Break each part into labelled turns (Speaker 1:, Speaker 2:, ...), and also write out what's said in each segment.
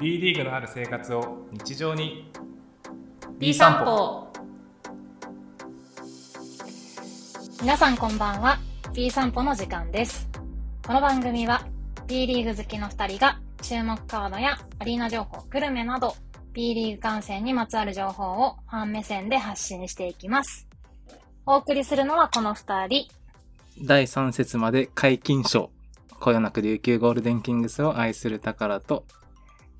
Speaker 1: B リーグのある生活を日常に
Speaker 2: B 散歩
Speaker 3: 皆さんこんばんは B 散歩の時間ですこの番組は B リーグ好きの2人が注目カードやアリーナ情報グルメなど B リーグ観戦にまつわる情報をファン目線で発信していきますお送りするのはこの2人
Speaker 4: 第3節まで解禁賞こよなく琉球ゴールデンキングスを愛する宝と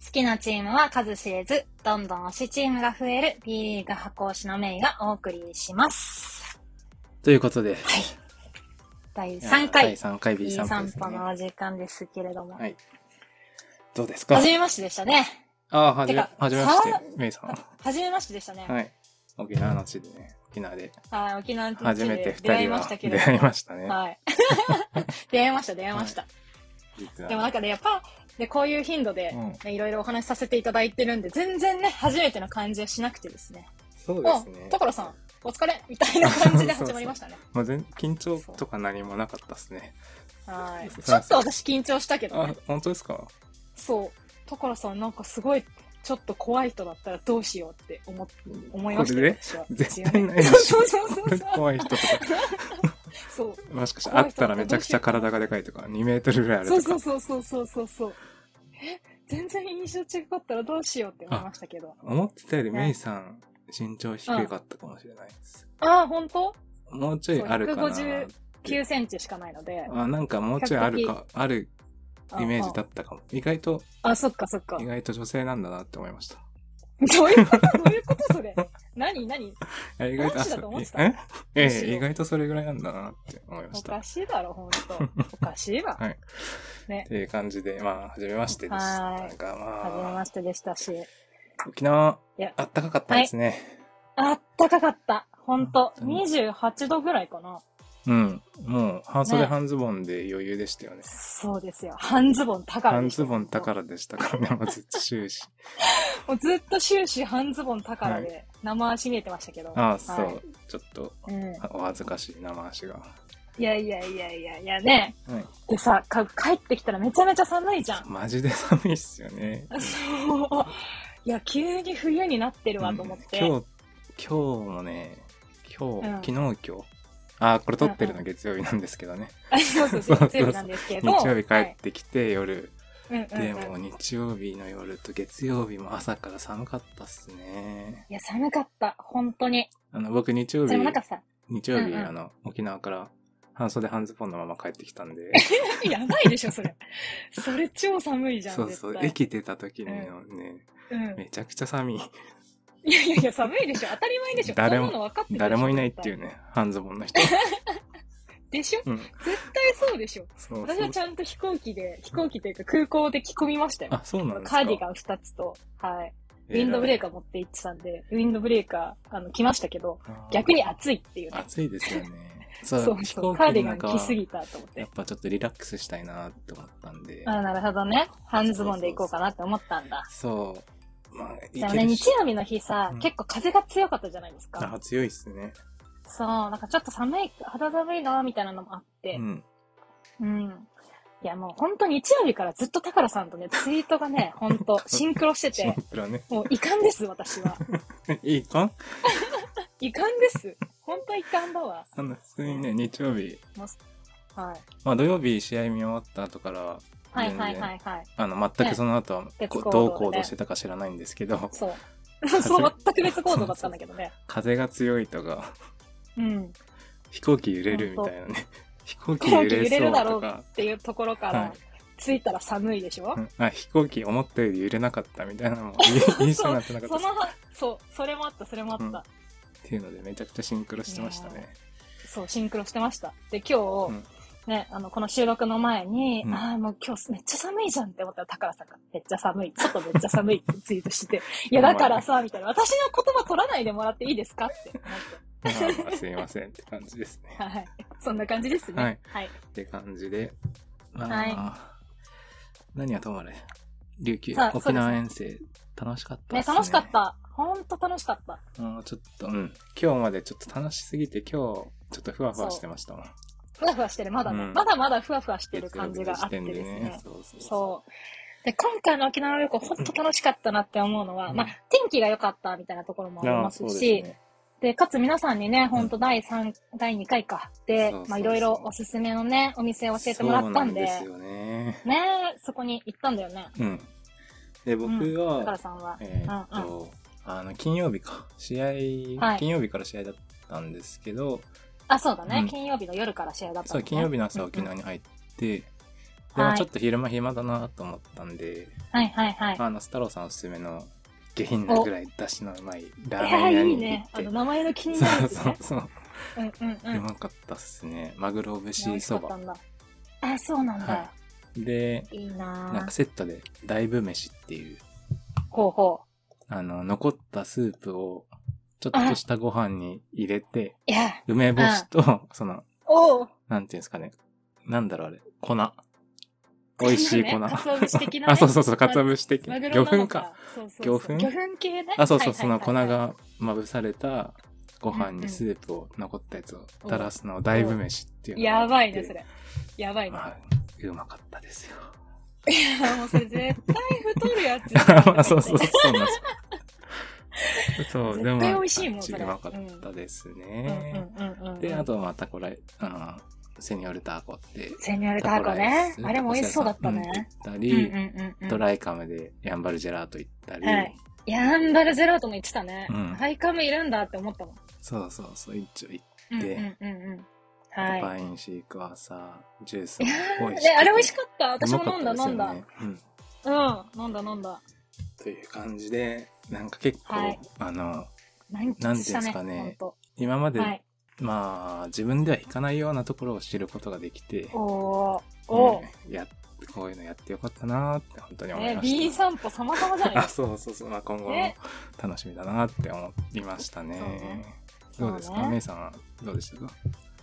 Speaker 3: 好きなチームは数知れずどんどん推しチームが増える B リーグ箱推しのメイがお送りします
Speaker 4: ということで
Speaker 3: 第3回
Speaker 4: 第3回 B
Speaker 3: B
Speaker 4: 散歩
Speaker 3: 散
Speaker 4: です
Speaker 3: 歩
Speaker 4: ね
Speaker 3: のお時間ですけれども、
Speaker 4: はいどうですか
Speaker 3: 初めましてでしたね
Speaker 4: ああはじめ
Speaker 3: てか
Speaker 4: はじめまして
Speaker 3: さ
Speaker 4: メイさん
Speaker 3: 初めましてでしたね。
Speaker 4: はい沖縄の地でね沖縄で
Speaker 3: はい、沖縄の地
Speaker 4: 初めて
Speaker 3: で
Speaker 4: 2
Speaker 3: 出会い
Speaker 4: 人
Speaker 3: ま
Speaker 4: は
Speaker 3: したけ
Speaker 4: 出
Speaker 3: れど
Speaker 4: 会い
Speaker 3: も。
Speaker 4: ましたね
Speaker 3: はい。 出会いました、出会いました。
Speaker 4: 実
Speaker 3: でもな
Speaker 4: は
Speaker 3: んかね、やっぱ、で、こういう頻度で、
Speaker 4: うん
Speaker 3: ねいろいろお話しさせていただいてるんで、全然ね、初めての感じはしなくてですね。
Speaker 4: そうで
Speaker 3: も
Speaker 4: すね
Speaker 3: 所さん、お疲れみたいな感じで始まり ましたね。
Speaker 4: もう全緊張とか何もなかったですね
Speaker 3: はい。
Speaker 4: そう
Speaker 3: ちょっと私緊張したけど
Speaker 4: あ
Speaker 3: ね。
Speaker 4: 本当ですか
Speaker 3: そう。所さん、なんかすごい、ちょっと怖い人だったらどうしようって思っ思いました
Speaker 4: これ
Speaker 3: よ
Speaker 4: で
Speaker 3: 私は。
Speaker 4: 絶対ないで
Speaker 3: 一応
Speaker 4: し
Speaker 3: ね
Speaker 4: ょ
Speaker 3: そうそうそうそうそう。
Speaker 4: 怖い人とか
Speaker 3: そう。
Speaker 4: もしかして会ったらめちゃくちゃ体がでかいとか2メートルぐらいあると
Speaker 3: そ
Speaker 4: か
Speaker 3: うそうそうそうそうそうそう。え、全然印象違かったらどうしようって思いましたけど。
Speaker 4: 思ってたより
Speaker 3: ね
Speaker 4: メイさん、身長低かったかもしれないです。
Speaker 3: ああ、本当
Speaker 4: もうちょいあるかなっていう。
Speaker 3: ?9 センチしかないので。
Speaker 4: あ、なんかもうちょいあるか、あるイメージだったかも。意外と、
Speaker 3: あ。あ、そっかそっか
Speaker 4: 意。外と女性なんだなって思いました。
Speaker 3: どういうことどういうことそれ。何何
Speaker 4: え意外と、
Speaker 3: 男子だと思ってた
Speaker 4: あええ
Speaker 3: むしろ
Speaker 4: え、意外とそれぐらいなんだなって思いま
Speaker 3: お
Speaker 4: した。っ
Speaker 3: かしいだろ、ほんと。おかしいわ。
Speaker 4: はいていう感じで、まあ、初めましてです。
Speaker 3: はーい
Speaker 4: なんか
Speaker 3: はじめ
Speaker 4: ま
Speaker 3: ま
Speaker 4: あ、
Speaker 3: してでしたし。
Speaker 4: 沖縄
Speaker 3: いや、
Speaker 4: あったかかったですね。
Speaker 3: あったかかった。ほんと。
Speaker 4: 本
Speaker 3: 28度ぐらいかな。
Speaker 4: うん。もう、半袖
Speaker 3: ね
Speaker 4: 半ズボンで余裕でしたよね。
Speaker 3: そうですよ。半ズボン高ら
Speaker 4: 半
Speaker 3: でし
Speaker 4: ズ
Speaker 3: た。
Speaker 4: ボン宝でしたからね、まず終 始。
Speaker 3: もうずっと終始半ズボン高らで生足見えてましたけど。
Speaker 4: ああ、そう、
Speaker 3: はい
Speaker 4: ちょっと、
Speaker 3: うん。
Speaker 4: お恥ずかしい生足が。
Speaker 3: いやいやいやいやいやね。
Speaker 4: はい。
Speaker 3: でさか、帰ってきたらめちゃめちゃ寒いじゃん。
Speaker 4: マジで寒いっすよね。
Speaker 3: そう。いや、急に冬になってるわと思って。
Speaker 4: うん今日、今日もね、今日、
Speaker 3: うん
Speaker 4: 昨日、今日。あー、これ撮ってる
Speaker 3: うんう
Speaker 4: の月曜日なんですけどね。
Speaker 3: あ そうそう
Speaker 4: そうそう
Speaker 3: 月曜日なんですけ
Speaker 4: 日
Speaker 3: ど。
Speaker 4: 曜日帰ってきて夜。
Speaker 3: はいうんうん
Speaker 4: で
Speaker 3: うん
Speaker 4: も日曜日の夜と月曜日も朝から寒かったっすね。
Speaker 3: いや、寒かった。本当に。
Speaker 4: あの、僕日曜
Speaker 3: そ
Speaker 4: 日
Speaker 3: れ、もなんかさ、
Speaker 4: 日曜日、
Speaker 3: うんうん
Speaker 4: あの、沖縄から半袖半ズボンのまま帰ってきたんで、
Speaker 3: やばいでしょ、それ。それ超寒 いじゃん。
Speaker 4: そうそう、
Speaker 3: 絶対
Speaker 4: 駅出た時にね、
Speaker 3: うん。
Speaker 4: めちゃくちゃ 寒い。
Speaker 3: いやいやいや、寒いでしょ。当たり前でしょ。
Speaker 4: 誰も
Speaker 3: そんなの分かってるでしょ
Speaker 4: 誰もいないっていう。ね、半ズボンの 人。
Speaker 3: 絶対でしょ
Speaker 4: うん。
Speaker 3: 絶対そうでしょ。
Speaker 4: そう
Speaker 3: 私はちゃんと飛行機で、飛行機というか空港で着込みましたよ。
Speaker 4: あ、そうなんですか
Speaker 3: カーディガン2つと、はい。ウィンドブレーカー持って行ってたんで、ウィンドブレーカー、あの、来ましたけど、逆に暑いっていうね。
Speaker 4: 暑いですよね。そ、
Speaker 3: そうう
Speaker 4: 飛
Speaker 3: そ
Speaker 4: 行
Speaker 3: う。カーデ
Speaker 4: 機な
Speaker 3: ィガン
Speaker 4: んか
Speaker 3: 着す
Speaker 4: は
Speaker 3: ぎたと思っ。
Speaker 4: やってぱちょっとリラックスしたいなって思ったんで。
Speaker 3: あなるほどね。半ズボンで行こうかなって思ったんだ。
Speaker 4: そう。まあ、い
Speaker 3: でもね、日曜日の日さ、
Speaker 4: うん
Speaker 3: 結構風が強かったじゃないですか。
Speaker 4: あ、強いっすね。
Speaker 3: そう、なんかちょっと寒い、肌寒いな、みたいなのもあって
Speaker 4: う。ん。
Speaker 3: うん。いや、もう本当日曜日からずっと宝さんとね、ツイートが ね、本当シンクロして
Speaker 4: シン
Speaker 3: て、
Speaker 4: プルね。
Speaker 3: もう遺憾です、私は。
Speaker 4: いいか
Speaker 3: 遺憾です。本当遺憾だわ。
Speaker 4: あの、普通にね、日曜日。
Speaker 3: もうはい。
Speaker 4: まあ、土曜日試合見終わった後から、
Speaker 3: はいはいはいはい。
Speaker 4: あの、全くその後は、
Speaker 3: 別行
Speaker 4: こう
Speaker 3: 動でね
Speaker 4: どう行動してたか知らないんですけど、
Speaker 3: そう。そう、全く別行動だったんだけどね。
Speaker 4: 風が強いとか、
Speaker 3: うん。
Speaker 4: 飛行機揺れるみたいなね。飛行機
Speaker 3: 飛行
Speaker 4: 揺
Speaker 3: 機
Speaker 4: れ
Speaker 3: 揺れ
Speaker 4: そう
Speaker 3: るだろ
Speaker 4: と
Speaker 3: う
Speaker 4: か
Speaker 3: っ。ていうところから、
Speaker 4: はい
Speaker 3: 着いたら寒いでしょ、
Speaker 4: うんあ飛行機思ったより揺れなかったみたいなの も言いそうになってなかっ
Speaker 3: そ
Speaker 4: た
Speaker 3: のは、そう、それもあった、それもあった。
Speaker 4: うんっていうのでめちゃくちゃシンクロしてましたね。
Speaker 3: そう、シンクロしてました。で、今日、
Speaker 4: うん
Speaker 3: ね、あの、この収録の前に、
Speaker 4: うん
Speaker 3: ああ、もう今日めっちゃ寒いじゃんって思ったら、宝さんが、めっちゃ寒い、外めっちゃ寒いってツイートしてて、 いや、だからさ、みたいな、私の言葉取らないでもらっていいですかって思っ
Speaker 4: まあまあすいませんって感じですね。
Speaker 3: て。はい。そんな感じですね。
Speaker 4: はい。
Speaker 3: はい。
Speaker 4: って感じで、まあ、
Speaker 3: は
Speaker 4: 何はともあれ、琉球
Speaker 3: さあ
Speaker 4: 沖縄遠征楽しかった
Speaker 3: ね、
Speaker 4: っすね。
Speaker 3: 楽しかっ。た。ほんと楽しかった。
Speaker 4: もうちょっと、うん。今日までちょっと楽しすぎて今日ちょっとふわふわしてましたもん。
Speaker 3: ふわふわしてる、まだね。
Speaker 4: うん
Speaker 3: まだまだふわふわしてる感じがあってです
Speaker 4: 月曜日の時点
Speaker 3: ね。
Speaker 4: そうそうそう
Speaker 3: そう。で、今回の沖縄旅行、本当楽しかったなって思うのは、
Speaker 4: うん
Speaker 3: まあ、天気が良かったみたいなところもあり
Speaker 4: あ
Speaker 3: ま
Speaker 4: あ
Speaker 3: す
Speaker 4: そうです
Speaker 3: し、
Speaker 4: ね。
Speaker 3: で、かつ皆さんにね、本当第3、第2回か。
Speaker 4: そう
Speaker 3: で、
Speaker 4: そうそう
Speaker 3: まあいろいろおすすめのね、お店を教えてもらったんで、
Speaker 4: そうなんですよね。
Speaker 3: ねえそこに行ったんだよね。
Speaker 4: うん。で、僕は、
Speaker 3: 高田さんは。
Speaker 4: えーっと、あの、金曜日か。試合、
Speaker 3: はい
Speaker 4: 金曜日から試合だったんですけど、
Speaker 3: あ、そうだね、
Speaker 4: うん
Speaker 3: 金曜日の夜から試合だった
Speaker 4: そ
Speaker 3: のね、
Speaker 4: う、金曜日の朝沖縄に入って、で、ま
Speaker 3: は
Speaker 4: あ
Speaker 3: い
Speaker 4: ちょっと昼間暇だなと思ったんで、
Speaker 3: はいはいはい。
Speaker 4: あの、スタローさんおすすめの下品なぐらい出汁のうまいラー
Speaker 3: い
Speaker 4: メン
Speaker 3: や、
Speaker 4: 屋
Speaker 3: いい
Speaker 4: に行
Speaker 3: ね
Speaker 4: っ。
Speaker 3: あ
Speaker 4: て、
Speaker 3: の、名前の気になる
Speaker 4: そ
Speaker 3: や
Speaker 4: う
Speaker 3: つ
Speaker 4: そう
Speaker 3: ね。
Speaker 4: そう、
Speaker 3: うんうんう。
Speaker 4: うんまかったっすね。マグロ
Speaker 3: 美
Speaker 4: 節
Speaker 3: 味し
Speaker 4: そ
Speaker 3: かった
Speaker 4: ば。
Speaker 3: んだ。あ、そうなんだ。
Speaker 4: はい。で、
Speaker 3: い、いな
Speaker 4: なん
Speaker 3: ぁ
Speaker 4: か。セットで、だいぶ飯っていう、
Speaker 3: ほうほう。
Speaker 4: あの、残ったスープを、ちょっとしたご飯に入れて、
Speaker 3: いや、
Speaker 4: 梅干しと、その、
Speaker 3: おう
Speaker 4: なんていうんですかね。なんだろうあれ。粉。美味し い粉。
Speaker 3: ね鰹節的なね
Speaker 4: あ、そうそうそう、かつお節的
Speaker 3: マ
Speaker 4: な。
Speaker 3: グ
Speaker 4: 魚
Speaker 3: ロな
Speaker 4: 粉
Speaker 3: の
Speaker 4: か
Speaker 3: か。。そうそ
Speaker 4: 魚
Speaker 3: うそう
Speaker 4: 粉
Speaker 3: 魚粉系ね。
Speaker 4: あ、そうそう、
Speaker 3: は
Speaker 4: そ
Speaker 3: いは
Speaker 4: の
Speaker 3: い
Speaker 4: 粉
Speaker 3: はいはい。
Speaker 4: がまぶされたご飯
Speaker 3: うんう
Speaker 4: に
Speaker 3: ん
Speaker 4: スープを残ったやつを垂らすのをだいぶ飯っていうのがあ
Speaker 3: や
Speaker 4: って
Speaker 3: ばいね、そ。れ。やばいね。
Speaker 4: まあ、うまかったですよ。
Speaker 3: もうそれ絶対太るやつじゃん。
Speaker 4: まあ、そうそう、そうなんです。そう、でも、
Speaker 3: 絶対美味しいもんそれ
Speaker 4: うまかったです
Speaker 3: うんう
Speaker 4: ね。
Speaker 3: んうんうんうん。
Speaker 4: で、あとはまたこれ、あの、セニョルターコって。
Speaker 3: セニョルターコね
Speaker 4: タ。コライス
Speaker 3: あれも美味しそうだった
Speaker 4: うん
Speaker 3: ね。
Speaker 4: 行った
Speaker 3: うん
Speaker 4: り、
Speaker 3: うんうんう
Speaker 4: ド
Speaker 3: ん。
Speaker 4: ライカムでヤンバルジェラート行ったり、
Speaker 3: はいヤンバルゼロートも言ってたね
Speaker 4: うん。
Speaker 3: ハイカムいるんだって思ったもん。
Speaker 4: そうそうそう、一応行って、
Speaker 3: うんうん
Speaker 4: で
Speaker 3: うんうん。はい。
Speaker 4: パインシークワーサー、ジュース
Speaker 3: い
Speaker 4: も
Speaker 3: や
Speaker 4: 美
Speaker 3: ー
Speaker 4: 味しくて
Speaker 3: ねあれ美味しかった。私も飲んだ、
Speaker 4: うまかっ
Speaker 3: 飲ん
Speaker 4: た
Speaker 3: だ
Speaker 4: です。よね
Speaker 3: うん、飲んだ、飲んだ。
Speaker 4: うんという感じで、なんか結構、
Speaker 3: はい
Speaker 4: あの、
Speaker 3: 満
Speaker 4: なんていう
Speaker 3: 喫
Speaker 4: ん
Speaker 3: し
Speaker 4: で
Speaker 3: た
Speaker 4: す
Speaker 3: ね。
Speaker 4: かね
Speaker 3: ほんと
Speaker 4: 今まで、
Speaker 3: はい。
Speaker 4: まあ、自分では行かないようなところを知ることができて、
Speaker 3: おー。おー。
Speaker 4: うんやこういうのやってよかったなーって本当に思い
Speaker 3: ね、
Speaker 4: ま
Speaker 3: B
Speaker 4: した。
Speaker 3: 散歩様々じゃない
Speaker 4: あ、そうそうそう、まあ、今後も
Speaker 3: ね
Speaker 4: 楽しみだなって思いましたね。
Speaker 3: そう
Speaker 4: ど
Speaker 3: ね
Speaker 4: うです
Speaker 3: そう
Speaker 4: か、
Speaker 3: ね
Speaker 4: メイさんはどうでしたか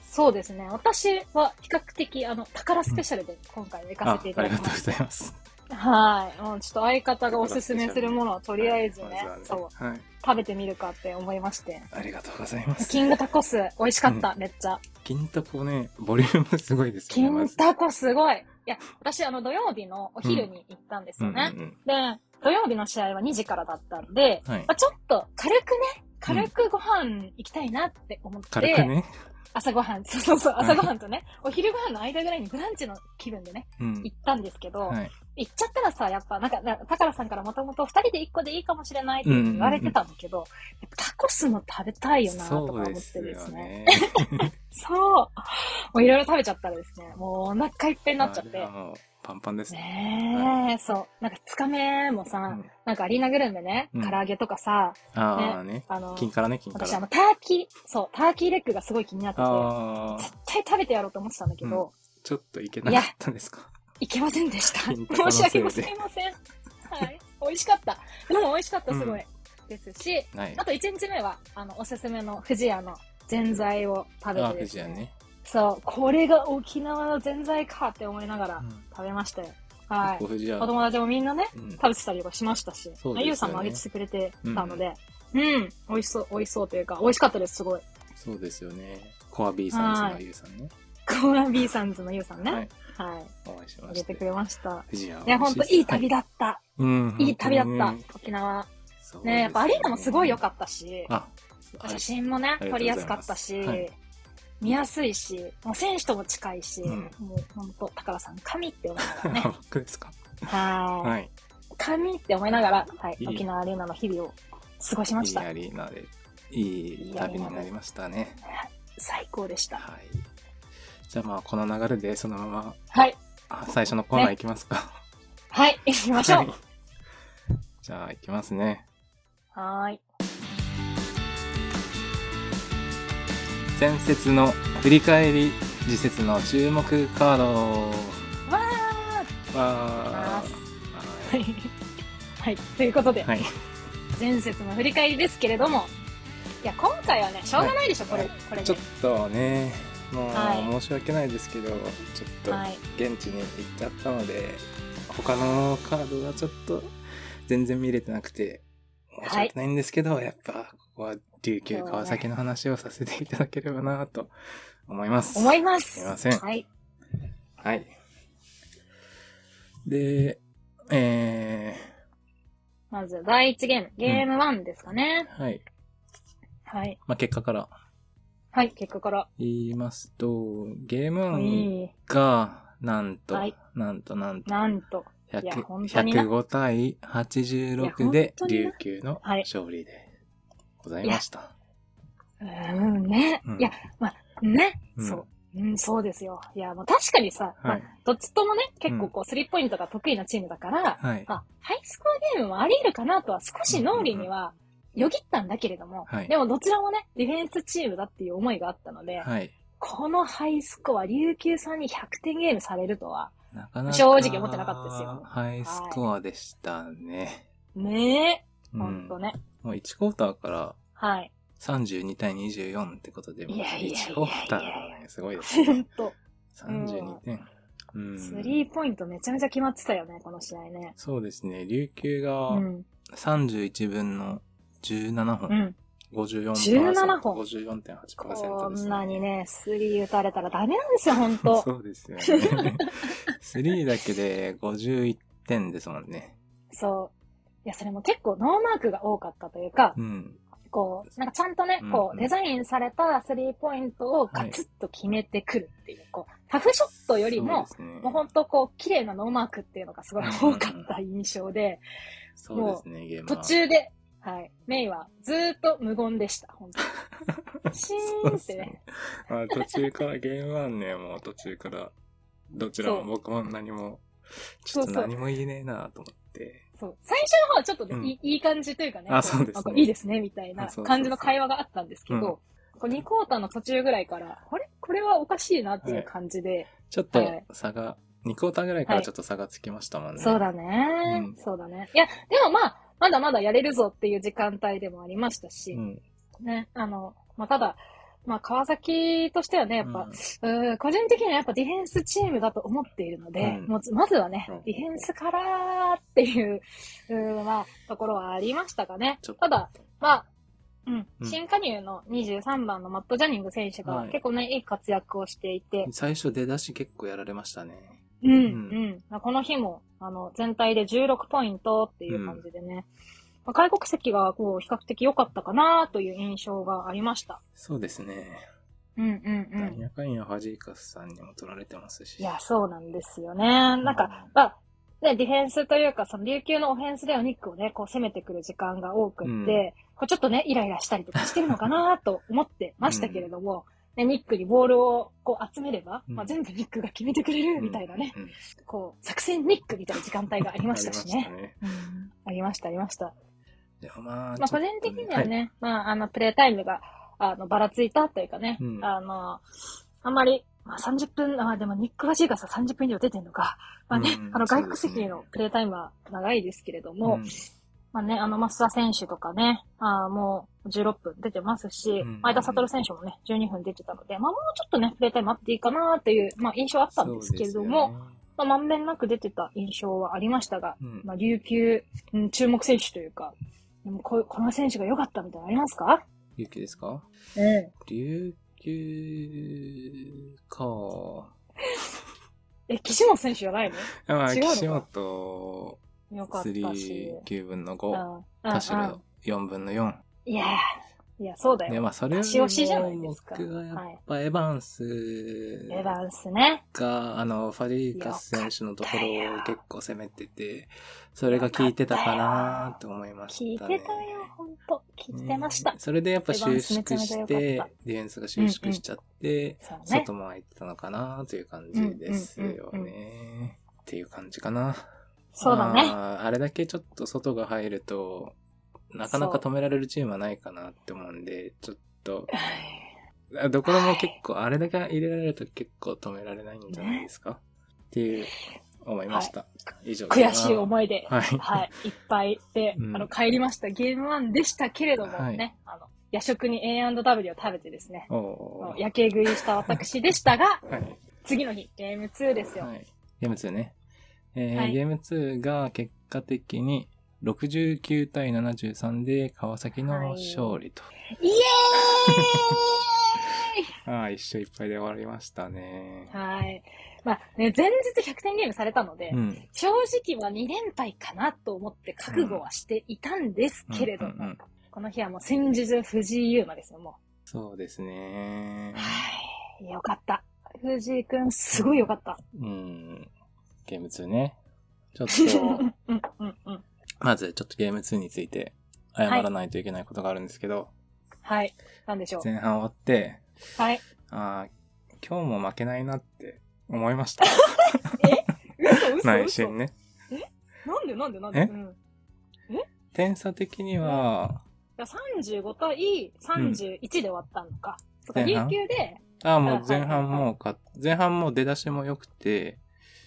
Speaker 3: そうですね。私は比較的、あの、宝スペシャルで今回行かせていただき
Speaker 4: あありがと
Speaker 3: ま
Speaker 4: うご
Speaker 3: し
Speaker 4: ざいます。
Speaker 3: た。はい。もうちょっと相方がおすすめするものをとりあえずね、
Speaker 4: はいまずは
Speaker 3: そう、
Speaker 4: はい。
Speaker 3: 食べてみるかって思いまして。
Speaker 4: ありがとうございます。
Speaker 3: キングタコス、美味しかった、めっちゃ。
Speaker 4: 金タコね、ボリュームすごいですよね、ま
Speaker 3: 金
Speaker 4: ず。
Speaker 3: タコすごい。いや、私、あの、土曜日のお昼に行ったんですよね。
Speaker 4: うんうん
Speaker 3: で、土曜日の試合は2時からだったんで、
Speaker 4: うんはい
Speaker 3: まあ、。ちょっと軽くね、軽くご飯行きたいなって思って、
Speaker 4: 軽くね。
Speaker 3: 朝ごはん、 そうそうそう、朝ごはんとね、お昼ご飯の間ぐらいにブランチの気分でね、
Speaker 4: うん
Speaker 3: 行。ったんですけど、
Speaker 4: はい。
Speaker 3: 行っちゃったらさ、やっぱ、なんか、な宝さんからもともと2人で1個でいいかもしれないって言われてたんだけど、やっぱタコスも食べたいよなとか
Speaker 4: そ
Speaker 3: 思
Speaker 4: うで
Speaker 3: ってです
Speaker 4: すよ
Speaker 3: ね。
Speaker 4: ね。
Speaker 3: そうもういろいろ食べちゃったらですね、もうお腹いっぱ いになっちゃっ
Speaker 4: あれ
Speaker 3: て
Speaker 4: は。もうパンパンですね。
Speaker 3: ねえ、そう。なんか2日目もさ、
Speaker 4: うん
Speaker 3: なんかアリーナグルメね、
Speaker 4: うん
Speaker 3: 唐揚げとかさ、
Speaker 4: ああね。
Speaker 3: あの、
Speaker 4: 金からね、金か
Speaker 3: 私あ
Speaker 4: ら。
Speaker 3: の、ターキー、そう、ターキーレッグがすごい気になってて、
Speaker 4: ああ、
Speaker 3: 絶対食べてやろうと思ってたんだけど、
Speaker 4: ちょっといけなかったんですか。
Speaker 3: いけません でした。
Speaker 4: 金玉の
Speaker 3: 申
Speaker 4: せい
Speaker 3: し
Speaker 4: で
Speaker 3: 訳ございません。はい。美味しかった。でも美味しかった、すごい。ですし、
Speaker 4: ない
Speaker 3: あ。と1日目は、あの、おすすめの富士屋のぜんざいを食べ
Speaker 4: ああ、
Speaker 3: てで
Speaker 4: 富
Speaker 3: す
Speaker 4: 士
Speaker 3: ね。
Speaker 4: 屋ね。
Speaker 3: そう、これが沖縄のぜんざいかって思いながら
Speaker 4: うん
Speaker 3: 食べましたよ。はい。
Speaker 4: 富士屋。
Speaker 3: お友達もみんなね、
Speaker 4: うん
Speaker 3: 食べてたりとかしましたし、
Speaker 4: そうですよね
Speaker 3: ゆうさんもあげてくれてたので、うん、美味しそう、美味しそうというか、美味しかったです、すごい。
Speaker 4: そうですよね。コア B さん、そのゆうさんね。
Speaker 3: コーラビーさんズのゆうさんね。
Speaker 4: はい。
Speaker 3: はい。
Speaker 4: お会いし
Speaker 3: あ
Speaker 4: ま
Speaker 3: げ
Speaker 4: してた。
Speaker 3: くれました。
Speaker 4: 富士屋。
Speaker 3: いや、ほんといい旅だった。
Speaker 4: はい。うん。
Speaker 3: いい旅だった
Speaker 4: 本当にね。
Speaker 3: 沖縄。
Speaker 4: そうですよ
Speaker 3: ね、やっぱアリーナもすごい良かったし、
Speaker 4: あ、
Speaker 3: 写真もね
Speaker 4: あ、りがと
Speaker 3: 撮
Speaker 4: う
Speaker 3: り
Speaker 4: ご
Speaker 3: や
Speaker 4: ざい
Speaker 3: すか
Speaker 4: ま
Speaker 3: っ
Speaker 4: す
Speaker 3: たし、
Speaker 4: はい
Speaker 3: 見やすいし、もう選手とも近いし、
Speaker 4: うん
Speaker 3: もう本当、宝さん、神って思 いながらね、
Speaker 4: あ僕ですか。
Speaker 3: はい、
Speaker 4: はい。
Speaker 3: 神って思いながら、はい
Speaker 4: いい
Speaker 3: 沖縄アリーナの日々を過ごしま
Speaker 4: い
Speaker 3: し
Speaker 4: い
Speaker 3: た。
Speaker 4: アリーナで、いい旅になりましたね。
Speaker 3: 最高でした。
Speaker 4: はい。じゃあまあ、この流れでそのまま
Speaker 3: はい、
Speaker 4: あ最初のコーナーいきますか。
Speaker 3: はい、行きましょ
Speaker 4: は
Speaker 3: う
Speaker 4: い。じゃあ、いきますね。
Speaker 3: はーい。
Speaker 4: 前節の振り返り、次節の注目カード
Speaker 3: わ
Speaker 4: は、
Speaker 3: ーはい。はい、ということで、
Speaker 4: はい。
Speaker 3: 前節の振り返りですけれども、いや、今回はね、しょうがないでしょ、これ、これ
Speaker 4: ちょ
Speaker 3: で
Speaker 4: っ。とね、も
Speaker 3: は
Speaker 4: う申し訳ないですけど、ちょっ
Speaker 3: はい
Speaker 4: と現地に行っちゃったので、他のカードがちょっと全然見れてなくて、申し訳ないんですけど、やっぱ、ここは琉球川崎の話をさせていただければなと思います。
Speaker 3: 思います。
Speaker 4: すいません
Speaker 3: はい。
Speaker 4: はい。で、え
Speaker 3: まず、第1ゲーム、ゲーム1ですかね。
Speaker 4: ー、はい。
Speaker 3: はい。
Speaker 4: まあ、結果から
Speaker 3: はい、結果から。
Speaker 4: 言いますと、ゲーム1
Speaker 3: いい。
Speaker 4: が、なんと、
Speaker 3: はい
Speaker 4: なんとなんと、
Speaker 3: なんと。いや
Speaker 4: 100
Speaker 3: 本当にな
Speaker 4: 105対86
Speaker 3: いや
Speaker 4: で
Speaker 3: 本当にな
Speaker 4: 琉球の
Speaker 3: はい
Speaker 4: 勝利でございました。
Speaker 3: うーん、ね。
Speaker 4: うん
Speaker 3: いや、まあ、ね。
Speaker 4: うん
Speaker 3: そう。うん、そうですよ。いや、もう確かにさ、ま
Speaker 4: は
Speaker 3: あ
Speaker 4: い。
Speaker 3: どっちともね、結構こう、スリーポイントが得意なチームだから、
Speaker 4: はい。
Speaker 3: あ、ハイスコアゲームもあり得るかなとは少し脳裏にはよぎったんだけれども、
Speaker 4: はい
Speaker 3: でもどちらもね、ディフェンスチームだっていう思いがあったので、
Speaker 4: はい。
Speaker 3: このハイスコア、琉球さんに100点ゲームされるとは、
Speaker 4: なかなか。
Speaker 3: 正直思ってなかったですよ
Speaker 4: ハイスコアでしたね。
Speaker 3: ねえ、
Speaker 4: う
Speaker 3: ほん
Speaker 4: ん
Speaker 3: とね。
Speaker 4: もう1クォーターから
Speaker 3: はい。
Speaker 4: 32対24ってことで、もう
Speaker 3: いやいやいやいや
Speaker 4: 1クォーターがね、すごいです
Speaker 3: ほん
Speaker 4: ね。
Speaker 3: と、
Speaker 4: 32点。うん。
Speaker 3: スリーポイントめちゃめちゃ決まってたよね、この試合ね。
Speaker 4: そうですね。琉球
Speaker 3: う
Speaker 4: が
Speaker 3: ん。
Speaker 4: 31分の17本。
Speaker 3: うん。
Speaker 4: 54%。
Speaker 3: 17本
Speaker 4: 54.8%
Speaker 3: こ
Speaker 4: です、ね。
Speaker 3: んなに。ね、スリー打たれたらダメなんですよ、ほん と。
Speaker 4: そうですよね。3だけで51点ですもんね。
Speaker 3: そう。いや、それも結構ノーマークが多かったというか、
Speaker 4: うん。
Speaker 3: こう、なんかちゃんとね
Speaker 4: うんうん、
Speaker 3: こう、デザインされたスリーポイントをガツッと決めてくるっていう、こう、タフショットよりも、
Speaker 4: そうですね。
Speaker 3: もうほんとこう、綺麗なノーマークっていうのがすごい多かった印象で、
Speaker 4: そうですね、ゲーム
Speaker 3: 途
Speaker 4: は。
Speaker 3: 中で、はい、メイはずーっと無言でした、本当に。シーンってね。
Speaker 4: あ途中からゲームはね、もう途中から、どちらも僕も何も、ちょっと
Speaker 3: そうそう
Speaker 4: 何も言えねえなと思って。
Speaker 3: そう。最初の方はちょっとね、
Speaker 4: うん
Speaker 3: いいいい感じというかね。
Speaker 4: あ
Speaker 3: こ
Speaker 4: そうですね
Speaker 3: なんかいいですね、みたい
Speaker 4: あ
Speaker 3: な
Speaker 4: そうそうそう
Speaker 3: 感じの会話があったんですけ
Speaker 4: うん
Speaker 3: ど、こう2クォーターの途中ぐらいから、あれこれはおかしいなっていう感じで。
Speaker 4: ちょっ
Speaker 3: は
Speaker 4: と
Speaker 3: い
Speaker 4: 差が、2クォーターぐらいから
Speaker 3: はい
Speaker 4: ちょっと差がつきましたもんね。
Speaker 3: そうだね、
Speaker 4: うん
Speaker 3: そうだね。いや、でもまあ、まだまだやれるぞっていう時間帯でもありましたし、
Speaker 4: うん。
Speaker 3: ね、あの、まあ、ただ、まあ、川崎としてはね、やっぱ、うーん個人的にはやっぱディフェンスチームだと思っているので、
Speaker 4: うん
Speaker 3: もうまずはね、
Speaker 4: うん
Speaker 3: ディフェンスからっていう、うーんまあ、ところはありましたかね
Speaker 4: ちょっ。と
Speaker 3: ただ、まあ、うん
Speaker 4: うん
Speaker 3: 新加入の23番のマット・ジャニング選手
Speaker 4: は
Speaker 3: が
Speaker 4: い
Speaker 3: 結構ね、い、い活躍をしていて、
Speaker 4: 最初出だし結構やられましたね。
Speaker 3: うん、うんん。まあこの日も、あの、全体で16ポイントっていう感じでね、まあ外国籍がこう、比較的良かったかなという印象がありました。
Speaker 4: そうですね。
Speaker 3: うんうんう
Speaker 4: なん
Speaker 3: ん。
Speaker 4: やかんやファジーカスさんにも取られてますし。
Speaker 3: いや、そうなんですよね。なんか、まあ、ね、ディフェンスというか、その琉球のオフェンスではニックをね、こう攻めてくる時間が多くっ
Speaker 4: う
Speaker 3: て、
Speaker 4: ん
Speaker 3: こうちょっとね、イライラしたりとかしてるのかなと思ってましたけれども、ね、ニックにボールをこう集めれば、
Speaker 4: うん
Speaker 3: まあ、全部ニックが決めてくれるみたいなね、
Speaker 4: うん。うん
Speaker 3: こう、作戦ニックみたいな時間帯がありましたし
Speaker 4: ありまし
Speaker 3: ね。
Speaker 4: たね。
Speaker 3: うんありました、ありました。
Speaker 4: でもまあ、
Speaker 3: ま
Speaker 4: ち
Speaker 3: あ、
Speaker 4: ょ
Speaker 3: 個
Speaker 4: っと
Speaker 3: 人
Speaker 4: ね
Speaker 3: 的には、ね、まあ、あの、プレータイムが、あの、ばらついたというかね、
Speaker 4: うん
Speaker 3: あの、あんまり、まあ、30分、あ、でもニック・ファジーがさ、30分以上出てんのか。まあね、
Speaker 4: うん
Speaker 3: あの、
Speaker 4: そうで
Speaker 3: 外国
Speaker 4: すね
Speaker 3: 籍のプレータイムは長いですけれど
Speaker 4: は
Speaker 3: も、
Speaker 4: いうん
Speaker 3: まあね、あの、増田選手とかね、あもう16分出てますし
Speaker 4: うん、
Speaker 3: 前田悟選手もね、12分出てたので、まあもうちょっとね、プレータイムあっていいかなという、まあ印象あったんですけれども、、まあ、まんべんなく出てた印象はありましたが、
Speaker 4: うん
Speaker 3: まあ、琉球、うん、注目選手というか、でもここの選手が良かったみたいなのありますか
Speaker 4: 琉球ですか
Speaker 3: うん。
Speaker 4: 琉球か。
Speaker 3: え、岸本選手じゃない
Speaker 4: まあ、
Speaker 3: 違うのか
Speaker 4: 岸本、
Speaker 3: のよかったし。
Speaker 4: 3、9分の
Speaker 3: う
Speaker 4: 5、
Speaker 3: んうん
Speaker 4: 田代、4分の4。
Speaker 3: いやーいや、そうだ
Speaker 4: で、
Speaker 3: よ。
Speaker 4: まあ、それよ
Speaker 3: 足押しじゃな
Speaker 4: り
Speaker 3: いで
Speaker 4: も
Speaker 3: すか
Speaker 4: 僕はやっ
Speaker 3: はい
Speaker 4: ぱエヴァンス
Speaker 3: エヴァンスね。
Speaker 4: が、あの、ファリーカス選手のところ
Speaker 3: よ
Speaker 4: を結構攻めてて、それが効いてたかなと思いま
Speaker 3: 聞い
Speaker 4: した
Speaker 3: て
Speaker 4: ね。
Speaker 3: たよ、ほんと。聞いてました
Speaker 4: ね。それでやっぱ収
Speaker 3: エヴァンスめち
Speaker 4: 縮
Speaker 3: ゃめちゃ
Speaker 4: し
Speaker 3: 良
Speaker 4: て、
Speaker 3: かった
Speaker 4: ディフェンスが収縮しちゃって、
Speaker 3: そうね
Speaker 4: 外。も空いてたのかなという感じですよ
Speaker 3: うんうんうん
Speaker 4: ね。っていう感じかな。
Speaker 3: そうだね。
Speaker 4: まあ。あれだけちょっと外が入ると、なかなか止められるチームはないかなって思うんで、ちょっと、あどこでも結構、あれだけ入れられると結構止められないんじゃないですか、っていう思いました。以上
Speaker 3: 悔しい思
Speaker 4: い。
Speaker 3: いで、
Speaker 4: はい。
Speaker 3: はい、いっぱいで、
Speaker 4: うん
Speaker 3: あの、帰りました。ゲーム1でしたけれども
Speaker 4: はい
Speaker 3: ね、あの、夜食に A&W を食べてですね、
Speaker 4: おー
Speaker 3: 夜景食いした私でし たが、
Speaker 4: はい。
Speaker 3: 次の日、ゲーム2ですよ。
Speaker 4: はい。ゲーム2ね。えー
Speaker 3: はい
Speaker 4: ゲーム2が結果的に69対73で川崎の勝利と。
Speaker 3: イエーイ
Speaker 4: ああ、一勝一敗で終わりましたね。
Speaker 3: はい。まあね、前日100点ゲームされたので、
Speaker 4: うん。
Speaker 3: 正直は2連敗かなと思って覚悟はしていたんですけれども、
Speaker 4: うんうんうん
Speaker 3: この日はもう戦術藤井優馬ですよ、も
Speaker 4: そうですね
Speaker 3: う。。はい。よかった。藤井くん、すごいよかった。
Speaker 4: うん。ゲーム2ね。ちょっと、
Speaker 3: うんうんうん。
Speaker 4: まずちょっとゲーム2について謝らないといけないことがあるんですけど、
Speaker 3: はい。なんでしょう。
Speaker 4: 前半終わって、
Speaker 3: はい。
Speaker 4: ああ、今日も負けないなって思いま した。
Speaker 3: 嘘 嘘
Speaker 4: 内
Speaker 3: 嘘
Speaker 4: 心ね。
Speaker 3: なんでなんでなんで
Speaker 4: え
Speaker 3: うん。い
Speaker 4: 点差的には、
Speaker 3: や35対31で終わったのか。とか、
Speaker 4: 前
Speaker 3: 琉
Speaker 4: 半
Speaker 3: 球で、
Speaker 4: ああ、もう前半もうか、前半もう出だしも良くて、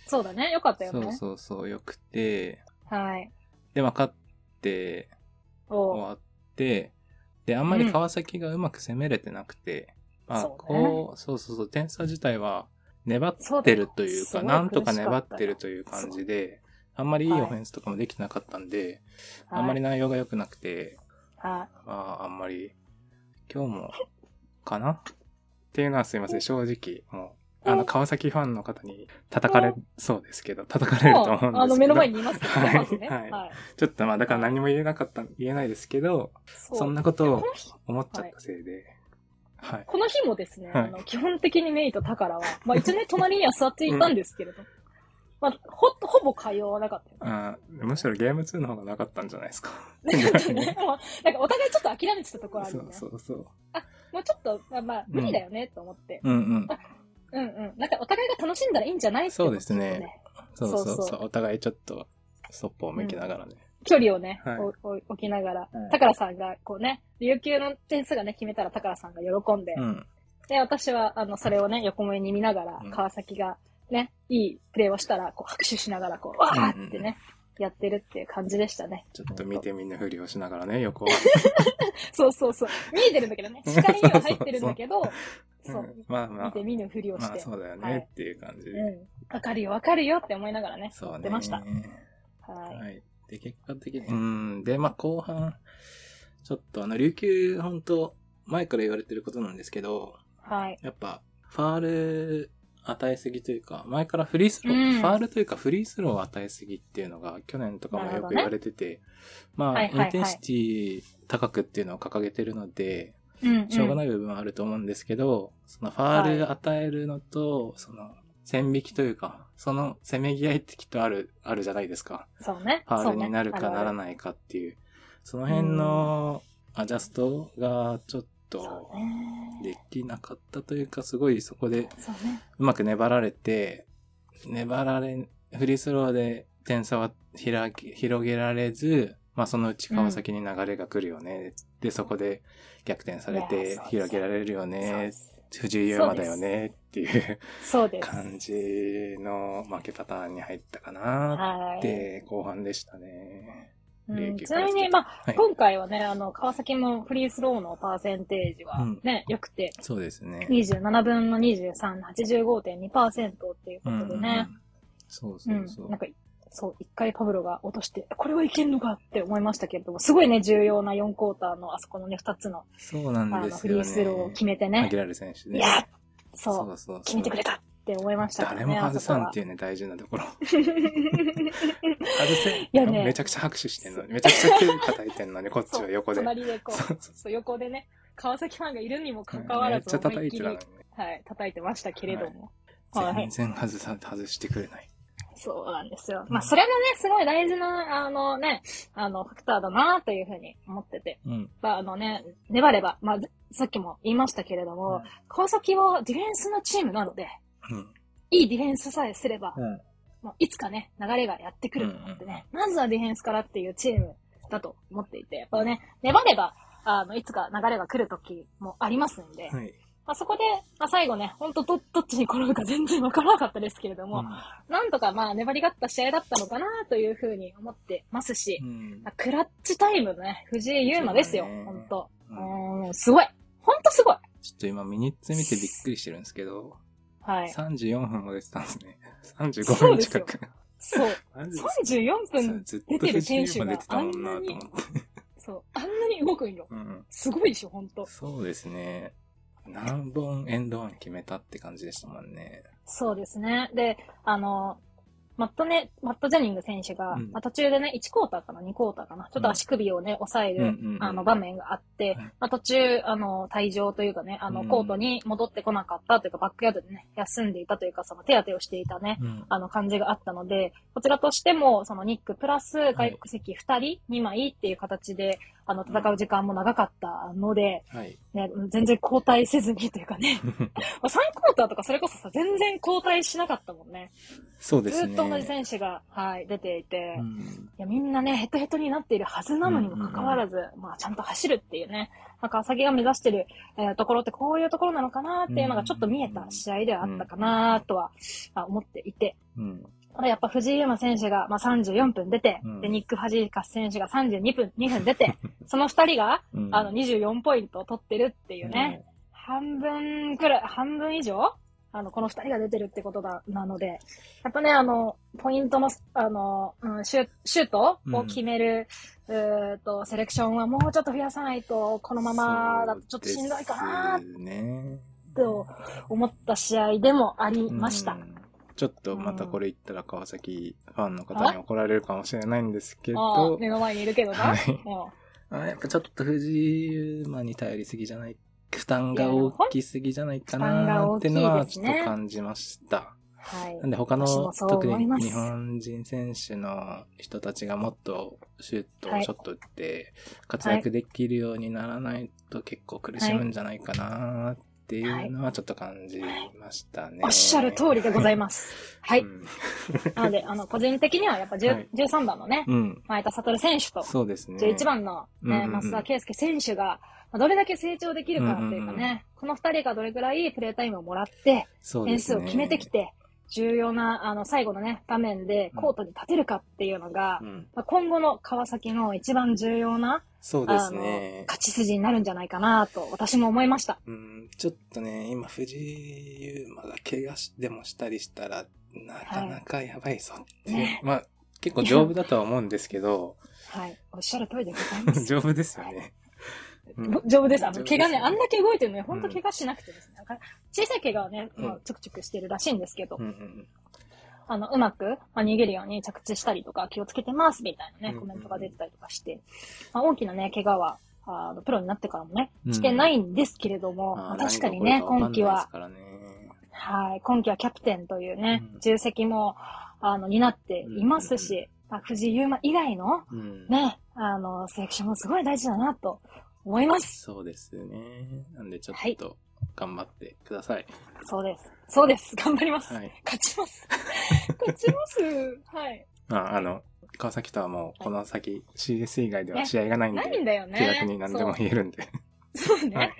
Speaker 3: そうだね。よかったよね。
Speaker 4: そうそうそう、良くて、
Speaker 3: はい。
Speaker 4: で、分かって、終
Speaker 3: おう
Speaker 4: わって、で、あんまり
Speaker 3: うん
Speaker 4: 川崎がうまく攻めれてなくて、まあ、
Speaker 3: そうね
Speaker 4: こう、そうそうそう、点差自体は粘ってるという
Speaker 3: そ
Speaker 4: か、
Speaker 3: うだね
Speaker 4: なんとか
Speaker 3: すごい苦し
Speaker 4: 粘っ
Speaker 3: かったよ
Speaker 4: てるという感じで、あんまりいい
Speaker 3: はい
Speaker 4: オフェンスとかもできてなかったんで、
Speaker 3: は
Speaker 4: あ
Speaker 3: い
Speaker 4: んまり内容が良くなくて、
Speaker 3: は
Speaker 4: まあ、あんまり、今日も、かなっていうのはすいません、正直、もう、あの、川崎ファンの方に叩かれそうですけど、叩か
Speaker 3: い。
Speaker 4: れると思うんですけ
Speaker 3: もう
Speaker 4: ど、
Speaker 3: あの、目の前にいますけど、
Speaker 4: はい
Speaker 3: まずね。
Speaker 4: はい
Speaker 3: はい。
Speaker 4: ちょっとまあ、だから何も言えなかった、言えないですけど、
Speaker 3: そう
Speaker 4: そんなことを
Speaker 3: この日
Speaker 4: 思っちゃったせいで、はい。
Speaker 3: この日もですね、
Speaker 4: はい
Speaker 3: あの基本的にメイとタカラは、まあ一応ね、隣には座っていたんですけれど、まあ、ほ、ほぼ会話はなかったよね。
Speaker 4: あーむしろゲーム2の方がなかったんじゃないですか。
Speaker 3: ねもうなんかお互いちょっと諦めてたところある
Speaker 4: そ
Speaker 3: よ
Speaker 4: う
Speaker 3: ね。
Speaker 4: そうそう。
Speaker 3: もうちょっと、まあ、まあ、無理だよね、と思って。
Speaker 4: うんうん。
Speaker 3: うんうん。なんかお互いが楽しんだらいいんじゃないって
Speaker 4: そうですね
Speaker 3: ちょっと
Speaker 4: そうそうそう。
Speaker 3: そうそう
Speaker 4: お互いちょっと、ストップを向きながらね。
Speaker 3: 距離をね、
Speaker 4: はい
Speaker 3: おお置きながら
Speaker 4: はい、
Speaker 3: タカラさんが、こうね、琉球の点数がね、決めたらタカラさんが喜んで、
Speaker 4: うん。
Speaker 3: で、私は、あの、それをね、横目に見ながら
Speaker 4: うん、
Speaker 3: 川崎がね、いいプレーをしたら、こう、拍手しながら、こう、わーってね、やってるっていう感じでしたね。
Speaker 4: ちょっと見てみんなふりをしながらね、横を。
Speaker 3: そうそうそう。見えてるんだけ どね、視界には入ってるんだけど、そう
Speaker 4: う、んまあま
Speaker 3: 見
Speaker 4: あ
Speaker 3: て、見ぬふりをし
Speaker 4: まあ
Speaker 3: て。
Speaker 4: そうだよ
Speaker 3: はい
Speaker 4: ねっていう感じ
Speaker 3: う
Speaker 4: で。
Speaker 3: ん。わかるよ、わかるよって思いながらね、
Speaker 4: そう
Speaker 3: や
Speaker 4: ね。
Speaker 3: ってました。はい。
Speaker 4: はい。で、結果的に。うん。で、まあ後半、ちょっとあの、琉球、本当前から言われてることなんですけど、
Speaker 3: はい。
Speaker 4: やっぱ、ファール与えすぎというか、前からフリースロー、
Speaker 3: うん
Speaker 4: ファールというかフリースローを与えすぎっていうのが、去年とかもよく言われてて、まあ、
Speaker 3: はいはいはい
Speaker 4: インテンシティ高くっていうのを掲げてるので、
Speaker 3: うん、うん。。
Speaker 4: しょうがないい部分はあると思うんですけど、そのファール与えるのと、その、線引きというか、そのせめぎ合いってきっとある、あるじゃないですか。
Speaker 3: そうね。
Speaker 4: ファー
Speaker 3: そう
Speaker 4: ル
Speaker 3: ね
Speaker 4: になるかなら
Speaker 3: い。
Speaker 4: ないかっていう、その辺のアジャストがちょっと
Speaker 3: そうね。
Speaker 4: できなかったというか、すごいそこで
Speaker 3: そうね。
Speaker 4: うまく粘られて、粘られ、フリースローで点差は開き広げられず、まあそのうち川崎に流れが来るよね。で、そこで逆転され
Speaker 3: いや
Speaker 4: て
Speaker 3: そうそう
Speaker 4: 広げられるよ
Speaker 3: そう
Speaker 4: ね
Speaker 3: で。す
Speaker 4: 藤井優馬だよねっていう
Speaker 3: そうです。
Speaker 4: 感じの負けパターンに入ったかな
Speaker 3: は
Speaker 4: っ
Speaker 3: い。
Speaker 4: て後半でしたね。
Speaker 3: うん
Speaker 4: 琉球
Speaker 3: ち
Speaker 4: から
Speaker 3: なみ
Speaker 4: して
Speaker 3: に、まあ、
Speaker 4: はい。
Speaker 3: 今回はね、あの、川崎もフリースローのパーセンテージはね、良、くて、
Speaker 4: そうですね。
Speaker 3: 27分の23、85.2%っていう
Speaker 4: う
Speaker 3: こ
Speaker 4: ん
Speaker 3: とでね、
Speaker 4: そう
Speaker 3: うん、
Speaker 4: そうそう
Speaker 3: なん。か、そう、一回パブロが落として、これはいけんのかって思いましたけれども、すごいね、重要な4クォーターのあそこのね、2つの、
Speaker 4: そうな
Speaker 3: あ
Speaker 4: んで
Speaker 3: の、
Speaker 4: す
Speaker 3: フ
Speaker 4: よ
Speaker 3: リ
Speaker 4: ね。
Speaker 3: ースローを決めて
Speaker 4: ア
Speaker 3: ね
Speaker 4: ギ、ラル選手ね。
Speaker 3: いやそう
Speaker 4: うそうそう
Speaker 3: 決めてくれたって思いましたからね、
Speaker 4: 誰も外さんっ
Speaker 3: あそ
Speaker 4: てい
Speaker 3: こ
Speaker 4: うね、大事なところ。
Speaker 3: は。
Speaker 4: 外せ、
Speaker 3: いやね
Speaker 4: めちゃくちゃ拍手してんのに、めちゃくちゃ手叩いてんのに、こっちは横で。
Speaker 3: そう隣でこ
Speaker 4: そう
Speaker 3: う、そう横でね、川崎ファンがいるにもかかわらず、
Speaker 4: めっちゃ叩い
Speaker 3: 思
Speaker 4: て
Speaker 3: い
Speaker 4: た
Speaker 3: っ
Speaker 4: の
Speaker 3: き
Speaker 4: に
Speaker 3: り
Speaker 4: ね。
Speaker 3: はい、叩いてましたけれども。はい
Speaker 4: 全然外さ、外してくれない。
Speaker 3: そうなんですよ。まあ、それもね、すごい大事な、あのね、あの、ファクターだなというふうに思ってて。
Speaker 4: うん。
Speaker 3: まあ、あのね、粘れば、まあ、さっきも言いましたけれど
Speaker 4: う
Speaker 3: も、
Speaker 4: ん
Speaker 3: 川崎はディフェンスのチームなので、
Speaker 4: うん。
Speaker 3: いいディフェンスさえすれば、
Speaker 4: うん
Speaker 3: もういつかね、流れがやってくると思ってね、まずはディフェンスからっていうチームだと思っていて、やっぱね、粘れば、あの、いつか流れが来る時もありますんで、
Speaker 4: はい。
Speaker 3: まあ、そこで、まあ、最後ね、ほんとど、どっちに転ぶか全然わからなかったですけれども、なんとかまあ粘り勝った試合だったのかなというふうに思ってますし、
Speaker 4: うん
Speaker 3: まあクラッチタイムのね、藤井優馬ですよ、
Speaker 4: そうだね
Speaker 3: ほんと。
Speaker 4: う
Speaker 3: う
Speaker 4: ん
Speaker 3: ーん、すごい。ほんとすごい。
Speaker 4: ちょっと今、ミニッツ見てびっくりしてるんですけど、
Speaker 3: はい。
Speaker 4: 34分も出てたんですね。35分近く。
Speaker 3: そう。
Speaker 4: マジです
Speaker 3: 34分、
Speaker 4: ずっ
Speaker 3: 出
Speaker 4: と
Speaker 3: て
Speaker 4: 藤
Speaker 3: る
Speaker 4: 井
Speaker 3: 選
Speaker 4: 優
Speaker 3: 手
Speaker 4: 馬
Speaker 3: が
Speaker 4: 出てたもんなと思って。
Speaker 3: そう。あんなに動くんよ。
Speaker 4: うん。
Speaker 3: すごいでしょ、ほんと。
Speaker 4: そうですね。何本エンドワン決めたって感じでしたもんね。
Speaker 3: そうですね。で、あの、マットね、マット・ジェニング選手が、
Speaker 4: うん
Speaker 3: まあ、途中でね、1クォーターかな、2クォーターかな、ちょっと足首をね、抑える、
Speaker 4: うんうんうん
Speaker 3: あの、場面があって、
Speaker 4: はい
Speaker 3: まあ、途中、あの、退場というかね、あの、
Speaker 4: うん
Speaker 3: コートに戻ってこなかったというか、バックヤードでね、休んでいたというか、その手当てをしていたね、
Speaker 4: うん。
Speaker 3: あの、感じがあったので、こちらとしても、そのニックプラス外国籍2人、2枚っていう形で、あの、戦う時間も長かったので、
Speaker 4: はい。
Speaker 3: ね、全然交代せずにという かね、3クォーターとかそれこそさ、全然交代しなかったもんね。
Speaker 4: そうです
Speaker 3: ず
Speaker 4: ね。
Speaker 3: っと同じ選手が、はい、出ていて、
Speaker 4: う
Speaker 3: い
Speaker 4: ん
Speaker 3: やみんなね、ヘトヘトになっているはずなのにもかかわらず、まあ、ちゃんと走るっていうね、なんか、浅木が目指してる、えーところってこういうところなのかなっていうのがちょっと見えた試合ではあったかなとは、あ思っていて、
Speaker 4: うん。
Speaker 3: ただやっぱ藤井優馬選手が、まあ、34分出て、
Speaker 4: うん
Speaker 3: で、ニック・ファジーカス選手が32分、2分出 て、その2人が、
Speaker 4: うん
Speaker 3: あの、24ポイントを取ってるっていうね、半分くらい、半分以上あの、この二人が出てるってことだ、なので、やっぱね、あの、ポイントの、あの、うん、シュシュートを決める、うーっと、セレクションはもうちょっと増やさないと、このままだとちょっとしんどいかな
Speaker 4: そうですね。
Speaker 3: と思った試合でもありました。
Speaker 4: うんちょっとまたこれ言ったら川崎ファンの方に怒られるかもしれないんですけ
Speaker 3: ああ
Speaker 4: ど、
Speaker 3: 目の前にいるけどな。
Speaker 4: はい
Speaker 3: も
Speaker 4: あやっぱちょっと藤井優馬に頼りすぎじゃない、負担が大きすぎじゃないか
Speaker 3: いやいや
Speaker 4: な
Speaker 3: ほ
Speaker 4: ー
Speaker 3: ん
Speaker 4: ってのは
Speaker 3: 負担が大きいで
Speaker 4: ち
Speaker 3: す
Speaker 4: ょ
Speaker 3: ね
Speaker 4: っと感じました。
Speaker 3: うはい
Speaker 4: なん。で他
Speaker 3: 私
Speaker 4: の
Speaker 3: もそう
Speaker 4: 特
Speaker 3: 思いま
Speaker 4: に
Speaker 3: す
Speaker 4: 日本人選手の人たちがもっとシュートをショット打って活躍できるようにならないと結構苦しむんじゃないかなっていうのはちょっと感じましたね。
Speaker 3: おっしゃる通りでございます。は
Speaker 4: う
Speaker 3: い。
Speaker 4: ん
Speaker 3: なので、あの、個人的にはやっぱ10
Speaker 4: はい
Speaker 3: 13番のね、
Speaker 4: うん。
Speaker 3: 前田悟選手と
Speaker 4: そうですね。
Speaker 3: 11番の、え
Speaker 4: うんうんう
Speaker 3: ー
Speaker 4: ん
Speaker 3: 増田圭介選手が、まあどれだけ成長できるかという
Speaker 4: うんう
Speaker 3: かね、
Speaker 4: んう
Speaker 3: この2人がどれぐらいプレータイムをもらって、
Speaker 4: そうで
Speaker 3: 点
Speaker 4: す
Speaker 3: 数
Speaker 4: ね
Speaker 3: を決めてきて、重要な、あの、最後のね、場面でコートに立てるかっていうのが、
Speaker 4: うん
Speaker 3: まあ今後の川崎の一番重要な、
Speaker 4: そうで
Speaker 3: あ
Speaker 4: す
Speaker 3: の
Speaker 4: ね、。
Speaker 3: 勝ち筋になるんじゃないかなと、私も思いました。
Speaker 4: うん、ちょっとね、今、藤井優馬が怪我しでもしたりしたら、なかなかやばいぞっていう。
Speaker 3: ね
Speaker 4: まあ、結構丈夫だとは思うんですけど、
Speaker 3: はい。おっしゃる通りでございま す。
Speaker 4: 丈夫ですよね。うん
Speaker 3: 丈夫です。あ
Speaker 4: 丈
Speaker 3: の、
Speaker 4: 夫です
Speaker 3: 怪我ね、あんだけ動いてるのに、
Speaker 4: ん
Speaker 3: 本当怪我しなくてですね。なんか小さい怪我はね、
Speaker 4: うん
Speaker 3: まあちょくちょくしてるらしいんですけど、
Speaker 4: うんうん
Speaker 3: あの、うまく、まあ、逃げるように着地したりとか、気をつけてます、みたいな
Speaker 4: うん
Speaker 3: ね、コメントが出てたりとかして、まあ、大きなね、怪我は、あの、プロになってからもね、
Speaker 4: うん
Speaker 3: してないんですけれども、ま
Speaker 4: ま
Speaker 3: あ
Speaker 4: あ
Speaker 3: 確かにね、今季は、。
Speaker 4: 何が起こるかわかんないですからね
Speaker 3: はい、今季はキャプテンというね
Speaker 4: うん、
Speaker 3: 重責も、あの、担っています
Speaker 4: うん
Speaker 3: し、まあ、藤井優馬以外の、
Speaker 4: うん、
Speaker 3: ね、あの、セレクションもすごい大事だな、と思います。
Speaker 4: そうですね。なんで、ちょ
Speaker 3: は
Speaker 4: っ
Speaker 3: い
Speaker 4: と、頑張ってください。
Speaker 3: そうです。そうです。頑張ります。
Speaker 4: はい。
Speaker 3: 勝ちます。勝ちます。 はい。
Speaker 4: まあ、あの、川崎とはもう、この先、CS 以外では試合がないんで、
Speaker 3: ないんだよね。
Speaker 4: 気楽に何でも言えるんで。
Speaker 3: そう そうね。
Speaker 4: はい
Speaker 3: い、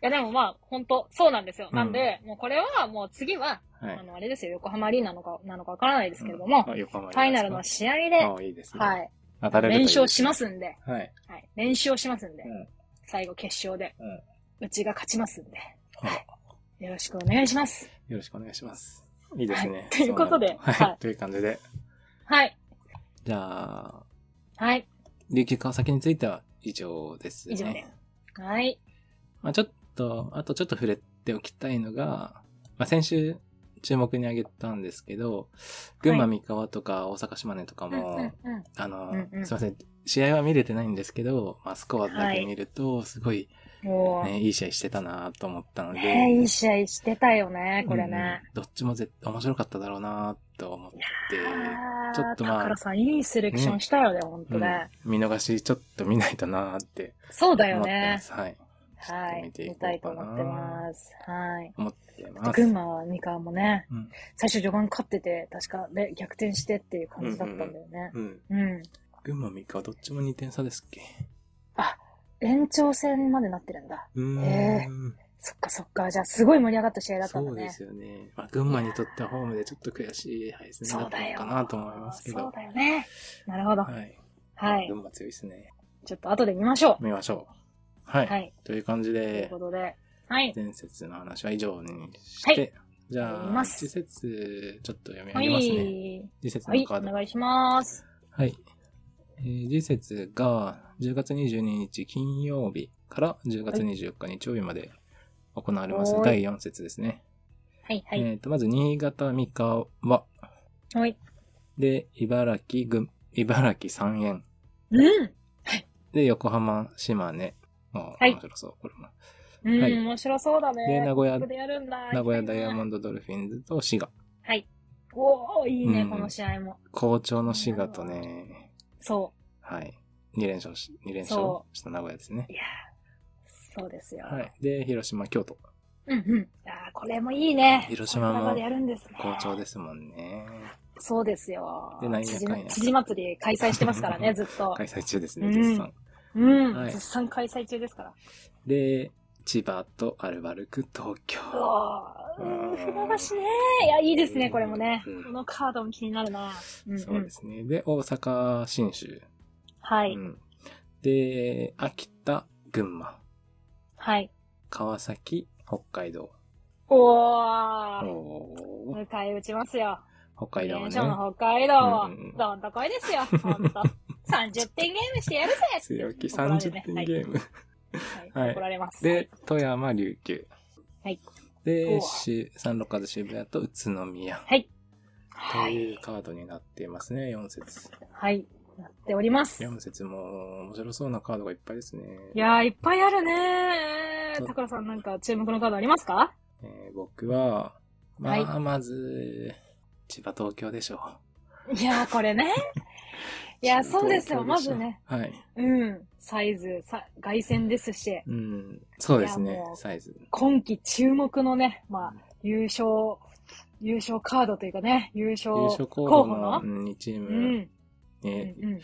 Speaker 3: や、でもまあ、本当そうなんですよ。
Speaker 4: うん
Speaker 3: なんで、もうこれは、もう次は、
Speaker 4: はい
Speaker 3: あ。の、あれですよ、横浜アリーナのか、なのかわからないですけれども、
Speaker 4: うん、あ横浜
Speaker 3: ファイナルの試合で、
Speaker 4: あいいですね。
Speaker 3: はい、
Speaker 4: 当たれるといい。
Speaker 3: 連勝しますすんで、
Speaker 4: はい。
Speaker 3: はい、連勝しますんで、
Speaker 4: うん
Speaker 3: 最後決勝で、
Speaker 4: うん
Speaker 3: うちが勝ちますんで、
Speaker 4: は
Speaker 3: はい、よろしくお願いします。
Speaker 4: よろしくお願いします。いいですね。
Speaker 3: はいということで
Speaker 4: そうなる
Speaker 3: は
Speaker 4: はいい。という感じで。
Speaker 3: はい、
Speaker 4: じゃあ、
Speaker 3: はい、
Speaker 4: 琉球川崎については以上ですね。
Speaker 3: 以上ではい、
Speaker 4: まあちょっと、あとちょっと触れておきたいのが、まあ先週注目に挙げたんですけど、群馬三河とか大阪島根とか
Speaker 3: うん
Speaker 4: も、
Speaker 3: うんうん、
Speaker 4: あの、
Speaker 3: うんうん
Speaker 4: すいません、試合は見れてないんですけど、まあスコアだけ見ると、すごい、
Speaker 3: もう、
Speaker 4: ね、いい試合してたなと思ったので、
Speaker 3: ねいい試合してたよね、これね。
Speaker 4: うんどっちもぜ面白かっただろうなと思って、
Speaker 3: あー
Speaker 4: ちょっとまあ
Speaker 3: 宝さん、いいセレクションしたよね、本当ね。
Speaker 4: うん見逃しちょっと見ないとなって
Speaker 3: そうだ
Speaker 4: 思
Speaker 3: よ
Speaker 4: ってま
Speaker 3: ね。
Speaker 4: す。はい。
Speaker 3: は
Speaker 4: ちょっと
Speaker 3: い
Speaker 4: 見。ていこ
Speaker 3: 見
Speaker 4: うかな
Speaker 3: たいと思ってます。はい。
Speaker 4: 思ってます。
Speaker 3: 群馬は三河もね、
Speaker 4: うん
Speaker 3: 最初序盤勝ってて、確か、で、逆転してっていう感じだったんだよね。
Speaker 4: うん。
Speaker 3: うん
Speaker 4: 群馬、三河、どっちも2点差ですっけ
Speaker 3: 延長戦までなってるんだ。
Speaker 4: うーん。
Speaker 3: えそっかそっか。じゃあ、すごい盛り上がった試合だったんだ
Speaker 4: そう
Speaker 3: ね。
Speaker 4: ですよね。まあ、群馬にとってはホームでちょっと悔しい敗戦だ
Speaker 3: そ
Speaker 4: った
Speaker 3: うだ
Speaker 4: の
Speaker 3: よ。
Speaker 4: かなと思いますけ
Speaker 3: そ
Speaker 4: ど
Speaker 3: う。だよね。なるほど。はい。
Speaker 4: はい。群馬強いですね。
Speaker 3: ちょっと後で見ましょ
Speaker 4: 見ましょう。はい。
Speaker 3: う。はい。
Speaker 4: という感じ
Speaker 3: という
Speaker 4: で
Speaker 3: こ、とで。はい。
Speaker 4: 前節の話は以上にして、
Speaker 3: は
Speaker 4: じ
Speaker 3: 読
Speaker 4: ゃ
Speaker 3: み
Speaker 4: あ、
Speaker 3: ます
Speaker 4: 次節ちょっと読み
Speaker 3: は
Speaker 4: 上げますね。
Speaker 3: い。
Speaker 4: 次節
Speaker 3: はい
Speaker 4: の。カ
Speaker 3: お
Speaker 4: ード。
Speaker 3: 願いします。
Speaker 4: はい。えー、次節が10月22日金曜日から10月24日日曜日まで行われます
Speaker 3: おー。い
Speaker 4: 第4節ですね。
Speaker 3: はいはい。
Speaker 4: えっ、と、まず、新潟、三河、
Speaker 3: はい。
Speaker 4: で、茨城、群、茨城三円。
Speaker 3: うん
Speaker 4: で、横浜、島根。ああ、
Speaker 3: はい
Speaker 4: 面白そう、これも。
Speaker 3: うん、
Speaker 4: はい
Speaker 3: 面白そうだね。
Speaker 4: で、名古屋
Speaker 3: ここ、でやるんだ。
Speaker 4: 名古屋ダイヤモ
Speaker 3: ン
Speaker 4: ンドドルフィンズと滋賀。
Speaker 3: ド。はい。おおいいね、
Speaker 4: うん
Speaker 3: この試合も。
Speaker 4: 好調の滋賀とね、
Speaker 3: そ
Speaker 4: はい。2連勝し、二連勝
Speaker 3: そ
Speaker 4: した名古屋ですね
Speaker 3: う。。いやーそうですよ。
Speaker 4: はい。で、広島、京都。
Speaker 3: うんうん。あーこれもいいね。
Speaker 4: 広島も
Speaker 3: こんな場でやるんですね。
Speaker 4: 好調ですもんね。
Speaker 3: そうですよ。
Speaker 4: で何や
Speaker 3: 知
Speaker 4: かんや
Speaker 3: 事知事祭り開催してます からね、ずっと。
Speaker 4: 開催中ですね、絶賛。
Speaker 3: うん、
Speaker 4: はい
Speaker 3: 絶賛開催中ですから。
Speaker 4: で、千葉とアルバルク、東京。
Speaker 3: うわーう、
Speaker 4: うんん
Speaker 3: 船橋ね。いや、いいですね、これもね。
Speaker 4: うん
Speaker 3: このカードも気になるな。うん、うん。
Speaker 4: そうですね。で、大阪、新州。
Speaker 3: はい、
Speaker 4: うんで、秋田、群馬。
Speaker 3: はい。
Speaker 4: 川崎、北海道。
Speaker 3: おー、
Speaker 4: おー
Speaker 3: 迎え撃ちますよ。
Speaker 4: 北海道
Speaker 3: 連
Speaker 4: は
Speaker 3: 勝
Speaker 4: ね、
Speaker 3: の北海道は
Speaker 4: うんうんうん、
Speaker 3: どんとこいです よ、ほんと。30点ゲームしてやるぜ
Speaker 4: 強気
Speaker 3: 怒られる
Speaker 4: 30
Speaker 3: ね
Speaker 4: 点ゲーム。
Speaker 3: は
Speaker 4: は
Speaker 3: い
Speaker 4: い
Speaker 3: 怒られます。
Speaker 4: で、富山、琉球。
Speaker 3: はい。お
Speaker 4: で、
Speaker 3: ー
Speaker 4: し三六和渋谷と宇都宮。
Speaker 3: はい。
Speaker 4: と
Speaker 3: はいい。
Speaker 4: うカードになっていますね、4節。
Speaker 3: はい。やっております。い
Speaker 4: 4節も面白そうなカードがいっぱいですね。
Speaker 3: やー、いっぱいあるねー。桜さんなんか注目のカードありますか
Speaker 4: えー僕は、まあ、
Speaker 3: は
Speaker 4: まず、千葉、東京でしょう。
Speaker 3: いやー、これね。 いやー、そうですよ。まずね。。
Speaker 4: はい。
Speaker 3: うん。サイズ、さ外線ですし、
Speaker 4: うん。そうです
Speaker 3: い
Speaker 4: ね
Speaker 3: やも、う
Speaker 4: サイズ。
Speaker 3: 今季注目のね、まあ、優勝、優勝カードというかね、優勝
Speaker 4: 優勝
Speaker 3: 候
Speaker 4: 候
Speaker 3: 補
Speaker 4: 補
Speaker 3: の
Speaker 4: の、。うん、2チー
Speaker 3: う
Speaker 4: ム、
Speaker 3: ん。うん
Speaker 4: ね、
Speaker 3: うん。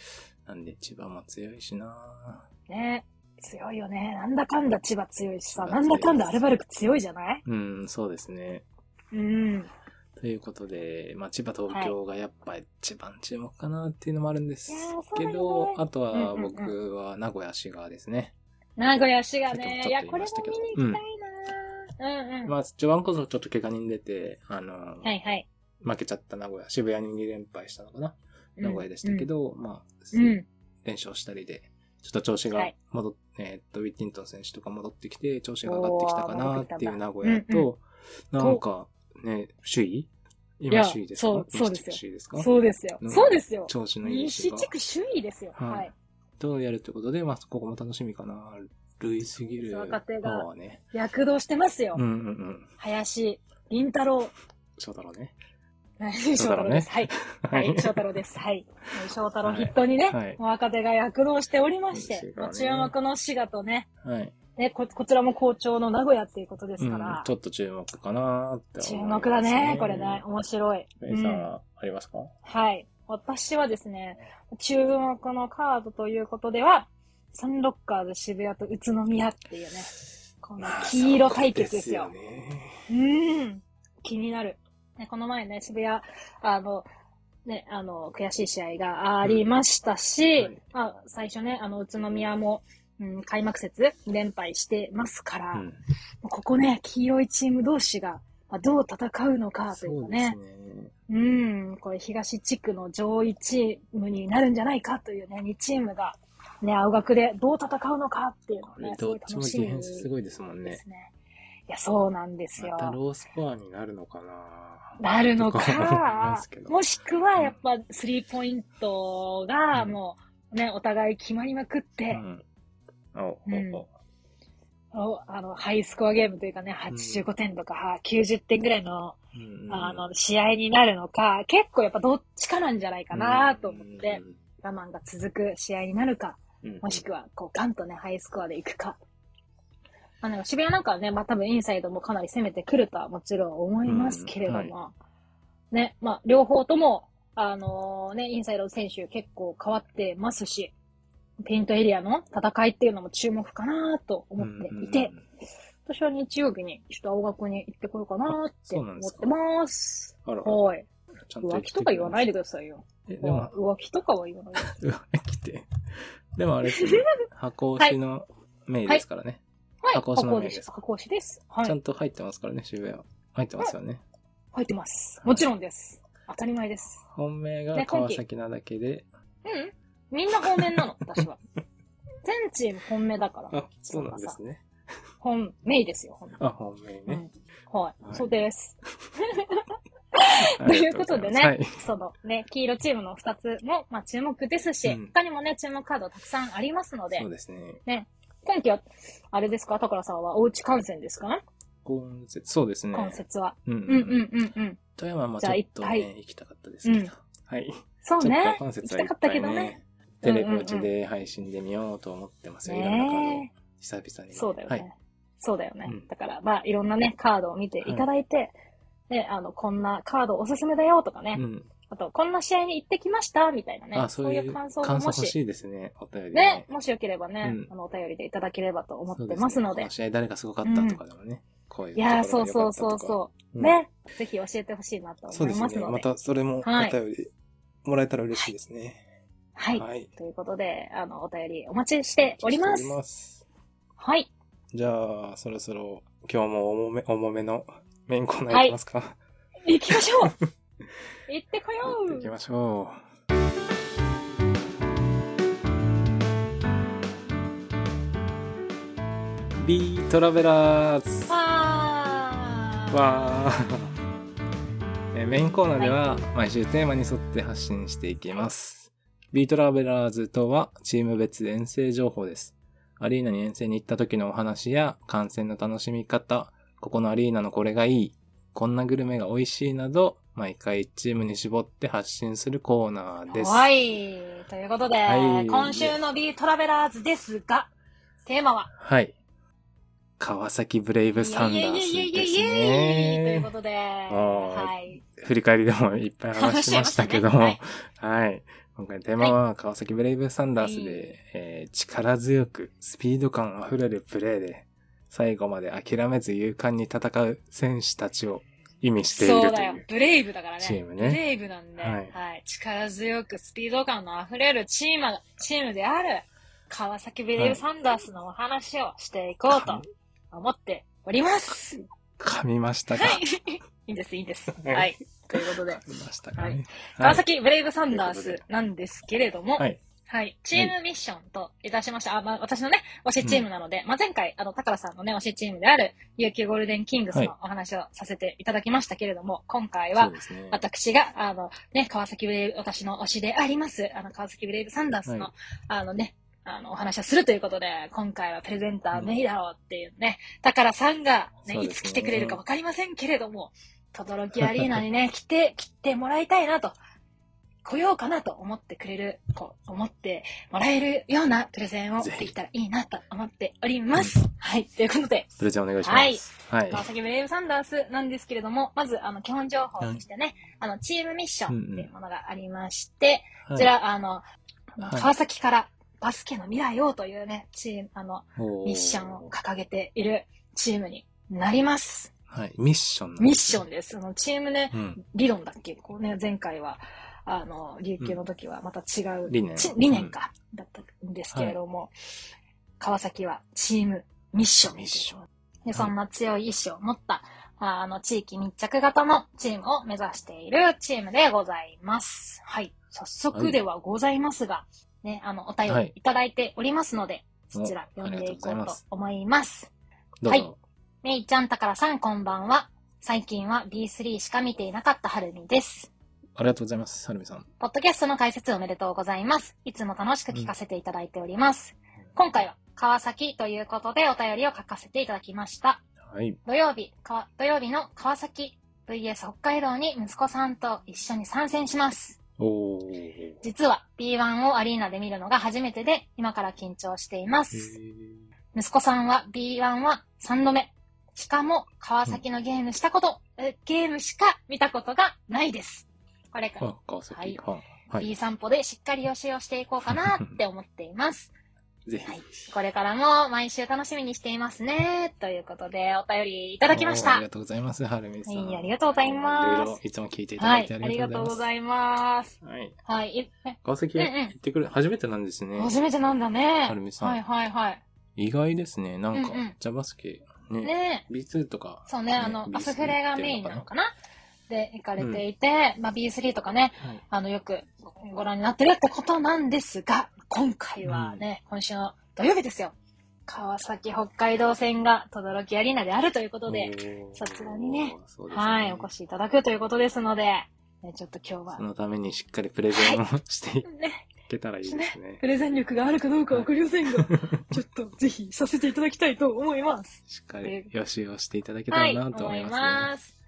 Speaker 4: なんで千葉も強いしな
Speaker 3: ね強いよね。なんだかんだ千葉強いしさ、
Speaker 4: 千葉強
Speaker 3: な
Speaker 4: い
Speaker 3: んだかんだアルバルク強いじゃない
Speaker 4: うん、そうですね。
Speaker 3: うん。
Speaker 4: ということで、まあ、千葉、東京がやっぱ一番注目かなっていうのもあるんです
Speaker 3: いやー
Speaker 4: け
Speaker 3: そう
Speaker 4: ど、
Speaker 3: だよね
Speaker 4: あとは
Speaker 3: うんうんうん
Speaker 4: 僕は名古屋、滋賀ですね。
Speaker 3: 名古屋市が
Speaker 4: ち
Speaker 3: ね、
Speaker 4: ょ
Speaker 3: い
Speaker 4: っ
Speaker 3: や、
Speaker 4: と
Speaker 3: これも見に行きたいな、うん うん。
Speaker 4: まあ、序盤こそちょっと怪我人出て、あの、
Speaker 3: はいはい。
Speaker 4: 負けちゃった名古屋、渋谷に2連敗したのかな名古屋でしたけど、まあ、
Speaker 3: うん。うん。
Speaker 4: 連勝したりで、ちょっと調子が
Speaker 3: はい
Speaker 4: 戻っ、えーっと、ウィッティントン選手とか戻ってきて、調子が上がってきたか
Speaker 3: おー
Speaker 4: な
Speaker 3: 戻っ
Speaker 4: って
Speaker 3: きたんだ
Speaker 4: ていう名古屋
Speaker 3: うん
Speaker 4: と、なんか、ね、首位
Speaker 3: いや
Speaker 4: 今首位ですか
Speaker 3: そうそうですよ
Speaker 4: 西地区首位ですか
Speaker 3: そうですよ。
Speaker 4: うん
Speaker 3: そうですよ。
Speaker 4: 調子のいい
Speaker 3: 西
Speaker 4: 石が
Speaker 3: 地区首位ですよ。
Speaker 4: はい
Speaker 3: はい。
Speaker 4: とやるってことで、まあ、ここも楽しみかな。類すぎる
Speaker 3: 若手が
Speaker 4: のはね。
Speaker 3: 躍動してますよ。
Speaker 4: うんうんうん。
Speaker 3: 林、林太郎。
Speaker 4: そうだろうね。太郎
Speaker 3: 翔太郎
Speaker 4: ね
Speaker 3: です。はい。はい、翔太郎です。はい。翔太郎筆頭に
Speaker 4: はいは
Speaker 3: ね
Speaker 4: い、
Speaker 3: 若手が躍動しておりまし
Speaker 4: そう
Speaker 3: て
Speaker 4: で、す
Speaker 3: 注
Speaker 4: よね
Speaker 3: 目の滋賀とね、
Speaker 4: はい。
Speaker 3: ねこ、こちらも好調の名古屋っていうことで
Speaker 4: う
Speaker 3: すか
Speaker 4: ん
Speaker 3: ら、
Speaker 4: ち、ょっと注目かなって
Speaker 3: 注
Speaker 4: 思います
Speaker 3: 目だね、これね。。面白い。
Speaker 4: ベイさ
Speaker 3: うん
Speaker 4: んはありますか
Speaker 3: はい。私はですね、注目のカードということでは、サンロッカーズ渋谷と宇都宮っていうね、この黄色対決ですよ。
Speaker 4: そうね
Speaker 3: うん。気になる。ね、この前ね、渋谷、あの、ね、あの、悔しい試合がありました
Speaker 4: う
Speaker 3: し、
Speaker 4: んはい
Speaker 3: まあ、最初ね、あの、宇都宮も、うん、開幕節連敗してますから、
Speaker 4: うん
Speaker 3: ここね、黄色いチーム同士が、まあ、どう戦うのかと
Speaker 4: そ
Speaker 3: いうう
Speaker 4: で
Speaker 3: か
Speaker 4: す
Speaker 3: ね
Speaker 4: ね。。
Speaker 3: うん、これ東地区の上位チームになるんじゃないかというね、2チームが、ね、青学でどう戦うのかっていうの
Speaker 4: こ
Speaker 3: を
Speaker 4: れ
Speaker 3: ね、
Speaker 4: どっちもディフェンスす
Speaker 3: い
Speaker 4: ごいですもん
Speaker 3: で
Speaker 4: ね。
Speaker 3: すね。いや、そうなんですよ
Speaker 4: ま。たロースコアになるのかな
Speaker 3: なる の
Speaker 4: と思いま
Speaker 3: か
Speaker 4: すけ、ど
Speaker 3: もしくはやっぱスリーポイントがもうね、お互い決まりまくって、
Speaker 4: うん。お
Speaker 3: うん
Speaker 4: おお
Speaker 3: おあの、ハイスコアゲームというかね、85点とか90点ぐらいの、
Speaker 4: うんうん
Speaker 3: あの、試合になるのか、結構やっぱどっちかなんじゃないかなと思って、、我慢が続く試合になるか、もしく
Speaker 4: は、
Speaker 3: は、こう、ガンとね、ハイスコアで行くか。まあ、なんか渋谷なんかはね、まあ多分インサイドもかなり攻めてくるとはもちろん思いますけれども、
Speaker 4: うんうん
Speaker 3: ね、まあ両方とも、あのね、インサイドの選手結構変わってますし、ペイントエリアの戦いっていうのも注目かなと思っていて、
Speaker 4: うんうんうん
Speaker 3: 私は日曜日にちょっと青学に行ってこようかなって
Speaker 4: そうなんで
Speaker 3: 思っ
Speaker 4: すか
Speaker 3: てます。
Speaker 4: あら、
Speaker 3: はい。
Speaker 4: ちゃんと
Speaker 3: 浮気とか言わないでくださいよ。
Speaker 4: えでも、
Speaker 3: 浮気とかは言わないで ください。
Speaker 4: 浮気って。でもあれです ね、箱押しの名ですからね。
Speaker 3: はい、
Speaker 4: 箱推しの名
Speaker 3: 箱で。
Speaker 4: ですす
Speaker 3: 箱推しです。はい
Speaker 4: ちゃ。んと入ってますからね、渋谷は。入ってますよね。
Speaker 3: 入ってます。もちろんです。当たり前です。
Speaker 4: 本命が
Speaker 3: ね今
Speaker 4: 川
Speaker 3: 季
Speaker 4: 崎なだけで。
Speaker 3: うん。 みんな本命なの、私は。全チーム本命だから。
Speaker 4: あ、そうなんですね。
Speaker 3: 本命ですよ、本
Speaker 4: あ、本命ね。
Speaker 3: はい、
Speaker 4: はい
Speaker 3: そうです。
Speaker 4: あ
Speaker 3: と
Speaker 4: り
Speaker 3: い
Speaker 4: が
Speaker 3: うこと
Speaker 4: ござま
Speaker 3: でね、
Speaker 4: すはい。
Speaker 3: そのね、黄色チームの2つも、まあ、注目ですし、
Speaker 4: うん
Speaker 3: 他にもね、注目カードたくさんありますので
Speaker 4: そう、ですね。
Speaker 3: 今季は、あれですか、高倉さんはおうち観戦ですか、
Speaker 4: 今節、そうですね。
Speaker 3: 関節は。
Speaker 4: うん
Speaker 3: うんうんうんうん。
Speaker 4: 富山もち
Speaker 3: じ
Speaker 4: ょ
Speaker 3: ゃあ
Speaker 4: っと
Speaker 3: いっぱ
Speaker 4: ね、行きたかったですけ
Speaker 3: うん
Speaker 4: ど。はい。
Speaker 3: そう
Speaker 4: ちょっ
Speaker 3: ね
Speaker 4: と。今節
Speaker 3: 行
Speaker 4: は
Speaker 3: き
Speaker 4: いった
Speaker 3: かった
Speaker 4: ぱ
Speaker 3: け
Speaker 4: い
Speaker 3: どね。
Speaker 4: ね、テレポ
Speaker 3: う
Speaker 4: チ
Speaker 3: んうんうん
Speaker 4: で配信で見ようと思ってますよ。いろんなカードを
Speaker 3: ね
Speaker 4: 久々にね。
Speaker 3: えそうだよ
Speaker 4: は
Speaker 3: ね。
Speaker 4: い。
Speaker 3: そうだよね。
Speaker 4: うん
Speaker 3: だから、まあ、いろんなね、カードを見ていただいて、で、あの、こんなカードおすすめだよとかね、
Speaker 4: うん。
Speaker 3: あと、こんな試合に行ってきましたみたいなね、
Speaker 4: あ、そ
Speaker 3: そ
Speaker 4: う
Speaker 3: うい
Speaker 4: いう
Speaker 3: う
Speaker 4: 感
Speaker 3: 感
Speaker 4: 想
Speaker 3: 想もも
Speaker 4: 欲
Speaker 3: し、
Speaker 4: しいですね。お便りで
Speaker 3: ね、。もしよければね、
Speaker 4: うん
Speaker 3: あの、お便りでいただければと思っ
Speaker 4: そう
Speaker 3: て
Speaker 4: で
Speaker 3: ます
Speaker 4: ね
Speaker 3: の
Speaker 4: こ
Speaker 3: で、
Speaker 4: の試合誰がすごかったとかでもね。こういう
Speaker 3: い
Speaker 4: とこ
Speaker 3: やー、
Speaker 4: ろ
Speaker 3: そう
Speaker 4: が良
Speaker 3: そ
Speaker 4: か
Speaker 3: う
Speaker 4: ったとか。
Speaker 3: そうそう、
Speaker 4: うん
Speaker 3: ね、ぜひ教えてほしいなと
Speaker 4: そう
Speaker 3: 思
Speaker 4: で
Speaker 3: い
Speaker 4: す
Speaker 3: ます
Speaker 4: ね。
Speaker 3: ので、
Speaker 4: またそれも
Speaker 3: はい
Speaker 4: お便りもらえたら嬉しいですね。
Speaker 3: はい、
Speaker 4: はい。
Speaker 3: ということで、あの、お便りお待ちしております。
Speaker 4: しております
Speaker 3: はい。
Speaker 4: じゃあ、そろそろ今日も重め、重めのメインコーナーいきますか。
Speaker 3: 行き ましょう行ってこよ
Speaker 4: 行き
Speaker 3: う
Speaker 4: ましょう。ビートラベラーズ
Speaker 3: わー
Speaker 4: わーえーメインコーナーでは毎週テーマに沿って発信していきます。ビートラベラーズとはチーム別遠征情報です。アリーナに遠征に行った時のお話や観戦の楽しみ方、ここのアリーナのこれがいい、こんなグルメが美味しいなど、毎回チームに絞って発信するコーナーです。
Speaker 3: はい。ということで、
Speaker 4: はい
Speaker 3: 今週の B トラベラーズですが、テーマは、
Speaker 4: はい。川崎ブレイブサンダースです
Speaker 3: という
Speaker 4: ね
Speaker 3: こ。とで、
Speaker 4: ー
Speaker 3: はい。
Speaker 4: 振り返りでもいっぱい話しましたけども、
Speaker 3: 話しま
Speaker 4: はい。今回のテーマは川崎ブレイブサンダースで、
Speaker 3: はい
Speaker 4: えー力強くスピード感あふれるプレーで、最後まで諦めず勇敢に戦う選手たちを意味している
Speaker 3: そう
Speaker 4: と
Speaker 3: だ
Speaker 4: い
Speaker 3: よ
Speaker 4: う。。
Speaker 3: ブレイブだからね。
Speaker 4: チームね
Speaker 3: ブレイブなんで、
Speaker 4: は
Speaker 3: はいい、力強くスピード感の溢れるチーム、チームである、川崎ブレイブサンダースのお話をしていこう
Speaker 4: は
Speaker 3: と思っております。
Speaker 4: 噛みましたか、
Speaker 3: はい。いいんです、いいんです。
Speaker 4: い
Speaker 3: はい。ということで、
Speaker 4: 噛みましたかね。はい
Speaker 3: 川崎ブレイブサンダースなんですけれども、
Speaker 4: は
Speaker 3: はい。
Speaker 4: い。
Speaker 3: チームミッションといたしました。あ、まあ、私のね、推しチームなので、まあ、前回、あの、高田さんのね、推しチームである、琉球ゴールデンキングス
Speaker 4: はい
Speaker 3: のお話をさせていただきましたけれども、今回
Speaker 4: そう
Speaker 3: は、
Speaker 4: ですね。
Speaker 3: 私が、あの、ね、川崎ブレイブ、私の推しであります、あの、川崎ブレイブサンダースの、
Speaker 4: はい
Speaker 3: あのね、あの、お話をするということで、今回はプレゼンターメイだろうっていうね、だからさんが、ね、
Speaker 4: そう
Speaker 3: い
Speaker 4: で
Speaker 3: つ
Speaker 4: すね
Speaker 3: 来てくれるかわかりませんけれど も、とどろきアリーナにね、来て、来てもらいたいなと、来ようかなと思ってくれる、こう、思ってもらえるようなプレゼンを
Speaker 4: ぜ
Speaker 3: で
Speaker 4: ひ
Speaker 3: きたらいいなと思っております。はい、ということで、
Speaker 4: プレゼンお願いします。はい。
Speaker 3: 川崎ブレイブサンダースなんですけれども、まず、あの、基本情報としてね、あの、チームミッションっていうものがありまして、こちら、あの、
Speaker 4: はい
Speaker 3: 川崎からバスケの未来をというね、チーム、あの、ミ
Speaker 4: ミ
Speaker 3: ッションを掲げているチームになります。
Speaker 4: はい。ミッションなん
Speaker 3: ミッ
Speaker 4: です
Speaker 3: シ
Speaker 4: ね
Speaker 3: ョンです。あの、チームね、
Speaker 4: うん。
Speaker 3: 理論だっけこうね、前回は、あの、琉球の時はまた違う、
Speaker 4: 理念
Speaker 3: ち理念か、だったんですけれども、川崎はチームミッションという
Speaker 4: ミッショ
Speaker 3: で、そんな強い意志を持った、ああの、地域密着型のチームを目指しているチームでございます。はい。早速ではございますが、ね、あの、お便
Speaker 4: はい
Speaker 3: りいただいておりますので、そちら
Speaker 4: お
Speaker 3: 読んでいこ
Speaker 4: ありがとうございうま
Speaker 3: と
Speaker 4: す
Speaker 3: 思います。
Speaker 4: どう
Speaker 3: は
Speaker 4: ぞ。
Speaker 3: いめいちゃん、たからさん、こんばんは。最近は B3 しか見ていなかったはるみです。
Speaker 4: ありがとうございます。はるみさん。
Speaker 3: ポッドキャストの解説おめでとうございます。いつも楽しく聞かせていただいております。今回は川崎ということでお便りを書かせていただきました。
Speaker 4: はい。
Speaker 3: 土曜日、か土曜日の川崎 VS 北海道に息子さんと一緒に参戦します。
Speaker 4: おー。
Speaker 3: 実は B1 をアリーナで見るのが初めてで、今から緊張していま
Speaker 4: へ
Speaker 3: す。
Speaker 4: ー
Speaker 3: 息子さんは B1 は3度目。しかも、川崎のゲームしたこと、えゲームしか見たことがないです。これから
Speaker 4: あ、川崎。は
Speaker 3: はいい。
Speaker 4: はい。
Speaker 3: B 散歩でしっかり予習をしていこうか なって思っています。
Speaker 4: ぜひ。
Speaker 3: はい
Speaker 4: い
Speaker 3: これからも毎週楽しみにしていますね。ということで、お便りいただきまし
Speaker 4: あ
Speaker 3: た
Speaker 4: り。がとうございます、はるみさん。
Speaker 3: はいありがとうございます
Speaker 4: いろいろいつも聞いていた
Speaker 3: は
Speaker 4: だ
Speaker 3: い
Speaker 4: いてあ、
Speaker 3: あ
Speaker 4: り
Speaker 3: り
Speaker 4: がと
Speaker 3: がと
Speaker 4: う
Speaker 3: う
Speaker 4: ご
Speaker 3: ご
Speaker 4: ざい
Speaker 3: ざいます。
Speaker 4: ます。はい。
Speaker 3: はい。いえ
Speaker 4: 川崎
Speaker 3: うんうん
Speaker 4: 行ってくれ、初めてなんですね。
Speaker 3: 初めてなんだね。
Speaker 4: はるみさん
Speaker 3: はいはいはい。
Speaker 4: 意外ですね。なんか
Speaker 3: うんうん、
Speaker 4: ジャバスケ、ね、
Speaker 3: ね
Speaker 4: B2 とか
Speaker 3: え、。そうね、あの、
Speaker 4: B3
Speaker 3: バスフレがメインなのかなで、行かれていて、まあ B3 とかね、
Speaker 4: はい。
Speaker 3: あの、よくご覧になってるってことなんですが、今回はね、今週の土曜日ですよ。川崎北海道戦が轟きアリーナであるということで、
Speaker 4: おー
Speaker 3: そちらにね、
Speaker 4: そうですね
Speaker 3: はい、お越しいただくということですので、ねちょっと今日は
Speaker 4: そ、のためにしっかりプレゼンをしてい
Speaker 3: ね、
Speaker 4: けたらいいですね。
Speaker 3: プレゼン力があるかどうかわかりません が、ちょっとぜひさせていただきたいと思います。
Speaker 4: しっかり予習をしていただけたらなと思いますね。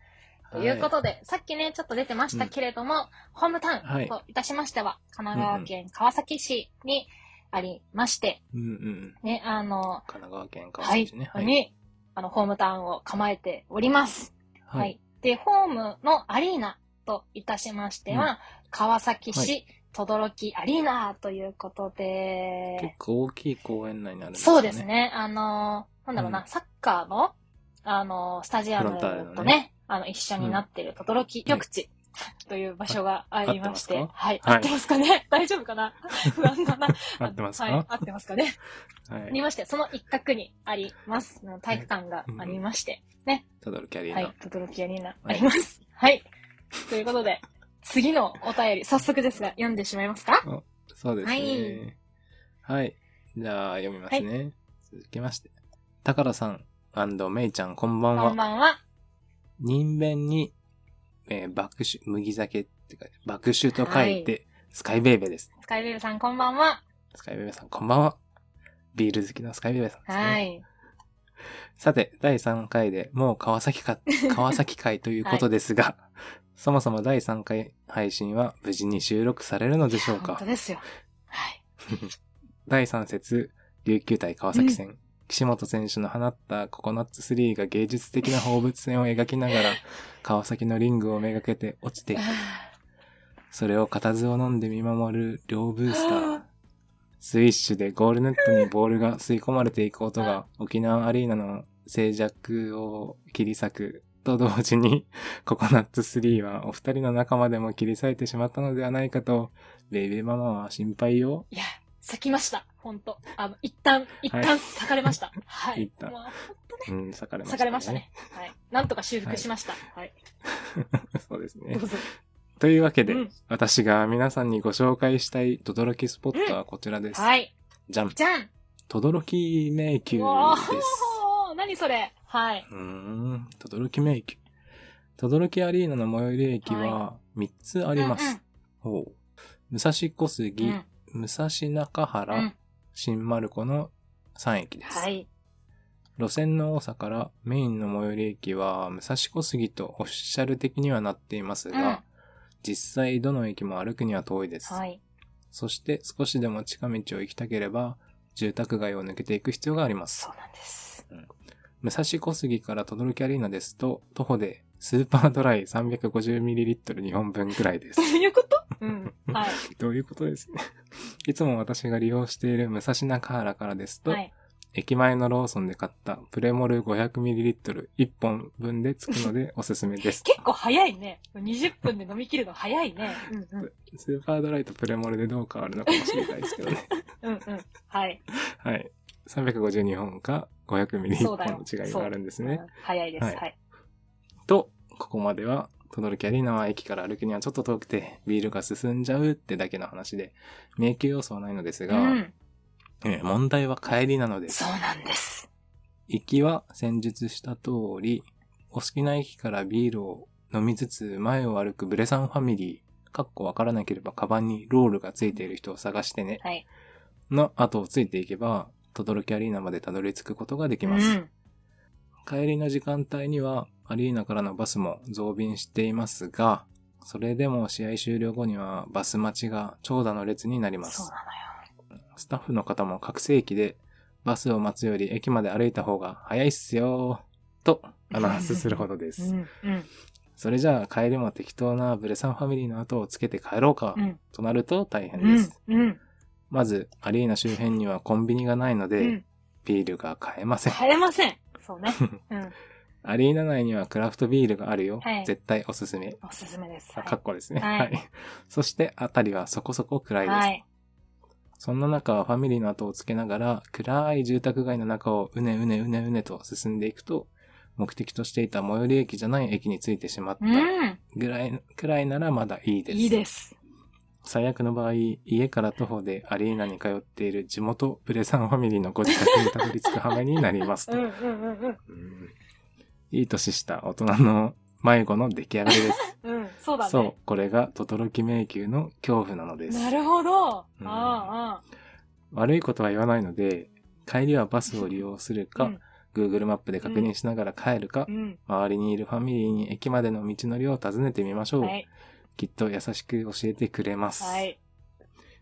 Speaker 3: す。ということで、さっきね、ちょっと出てましたけれども、ホームタ
Speaker 4: は
Speaker 3: ウン
Speaker 4: い
Speaker 3: といたしましては、神奈川県川崎市にありまして、
Speaker 4: うんうん。
Speaker 3: ね、あの、
Speaker 4: 神奈川県川
Speaker 3: はい
Speaker 4: 崎市ね。、
Speaker 3: に、あの、ホームタウンを構えております。はい。
Speaker 4: はい。
Speaker 3: で、ホームのアリーナといたしましては、川崎
Speaker 4: は
Speaker 3: 市轟きアリーナということ
Speaker 4: 結
Speaker 3: で、
Speaker 4: 構大きい公園内になるんですかね。
Speaker 3: そうです。ね、あのー、なんだろうな、
Speaker 4: うん
Speaker 3: サッカーの、あのー、スタジアム
Speaker 4: フロンターレのね
Speaker 3: とね、あの、一緒になっている轟き緑地。という場所がありまして、
Speaker 4: あ合ってますか
Speaker 3: はい、
Speaker 4: はい
Speaker 3: 合ってますかね 大丈夫 かな不安だな。
Speaker 4: 合ってますか
Speaker 3: はい、合ってますかね
Speaker 4: は
Speaker 3: あり
Speaker 4: い。
Speaker 3: まして、その一角にあります。あの体育館がありまして、ね。
Speaker 4: たどるキャリー
Speaker 3: は
Speaker 4: ナ。
Speaker 3: い。トトロキアリーナあります。はい。ということで、次のお便り、早速ですが、読んでしまいますか
Speaker 4: そうですね。はい。じゃあ、読みますね。続きまして。たからさんめいちゃん、こんばん
Speaker 3: こん
Speaker 4: は。
Speaker 3: ばんは。
Speaker 4: 人弁に、えー、爆酒、麦酒ってか、爆酒と書いて、スカイベイベーです。
Speaker 3: スカイベルさん、こんばんは。
Speaker 4: スカイベイベーさん、こんばんは。ビール好きのスカイベイベーさんですね。
Speaker 3: はい。
Speaker 4: さて、第3回でもう川崎 か、川崎会ということですが、そもそも第3回配信は無事に収録されるのでしょう
Speaker 3: 本
Speaker 4: か
Speaker 3: 当ですよ。はい。
Speaker 4: 第3節、琉球対川崎戦。岸本選手の放ったココナッツ3が芸術的な放物線を描きながら、川崎のリングをめがけて落ちていく。それを固唾を飲んで見守る両ブースター。スイッシュでゴールネットにボールが吸い込まれていく音が沖縄アリーナの静寂を切り裂くと同時に ココナッツ3はお二人の仲間でも切り裂いてしまったのではないかとベイベーママは心配よ。
Speaker 3: いや、咲きました。本当あの、一旦、一
Speaker 4: は
Speaker 3: 旦、
Speaker 4: い
Speaker 3: 咲かれました。はい。
Speaker 4: 一旦
Speaker 3: もう
Speaker 4: うん、裂かれました、
Speaker 3: 咲かれましたね。。はい。なんとか修復しました。はい。
Speaker 4: そうですね
Speaker 3: どう。ぞ。
Speaker 4: というわけで、
Speaker 3: うん
Speaker 4: 私が皆さんにご紹介したいとどろきスポットはこちらです。
Speaker 3: はい。
Speaker 4: じゃん。
Speaker 3: じゃん
Speaker 4: とどろき迷宮
Speaker 3: お
Speaker 4: です。
Speaker 3: ー何それはい。
Speaker 4: うーん、とどろき名駅。とどろきアリーナの最寄り駅は3つあります。
Speaker 3: うん
Speaker 4: ほう武蔵小杉、
Speaker 3: うん
Speaker 4: 武蔵中原、
Speaker 3: うん
Speaker 4: 新丸子の3駅です、
Speaker 3: はい。
Speaker 4: 路線の多さからメインの最寄り駅は武蔵小杉とオフィシャル的にはなっていますが、
Speaker 3: うん
Speaker 4: 実際どの駅も歩くには遠いです。
Speaker 3: はい。
Speaker 4: そして少しでも近道を行きたければ住宅街を抜けていく必要があります。
Speaker 3: そうなんです。
Speaker 4: 武蔵小杉から轟アリーナですと、徒歩でスーパードライ 350ml2 本分くらいです
Speaker 3: どう。いうことうん。はい。
Speaker 4: どういうことですね。いつも私が利用している武蔵中原からですと、
Speaker 3: はい。
Speaker 4: 駅前のローソンで買ったプレモル 500ml1 本分でつくの でおすすめです。
Speaker 3: 結構早いね。20分で飲み切るの早いね。うんうん。
Speaker 4: スーパードライとプレモルでどう変わるのかもしれないですけどね。
Speaker 3: うんうん。はい。
Speaker 4: はい。352本か
Speaker 3: そうだ
Speaker 4: 500ml1
Speaker 3: よ。
Speaker 4: 本の違いがあるんですね
Speaker 3: そう。うん早いです。は。
Speaker 4: はいいと、ここまでは、トドルキャリーナは駅から歩くにはちょっと遠くて、ビールが進んじゃうってだけの話で、迷宮要素はないのです
Speaker 3: う
Speaker 4: が、
Speaker 3: ん。
Speaker 4: えー問題は帰りなのです
Speaker 3: そう。なんです。
Speaker 4: 行きは先述した通り、お好きな駅からビールを飲みつつ前を歩くブレさんファミリー、かっこわからなければカバンにロールがついている人を探してね、
Speaker 3: はい。
Speaker 4: の後をついていけば、トドルキャリーナまでたどり着くことができます。
Speaker 3: うん。
Speaker 4: 帰りの時間帯にはアリーナからのバスも増便していますが、それでも試合終了後にはバス待ちが長蛇の列になりま
Speaker 3: そう
Speaker 4: す。
Speaker 3: なのよ。
Speaker 4: スタッフの方も覚醒駅でバスを待つより駅まで歩いた方が早いっすよーとアナウンスするほどです。
Speaker 3: うんうん。
Speaker 4: それじゃあ帰りも適当なブレサンファミリーの後をつけて帰ろうか
Speaker 3: うん。
Speaker 4: となると大変
Speaker 3: う
Speaker 4: で
Speaker 3: ん
Speaker 4: す。。
Speaker 3: うん。
Speaker 4: まずアリーナ周辺にはコンビニがないの
Speaker 3: う
Speaker 4: で
Speaker 3: ん。
Speaker 4: ビールが買えません。
Speaker 3: 帰れません。そ うね。うん。
Speaker 4: アリーナ内にはクラフトビールがあるよ。
Speaker 3: はい
Speaker 4: 絶対おすすめ。
Speaker 3: おすすめです。
Speaker 4: あかっこですね。
Speaker 3: は
Speaker 4: はいい。そして、あたりはそこそこ暗いです。
Speaker 3: はい。
Speaker 4: そんな中、ファミリーの後をつけながら、暗い住宅街の中をうねうねうねうねと進んでいくと、目的としていた最寄り駅じゃない駅に着いてしまった
Speaker 3: うん。
Speaker 4: ぐらい、くらいならまだいいです。
Speaker 3: いいです。
Speaker 4: 最悪の場合、家から徒歩でアリーナに通っている地元ブレさんファミリーのご自宅にたどり着く羽目になりますと。
Speaker 3: うんうんうん うん。
Speaker 4: いい年した大人の迷子の出来上がりです。
Speaker 3: うん、 そうだね。
Speaker 4: そう、これがトトロキ迷宮の恐怖なのです。
Speaker 3: なるほど。あ
Speaker 4: うん
Speaker 3: あ、あ
Speaker 4: 悪いことは言わないので、帰りはバスを利用する
Speaker 3: あ。
Speaker 4: か、Google マップで確認しながら帰るか
Speaker 3: う、ん。
Speaker 4: 周りにいるファミリーに駅までの道のりを尋ねてみまし
Speaker 3: う
Speaker 4: ょ
Speaker 3: ん。
Speaker 4: う。
Speaker 3: はい。
Speaker 4: きっと優しく教えてくれます。
Speaker 3: はい。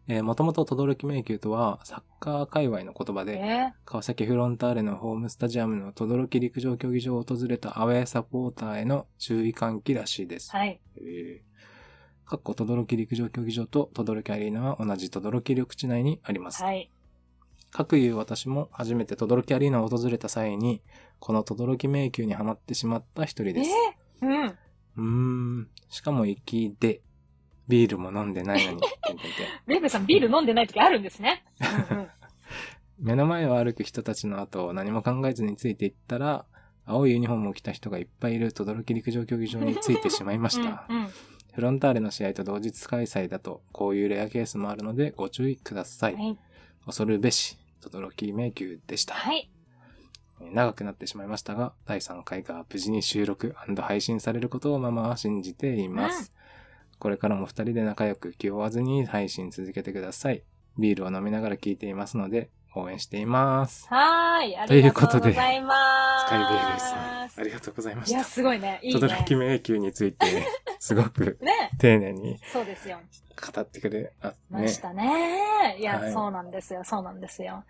Speaker 4: えー、もともと轟迷宮とは、サッカー界隈の言葉で、
Speaker 3: ね。
Speaker 4: 川崎フロンターレのホームスタジアムの轟陸上競技場を訪れたアウェーサポーターへの注意喚起らしいです。
Speaker 3: はい。
Speaker 4: えーかっこ轟陸上競技場と轟アリーナは同じ轟緑地内にあります。
Speaker 3: はい。
Speaker 4: かくいう私も初めて轟アリーナを訪れた際に、この轟迷宮にはまってしまった一人
Speaker 3: え
Speaker 4: です。
Speaker 3: うん。
Speaker 4: うーん。しかも行きで、ビールも飲んでない のに、てんてんてん
Speaker 3: レベさんビール飲んでない時あるんで すね。うんうん。
Speaker 4: 目の前を歩く人たちの後を何も考えずについていったら、青いユニフォームを着た人がいっぱいいる轟陸上競技場についてしまいました。
Speaker 3: うんうん。
Speaker 4: フロンターレの試合と同日開催だと、こういうレアケースもあるのでご注意ください。
Speaker 3: はい。
Speaker 4: 恐るべし、轟迷宮でした。
Speaker 3: はい。
Speaker 4: 長くなってしまいましたが、第3回が無事に収録配信されることをママは信じています。これからも二人で仲良く気負わずに配信続けてください。ビールを飲みながら聞いていますので、応援しています。
Speaker 3: はーい。あ
Speaker 4: とい
Speaker 3: り
Speaker 4: う
Speaker 3: が
Speaker 4: ことと
Speaker 3: う
Speaker 4: で
Speaker 3: ございます。
Speaker 4: スカイベーグルさん、ありがとうございま
Speaker 3: い
Speaker 4: し
Speaker 3: や、
Speaker 4: た。
Speaker 3: すごいね。いい
Speaker 4: とどろき
Speaker 3: ね。
Speaker 4: 迷宮について、すごく
Speaker 3: ね。
Speaker 4: 丁寧に
Speaker 3: そうですよ。
Speaker 4: 語ってくれ、あ、
Speaker 3: ま
Speaker 4: ね
Speaker 3: し。たね。いや、
Speaker 4: はい
Speaker 3: そうなんですよ。そうなんですよ。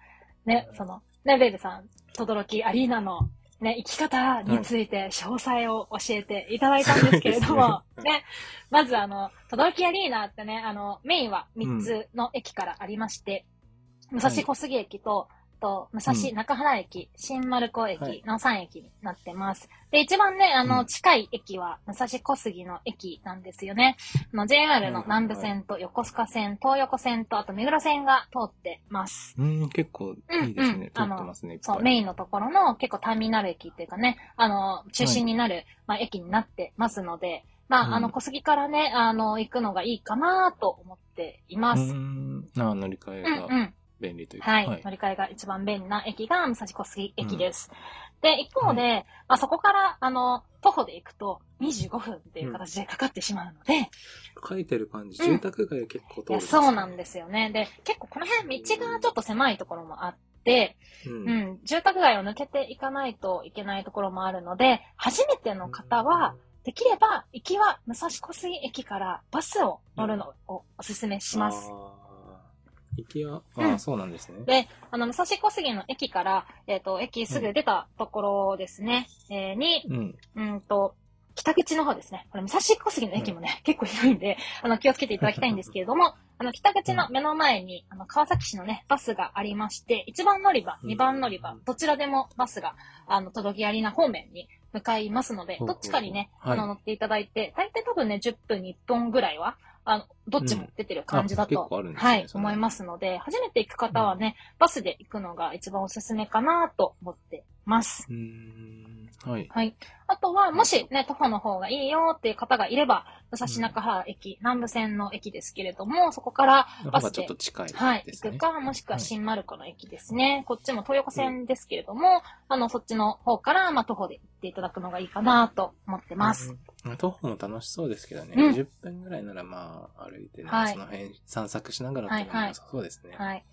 Speaker 3: ね、その、ね、ベイブさん、とどろきアリーナの、ね、生き方について詳細を教えていただいたんですけれども、
Speaker 4: そうです
Speaker 3: ねまずあの、とどろきアリーナってね、あの、メインは3つの駅からありまして、武蔵小杉駅と、と、武蔵
Speaker 4: うん
Speaker 3: 中原駅、新丸子
Speaker 4: はい
Speaker 3: 駅の3駅になってます。で、一番ね、あ
Speaker 4: う
Speaker 3: の、
Speaker 4: ん
Speaker 3: 近い駅は武蔵小杉の駅なんですよね。あの JR の南部線と横須賀線、東横線と、あと目黒線が通ってます。
Speaker 4: うん、結構いいです
Speaker 3: うんう
Speaker 4: ね
Speaker 3: ん。
Speaker 4: 撮ってますね。いっぱい
Speaker 3: そう、メインのところの結構ターミナル駅っていうかね、あの、中心になる、まあ、駅になってますので、まあ、
Speaker 4: うん
Speaker 3: あの、小杉からね、あの、行くのがいいかなと思っています。
Speaker 4: う
Speaker 3: うん
Speaker 4: ん、あ乗り換え
Speaker 3: う
Speaker 4: が
Speaker 3: ん。
Speaker 4: 便利というか。
Speaker 3: はい。乗り換えが一番便利な駅が武蔵小杉駅です。で、一方で、まあ、そこから、あの、徒歩で行くと25分っていう形でかかってしまうので、
Speaker 4: 書いてる感じ、
Speaker 3: うん
Speaker 4: 住宅街結構
Speaker 3: い
Speaker 4: 通る
Speaker 3: や、そうなんですすよね。で、結構この辺道がちょっと狭いところもあって、
Speaker 4: ね。うん
Speaker 3: うん、住宅街を抜けていかないといけないところもあるので、初めての方は、できれば、行きは武蔵小杉駅からバスを乗るのをおすすめします。
Speaker 4: あー。行きは、あ
Speaker 3: う
Speaker 4: ー
Speaker 3: ん
Speaker 4: そうなんですね。
Speaker 3: であの、武蔵小杉の駅から、えっ、と、駅すぐ出たところですね、えーに、
Speaker 4: うん。
Speaker 3: うんと、北口の方ですね。これ、武蔵小杉の駅もね、結構広いんで、あの、気をつけていただきたいんですけれども、あの、北口の目の前に、あの、川崎市のね、バスがありまして、1番乗り場、
Speaker 4: うん
Speaker 3: 2番乗り場、どちらでもバスが、あの、届きアリーナ方面に向かいますので、
Speaker 4: ほう
Speaker 3: ど
Speaker 4: ほう
Speaker 3: っちかにね、
Speaker 4: はい
Speaker 3: あの、乗っていただいて、大体多分ね、10分に1本ぐらいは、あの、どっちも出てる感じだ
Speaker 4: うんあ
Speaker 3: と、
Speaker 4: 結構あるんですね
Speaker 3: はい、
Speaker 4: その
Speaker 3: 思いますので、初めて行く方はね、バスで行くのが一番おすすめかなと思ってます。
Speaker 4: うーん。はい。
Speaker 3: はい。あとは、もしね、徒歩の方がいいよっていう方がいれば、武蔵中原駅、南部線の駅ですけれども、そこから、
Speaker 4: の
Speaker 3: バ
Speaker 4: 方が
Speaker 3: スで
Speaker 4: ちょっと近い
Speaker 3: はい、
Speaker 4: です
Speaker 3: 行
Speaker 4: ね
Speaker 3: く。か、もしくは新丸子の駅ですね。こっちも東横線ですけれども、あの、そっちの方から、まあ、徒歩で行っていただくのがいいかなと思ってます。
Speaker 4: うん。徒歩も楽しそうですけどね。
Speaker 3: うん
Speaker 4: 10分ぐらいならまあ歩いてね、
Speaker 3: はい
Speaker 4: その辺散策しながらっていうのも
Speaker 3: はいはい
Speaker 4: 良さそうですね。
Speaker 3: はい。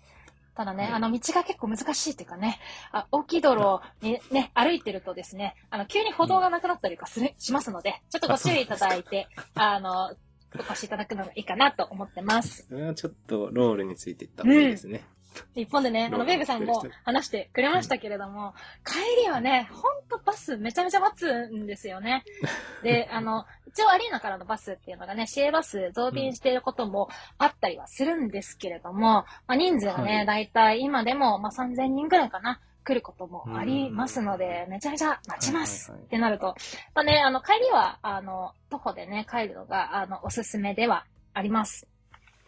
Speaker 3: ただね、
Speaker 4: うん
Speaker 3: あの、道が結構難しいっていうかね、あ大きい道路をね、ね、歩いてるとですね、あの、急に歩道がなくなったりとかする、しますので、ちょっとご注意いただいて、あの、お越しいただくのがいいかなと思ってます。
Speaker 4: それはちょっとロールについていった方がいいですね。
Speaker 3: 日本でね、あ
Speaker 4: ロ
Speaker 3: の、
Speaker 4: ー
Speaker 3: ベ
Speaker 4: マ
Speaker 3: イブさん
Speaker 4: 乗っ
Speaker 3: も
Speaker 4: てる人
Speaker 3: 話してくれましたけれども、帰りはね、ほんとバスめちゃめちゃ待つんですよ ね。で、あの、一応アリーナからのバスっていうのがね、市営バス増便していることもあったりはするんですけれども、まあ、人数が
Speaker 4: は
Speaker 3: ね、
Speaker 4: い
Speaker 3: だいたい今でも、まあ、3000人ぐらいかな。来ることもありますので、めちゃめちゃ待ちます
Speaker 4: はいはいはい
Speaker 3: ってなると、まあね、あの、帰りは、あの、徒歩でね、帰るのが、あの、おすすめではあります。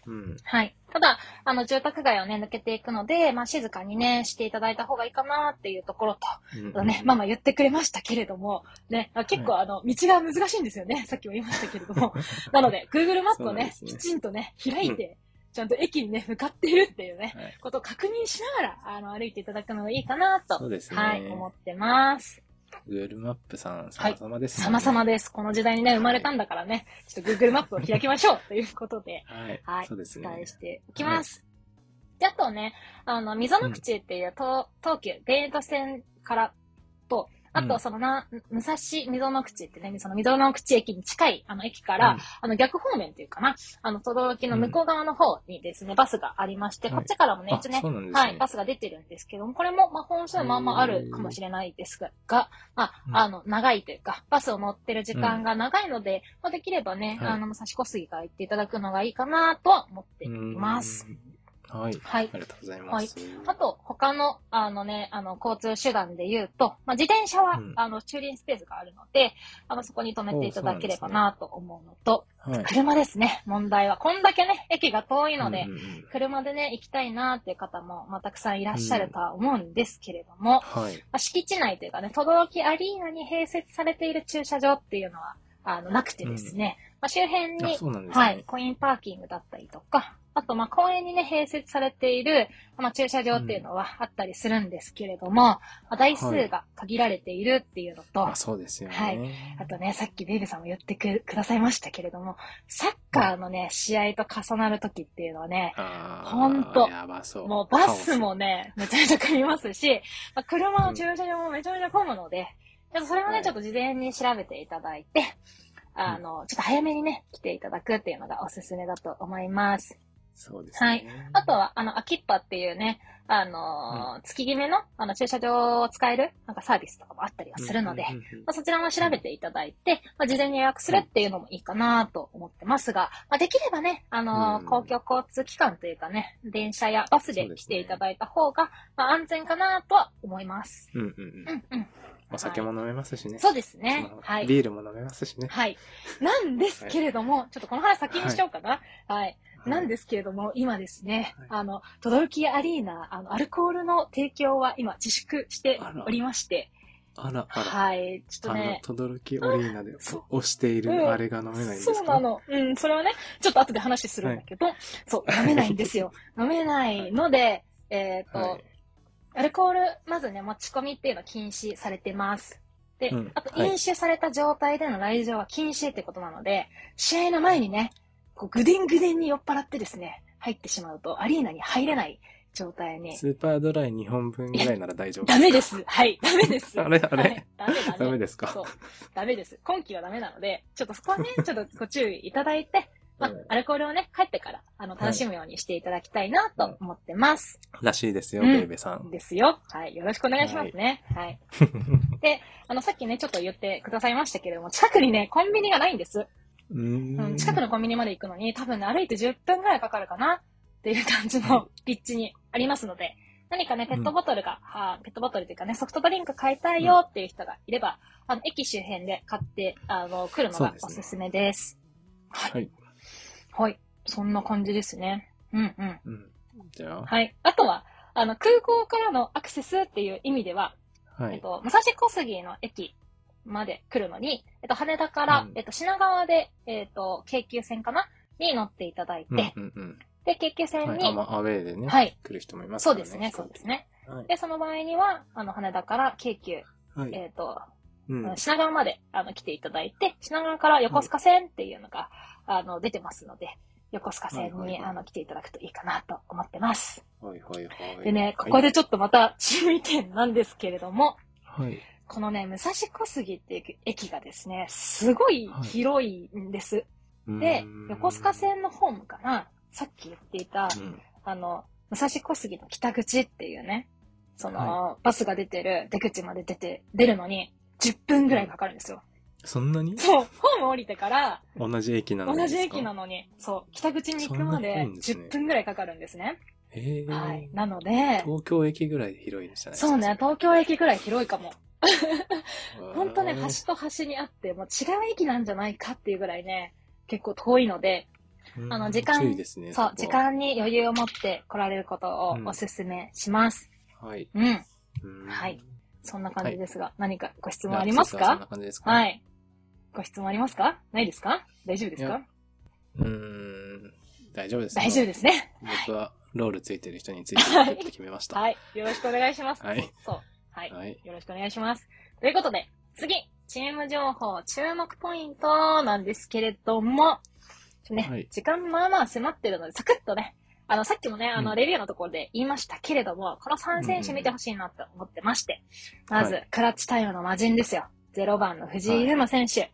Speaker 4: うん。
Speaker 3: はい。ただ、あの、住宅街をね、抜けていくので、まあ、静かにね、していただいた方がいいかなっていうところと、あとね、ママ言ってくれましたけれども、ね、あ結構あの、道が難しいんですよね。さっきも言いましたけれ ども。なので、Google マップを
Speaker 4: そうなんで
Speaker 3: ね、
Speaker 4: すね
Speaker 3: きちんとね、開いて、ちゃんと駅にね、向かっているっていうね、
Speaker 4: はい
Speaker 3: ことを確認しながら、あの、歩いていただくのがいいかなと、
Speaker 4: そうですね。
Speaker 3: はい、思ってます。
Speaker 4: Google マップさん、様々ですね。
Speaker 3: 様々です。この時代にね、生まれたんだからね、ちょっと Google マップを開きましょうということで、
Speaker 4: はい。
Speaker 3: はい
Speaker 4: そうです
Speaker 3: お
Speaker 4: ね。
Speaker 3: 伝えしていきます。で、あとね、あの、溝の口っていう東東急デート線からと、あ
Speaker 4: う
Speaker 3: と、
Speaker 4: ん
Speaker 3: そのな、武蔵溝の口ってね、その溝の口駅に近い、あの、駅から、
Speaker 4: うん
Speaker 3: あの、逆方面っていうかな、あの、等々力の向こう側の方にですね、バスがありまして、
Speaker 4: はい
Speaker 3: こっちからもね、
Speaker 4: あ
Speaker 3: 一応ね
Speaker 4: そ、うなんですね。
Speaker 3: はい、バスが出てるんですけども、これも、まあ、本数まあまああるかもしれないですが、まあ、
Speaker 4: うん
Speaker 3: あの、長いというか、バスを乗ってる時間が長いので、まあ、できればね、
Speaker 4: はい
Speaker 3: あの、武蔵小杉から行っていただくのがいいかなとは思っています。
Speaker 4: うん。はい。
Speaker 3: はい
Speaker 4: あ。りがとうございます。
Speaker 3: あと、他の、あのね、あの、交通手段で言うと、まあ、自転車は、
Speaker 4: うん
Speaker 3: あの、駐輪スペースがあるので、あの、そこに止めていただければなと思うのと、
Speaker 4: はい。
Speaker 3: 車ですね、問題は。こんだけね、駅が遠いので、
Speaker 4: うんうんうん
Speaker 3: 車でね、行きたいなっていう方も、まあ、たくさんいらっしゃるとは思うんですけれども、ま
Speaker 4: はい。
Speaker 3: あ、敷地内というかね、都道府県アリーナに併設されている駐車場っていうのは、あの、なくてですね、まあ、周辺
Speaker 4: あ、
Speaker 3: に、
Speaker 4: そうなんですね。
Speaker 3: はい、コインパーキングだったりとか、あと、まあ、公園にね、併設されている、まあ、駐車場っていうのはあったりするんですけれども、まあ、台数が限られているっていうのと、
Speaker 4: あ、そうですよね。
Speaker 3: はいあとね、さっきベイベさんも言ってくくださいましたけれども、サッカーのね、試合と重なる時っていうのはね、
Speaker 4: あー
Speaker 3: ほんと
Speaker 4: やばそう。
Speaker 3: もうバスもね、めちゃめちゃ混みますし、まあ、車の駐車場もめちゃめちゃ混むので、ちょっとそれも
Speaker 4: は
Speaker 3: ね、
Speaker 4: い
Speaker 3: ちょっと事前に調べていただいて、あの、ちょっと早めにね、来ていただくっていうのがおすすめだと思います。
Speaker 4: そうですね。
Speaker 3: はい。あとは、あの、アキッパっていうね、あのー月決めの、あの、駐車場を使える、なんかサービスとかもあったりはするので、
Speaker 4: うんうんうんうん
Speaker 3: まあ、そちらも調べていただいて、まあ、事前に予約するっていうのもいいかなと思ってますが、まあ、できればね、あのー
Speaker 4: うん
Speaker 3: 公共交通機関というかね、電車やバスで
Speaker 4: そうで
Speaker 3: 来
Speaker 4: すね
Speaker 3: ていただいた方が、まあ、安全かなとは思います。
Speaker 4: うんうん
Speaker 3: う
Speaker 4: うん。
Speaker 3: んうん。
Speaker 4: お酒も飲めますしね。
Speaker 3: そうですね
Speaker 4: そ。の
Speaker 3: はい。
Speaker 4: ビールも飲めますしね。
Speaker 3: はい。なんですけれども、ちょっとこの話先にしようかな。はい。なんですすけれども、今ですね
Speaker 4: はい、
Speaker 3: あの、とどろきアリーナ、あの、アルコールの提供は今自粛しておりまして、
Speaker 4: あら、あら。
Speaker 3: はい。ちょっと
Speaker 4: あの
Speaker 3: ね、、
Speaker 4: とどろきオリーナで
Speaker 3: そう
Speaker 4: 押してい
Speaker 3: うん
Speaker 4: るあれが飲めないんですか
Speaker 3: そうなの。うん、それはね、ちょっと後で話するんだけど、そう、飲めないんで すよ。飲めないので、えっ、と、
Speaker 4: はい。
Speaker 3: アルコール、まずね、持ち込みっていうのは禁止されてます。で、
Speaker 4: うん
Speaker 3: あと、
Speaker 4: はい
Speaker 3: 飲酒された状態での来場は禁止ってことなので、試合の前にね、こう、ぐでんぐでんに酔っ払ってですね、入ってしまうと、アリーナに入れない状態に。
Speaker 4: スーパードライ2本分ぐらいなら大丈夫
Speaker 3: ダメです。はい、ダメです。
Speaker 4: あれあ
Speaker 3: は
Speaker 4: れ
Speaker 3: いダメダメ
Speaker 4: ダメですか
Speaker 3: そう。ダメです。今期はダメなので、ちょっとそこはね、ちょっとご注意いただいて、まあ
Speaker 4: うん、
Speaker 3: アルコールをね、帰ってから、あの、楽しむようにしていただきたいなと思ってます。
Speaker 4: らしいですよ、
Speaker 3: うん
Speaker 4: ベイベさん。
Speaker 3: ですよ。はい。よろしくお願いしますね。はい。で、あの、さっきね、ちょっと言ってくださいましたけれども、近くにね、コンビニがないんです。
Speaker 4: う
Speaker 3: う
Speaker 4: ー
Speaker 3: ん、
Speaker 4: ん
Speaker 3: 近くのコンビニまで行くのに、多分ね、歩いて10分ぐらいかかるかなっていう感じの立地にありますので、何かね、ペットボトルが、あーペットボトルというかね、ソフトドリンク買いたいよっていう人がいれば、あの、駅周辺で買って、あの、来るの
Speaker 4: そう
Speaker 3: が
Speaker 4: です
Speaker 3: お
Speaker 4: ね
Speaker 3: すすめです。
Speaker 4: はい。
Speaker 3: はい。そんな感じですね。うんうん。
Speaker 4: うん。じゃあ、
Speaker 3: はい。あとは、あの、空港からのアクセスっていう意味では、
Speaker 4: は
Speaker 3: えっ
Speaker 4: い。
Speaker 3: と、武蔵小杉の駅まで来るのに、えっと、羽田から、
Speaker 4: うん
Speaker 3: えっと、品川で、えっと、京急線かなに乗っていただいて、
Speaker 4: うんうんうん。
Speaker 3: で、京急線
Speaker 4: はい。
Speaker 3: に、
Speaker 4: あまあ、アウェーでね、
Speaker 3: はい
Speaker 4: 来る人もいます
Speaker 3: そ
Speaker 4: か
Speaker 3: う
Speaker 4: らね。
Speaker 3: ですね、そうですね。
Speaker 4: はい。
Speaker 3: で、その場合には、あの、羽田から京急、
Speaker 4: はい。
Speaker 3: えっと、
Speaker 4: うん。
Speaker 3: 品川まで、あの、来ていただいて、品川から横須賀線っていうのが、あの、出てますので、横須賀線
Speaker 4: はいはい
Speaker 3: に、
Speaker 4: はい
Speaker 3: あの、来ていただくといいかなと思ってます。
Speaker 4: はいはいはい。
Speaker 3: でね、ここでちょっとまた注意点なんですけれども、
Speaker 4: はい。はい。
Speaker 3: このね、武蔵小杉っていう駅がですね、すごい広いんです。で
Speaker 4: うーん、
Speaker 3: 横須賀、線のホームから、さっき言っていた、
Speaker 4: うん
Speaker 3: あの、武蔵小杉の北口っていうね、その、バスが出てる出口まで出て、出るのに、10分ぐらいかかるんですよ。
Speaker 4: そんなに
Speaker 3: そう、ホーム降りてから、
Speaker 4: 同じ駅なの
Speaker 3: 同
Speaker 4: にです
Speaker 3: じ
Speaker 4: か
Speaker 3: 駅なのに、そう、北口に行くま
Speaker 4: そんな
Speaker 3: で
Speaker 4: 遠いんですね
Speaker 3: 10分ぐらいかかるんですね。
Speaker 4: へえ。
Speaker 3: はい。なので、
Speaker 4: 東京駅ぐらい広いんじゃないですか
Speaker 3: そうね、東京駅ぐらい広いかも。
Speaker 4: 京
Speaker 3: ほんとね、端と端にあって、もう違う駅なんじゃないかっていうぐらいね、結構遠いので、
Speaker 4: うん
Speaker 3: あの時間
Speaker 4: 注意ですね。
Speaker 3: そう
Speaker 4: こ、は
Speaker 3: 時。間に余裕を持って来られることをお勧めします。
Speaker 4: はい。
Speaker 3: うん。
Speaker 4: うん
Speaker 3: はい。そんな感じですが、何かご質問あります
Speaker 4: ラクセスはそんな
Speaker 3: か
Speaker 4: 感じですかね
Speaker 3: はい。ご質問ありますかないですか大丈夫です
Speaker 4: い
Speaker 3: か
Speaker 4: やうーん。大丈夫です。
Speaker 3: 大丈夫ですね。
Speaker 4: 僕はロールついてる人についていくって決めました。。
Speaker 3: はいい。よろしくお願いします。
Speaker 4: はい。
Speaker 3: そう。はい。
Speaker 4: はい。
Speaker 3: よろしくお願いします。ということで、次、チーム情報注目ポイントなんですけれども、ちょっとね、
Speaker 4: はい
Speaker 3: 時間まあまあ迫ってるので、サクッとね、あの、さっきもね、あの、
Speaker 4: うん
Speaker 3: レビューのところで言いましたけれども、この3選手見てほしいなと思ってまして、
Speaker 4: うん
Speaker 3: まず、
Speaker 4: はい
Speaker 3: クラッチタイムの魔人ですよ。0番の藤井優馬選手。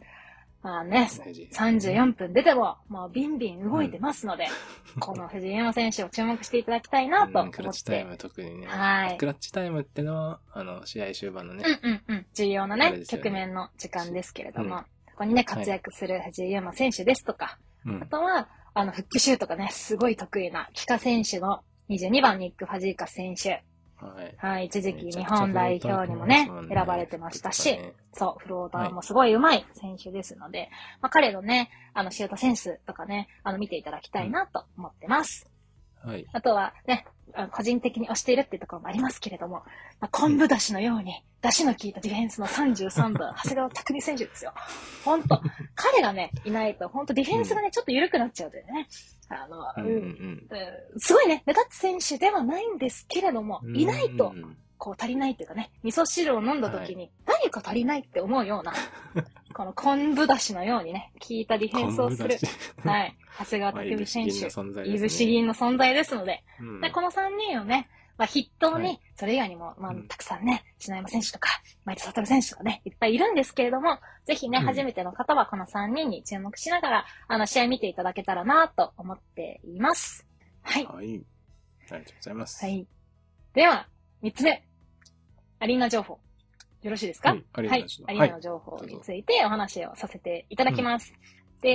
Speaker 3: まあね、
Speaker 4: 大事
Speaker 3: 34分出ても、もうビンビン動いてますので、この藤井優馬選手を注目していただきたいなと
Speaker 4: う
Speaker 3: 思
Speaker 4: ん
Speaker 3: っ
Speaker 4: クラッチタイ
Speaker 3: て。
Speaker 4: ム特にね。
Speaker 3: はい
Speaker 4: ク。ラッチタイムってのは、あの、試合終盤のね、
Speaker 3: うんうんうん。重要な
Speaker 4: あれ
Speaker 3: ね、
Speaker 4: ですよね
Speaker 3: 局面の時間ですけれども、
Speaker 4: うん
Speaker 3: ここにね、活躍する藤井優馬選手ですとか、
Speaker 4: うん
Speaker 3: あとは、あの、復帰シュートがね、すごい得意な、帰化選手の22番ニック・ファジーカ選手。
Speaker 4: はい。
Speaker 3: はい、一時期
Speaker 4: めちゃ
Speaker 3: 日
Speaker 4: くちゃ
Speaker 3: 本代表にもね、選ばれてましたし、そう、フローターもすごい上手い選手ですので、まあ、彼のね、あの、シュートセンスとかね、あの、見ていただきたいなと思ってます。
Speaker 4: はい。
Speaker 3: あとはね、あの個人的に推しているっていうところもありますけれども、まあ、昆布だしのように、だしの効いたディフェンスの33番、長谷川拓実選手ですよ。ほんと、彼がね、いないと、ほんとディフェンスがね、ちょっと緩くなっちゃうというね。あの、
Speaker 4: う
Speaker 3: うんん
Speaker 4: うんうん。
Speaker 3: うんすごいね、目立つ選手ではないんですけれども、いないと
Speaker 4: うんう、んうん
Speaker 3: こう足りないっていうかね、味噌汁を飲んだ時に、何か足りないって思 うような、この昆布だしのようにね、効いたディフェンスをする、
Speaker 4: い。
Speaker 3: はい、長谷川
Speaker 4: まあ
Speaker 3: 拓実選手、
Speaker 4: 存在ですね
Speaker 3: いぶし銀の存在ですので、
Speaker 4: うん
Speaker 3: でこの3人をね、まあ、筆頭に、
Speaker 4: はい
Speaker 3: それ以外にも、まあ
Speaker 4: うん、
Speaker 3: たくさんね、篠山選手とか、前田悟選手とかね、いっぱいいるんですけれども、ぜひね、
Speaker 4: うん
Speaker 3: 初めての方はこの3人に注目しながら、あの、試合見ていただけたらなと思っています。はい。
Speaker 4: はい。ありがとうございます。
Speaker 3: は。い。では、3つ目。アリーナ情報。よろしいですか、
Speaker 4: はい。ありが
Speaker 3: は
Speaker 4: とう
Speaker 3: い
Speaker 4: ござい、ます。
Speaker 3: アリーナの情報についてお話をさせていただきます。で、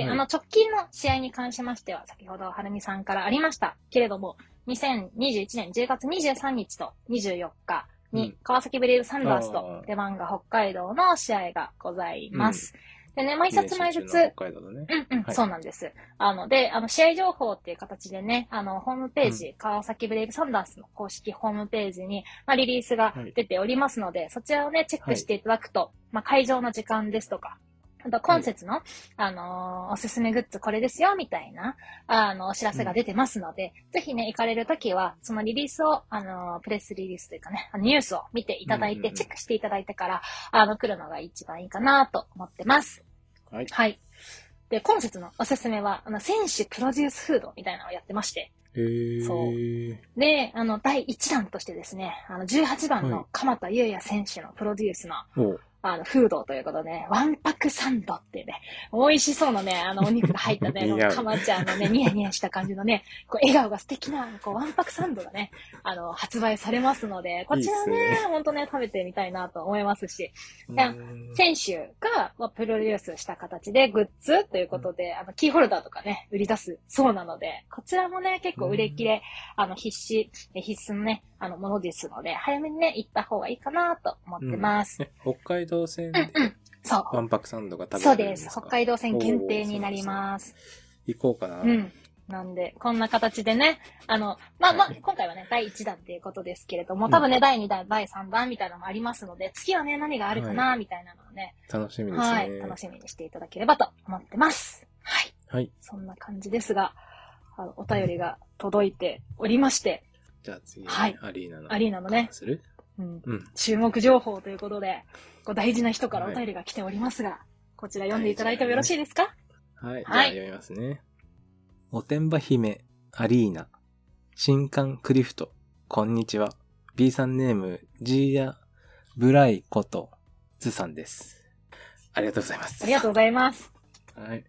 Speaker 4: はい
Speaker 3: あの、直近の試合に関しましては、先ほど、はるみさんからありましたけれども、2021年10月23日と24日
Speaker 4: う
Speaker 3: に
Speaker 4: ん、
Speaker 3: 川崎ブレイブサンダー
Speaker 4: あ
Speaker 3: スと
Speaker 4: ー
Speaker 3: 出番が北海道の試合がございます。でね、毎節毎
Speaker 4: 練習
Speaker 3: 節
Speaker 4: 中の、北海道のね。
Speaker 3: うんうん、
Speaker 4: はい
Speaker 3: そうなんです。あの、で、あの、試合情報っていう形でね、あの、ホームページ、川崎ブレイブサンダースの公式ホームページに、まあ、リリースが出ておりますので、そちらをね、チェックしていただくと、まあ、会場の時間ですとか、あと、今節の、あのーおすすめグッズこれですよ、みたいな、あの、お知らせが出てますので、ぜひね、行かれるときは、そのリリースを、あのープレスリリースというかね、あのニュースを見ていただ
Speaker 4: う
Speaker 3: い
Speaker 4: んうん
Speaker 3: て、
Speaker 4: うん
Speaker 3: チェックしていただいてから、あの、来るのが一番いいかなと思ってます。
Speaker 4: はい。
Speaker 3: はい。で、今節のおすすめは、あの、選手プロデュースフードみたいなのをやってまして、
Speaker 4: へー
Speaker 3: そうで、あの、第1弾としてですね、あの、18番
Speaker 4: はい
Speaker 3: の鎌田優也選手のプロデュースの、
Speaker 4: お
Speaker 3: あの、フードということで、ね、ワンパクサンドっていうね、美味しそうなね、あの、お肉が入ったね、
Speaker 4: 似合う
Speaker 3: かまちゃんのね、ニヤニヤした感じのね、こう、笑顔が素敵な、こう、ワンパクサンドがね、あの、発売されますので、こちら
Speaker 4: いいっ
Speaker 3: ね
Speaker 4: す、
Speaker 3: ほんとね、食べてみたいなと思いますし、
Speaker 4: うん
Speaker 3: や選手が、まあ、プロデュースした形でグッズということで、あのキーホルダーとかね、売り出すそうなので、こちらもね、結構売れ切れ、あの必死、え必須のね、あのものですので、早めにね、行った方がいいかなと思ってます。
Speaker 4: え北海道線
Speaker 3: うん、
Speaker 4: で
Speaker 3: うん、そう。
Speaker 4: ワンパクサンドが食べ
Speaker 3: そう
Speaker 4: られるん
Speaker 3: で
Speaker 4: です
Speaker 3: す。
Speaker 4: か
Speaker 3: 北海道線限定になります。
Speaker 4: 行こうかな。
Speaker 3: うん。なんで、こんな形でね、あの、まあまあ
Speaker 4: はい、
Speaker 3: 今回はね、第1弾っていうことですけれども、多分ね、第2弾、第3弾みたいなのもありますので、次はね、何があるかな、みたいなのをね、
Speaker 4: 楽しみですね。
Speaker 3: はい、楽しみにしていただければと思ってます。はい、
Speaker 4: はい。
Speaker 3: そんな感じですが、あのお便りが届いておりまして、
Speaker 4: じゃあ次、
Speaker 3: はい
Speaker 4: アリーナの。
Speaker 3: アリーナのね
Speaker 4: する
Speaker 3: うん、
Speaker 4: うん。
Speaker 3: 注目情報ということで、こう大事な人からお便りが来ておりますが、こちら読んでいただいてもよろしいですか
Speaker 4: はい。じゃあ
Speaker 3: はい
Speaker 4: 読みますね。おてんば姫、アリーナ、新刊クリフト、こんにちは。B さんネーム、ジーヤ・ブライこと、ズさんです。ありがとうございます。
Speaker 3: ありがとうございます。
Speaker 4: はい。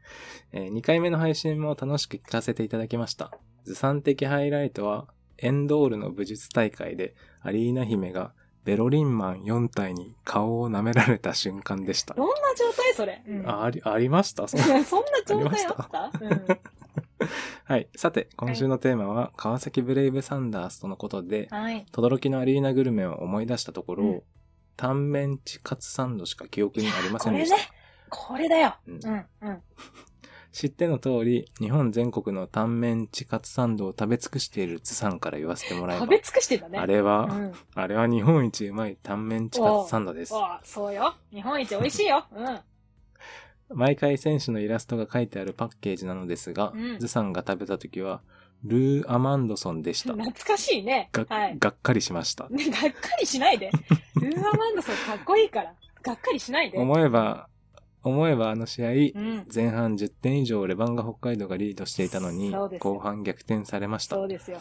Speaker 4: え2回目の配信も楽しく聞かせていただきました。ずさん的ハイライトは、エンドールの武術大会で、アリーナ姫がベロリンマン4体に顔を舐められた瞬間でした
Speaker 3: ど。んな状態それ、うん、
Speaker 4: あ、あり、ありましたそんな
Speaker 3: そん な状態あったうん、
Speaker 4: はい。さて、今週のテーマは、川崎ブレイブサンダースとのことで、
Speaker 3: はい。
Speaker 4: 轟きのアリーナグルメを思い出したところ、
Speaker 3: うん
Speaker 4: タンメンチカツサンドしか記憶にありませ
Speaker 3: こ
Speaker 4: ん
Speaker 3: れ
Speaker 4: で
Speaker 3: ね
Speaker 4: した。、
Speaker 3: これだよ。
Speaker 4: うん
Speaker 3: うん、うん。
Speaker 4: 知っての通り、日本全国のタンメンチカツサンドを食べ尽くしている津さんから言わせてもらえば
Speaker 3: 食、べ尽くしてたね。
Speaker 4: あれは、
Speaker 3: うん。
Speaker 4: あれは日本一うまいタンメンチカツサンドです
Speaker 3: お。うそうよ。日本一美味しいよ。うん。
Speaker 4: 毎回選手のイラストが書いてあるパッケージなのですが、
Speaker 3: うん
Speaker 4: ズさんが食べた時は、ルー・アマンドソンでした。
Speaker 3: 懐かしいね。
Speaker 4: が,、
Speaker 3: はい。
Speaker 4: がっかりしました。
Speaker 3: ねがっかりしないで。ルーアマンドソンかっこいいから。がっかりしないで。
Speaker 4: 思えば、思えばあの試合、
Speaker 3: うん。
Speaker 4: 前半10点以上レバンガ北海道がリードしていたのに
Speaker 3: そうで、すよ
Speaker 4: 後半逆転されました
Speaker 3: そ。うですよ。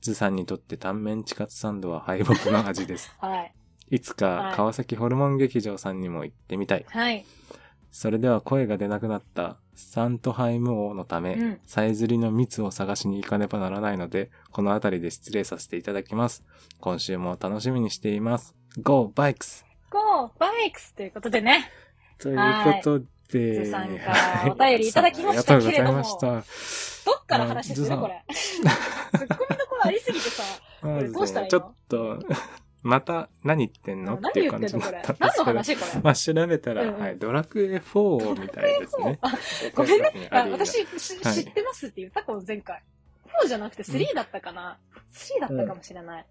Speaker 4: ズさんにとってタンメンチカツサンドは敗北の味です。
Speaker 3: はい。
Speaker 4: いつ
Speaker 3: は
Speaker 4: か
Speaker 3: い
Speaker 4: 川崎ホルモン劇場さんにも行ってみたい。
Speaker 3: はい。
Speaker 4: それでは声が出なくなったサントハイム王のため、
Speaker 3: うん
Speaker 4: さえずりの蜜を探しに行かねばならないので、この辺りで失礼させていただきます。今週も楽しみにしています。Go Bikes!
Speaker 3: Go! バイクスということでね。
Speaker 4: ということで、
Speaker 3: ズさんからお便りいただきました
Speaker 4: はいありがとうございました。
Speaker 3: どっから話し
Speaker 4: ま
Speaker 3: てる
Speaker 4: あ
Speaker 3: これ。 ツッコミどころありすぎてさ。
Speaker 4: まず
Speaker 3: どうしたらいい
Speaker 4: ち
Speaker 3: の
Speaker 4: ょっと、 また 何言ってんの
Speaker 3: 何
Speaker 4: っていう
Speaker 3: 言
Speaker 4: 感
Speaker 3: ってん
Speaker 4: じ
Speaker 3: の
Speaker 4: だ
Speaker 3: こ
Speaker 4: っ
Speaker 3: れ
Speaker 4: たん。で
Speaker 3: 何
Speaker 4: すけ
Speaker 3: の
Speaker 4: ど。
Speaker 3: 話こ れ。
Speaker 4: まあ調べたら、
Speaker 3: うんうん
Speaker 4: はい、ドラクエ4みたいですね。
Speaker 3: ごめ ん
Speaker 4: ね
Speaker 3: あ、私、し
Speaker 4: はい
Speaker 3: 知ってますって言った、この前回。4じゃなくて3だったかな。3だったかもしれない。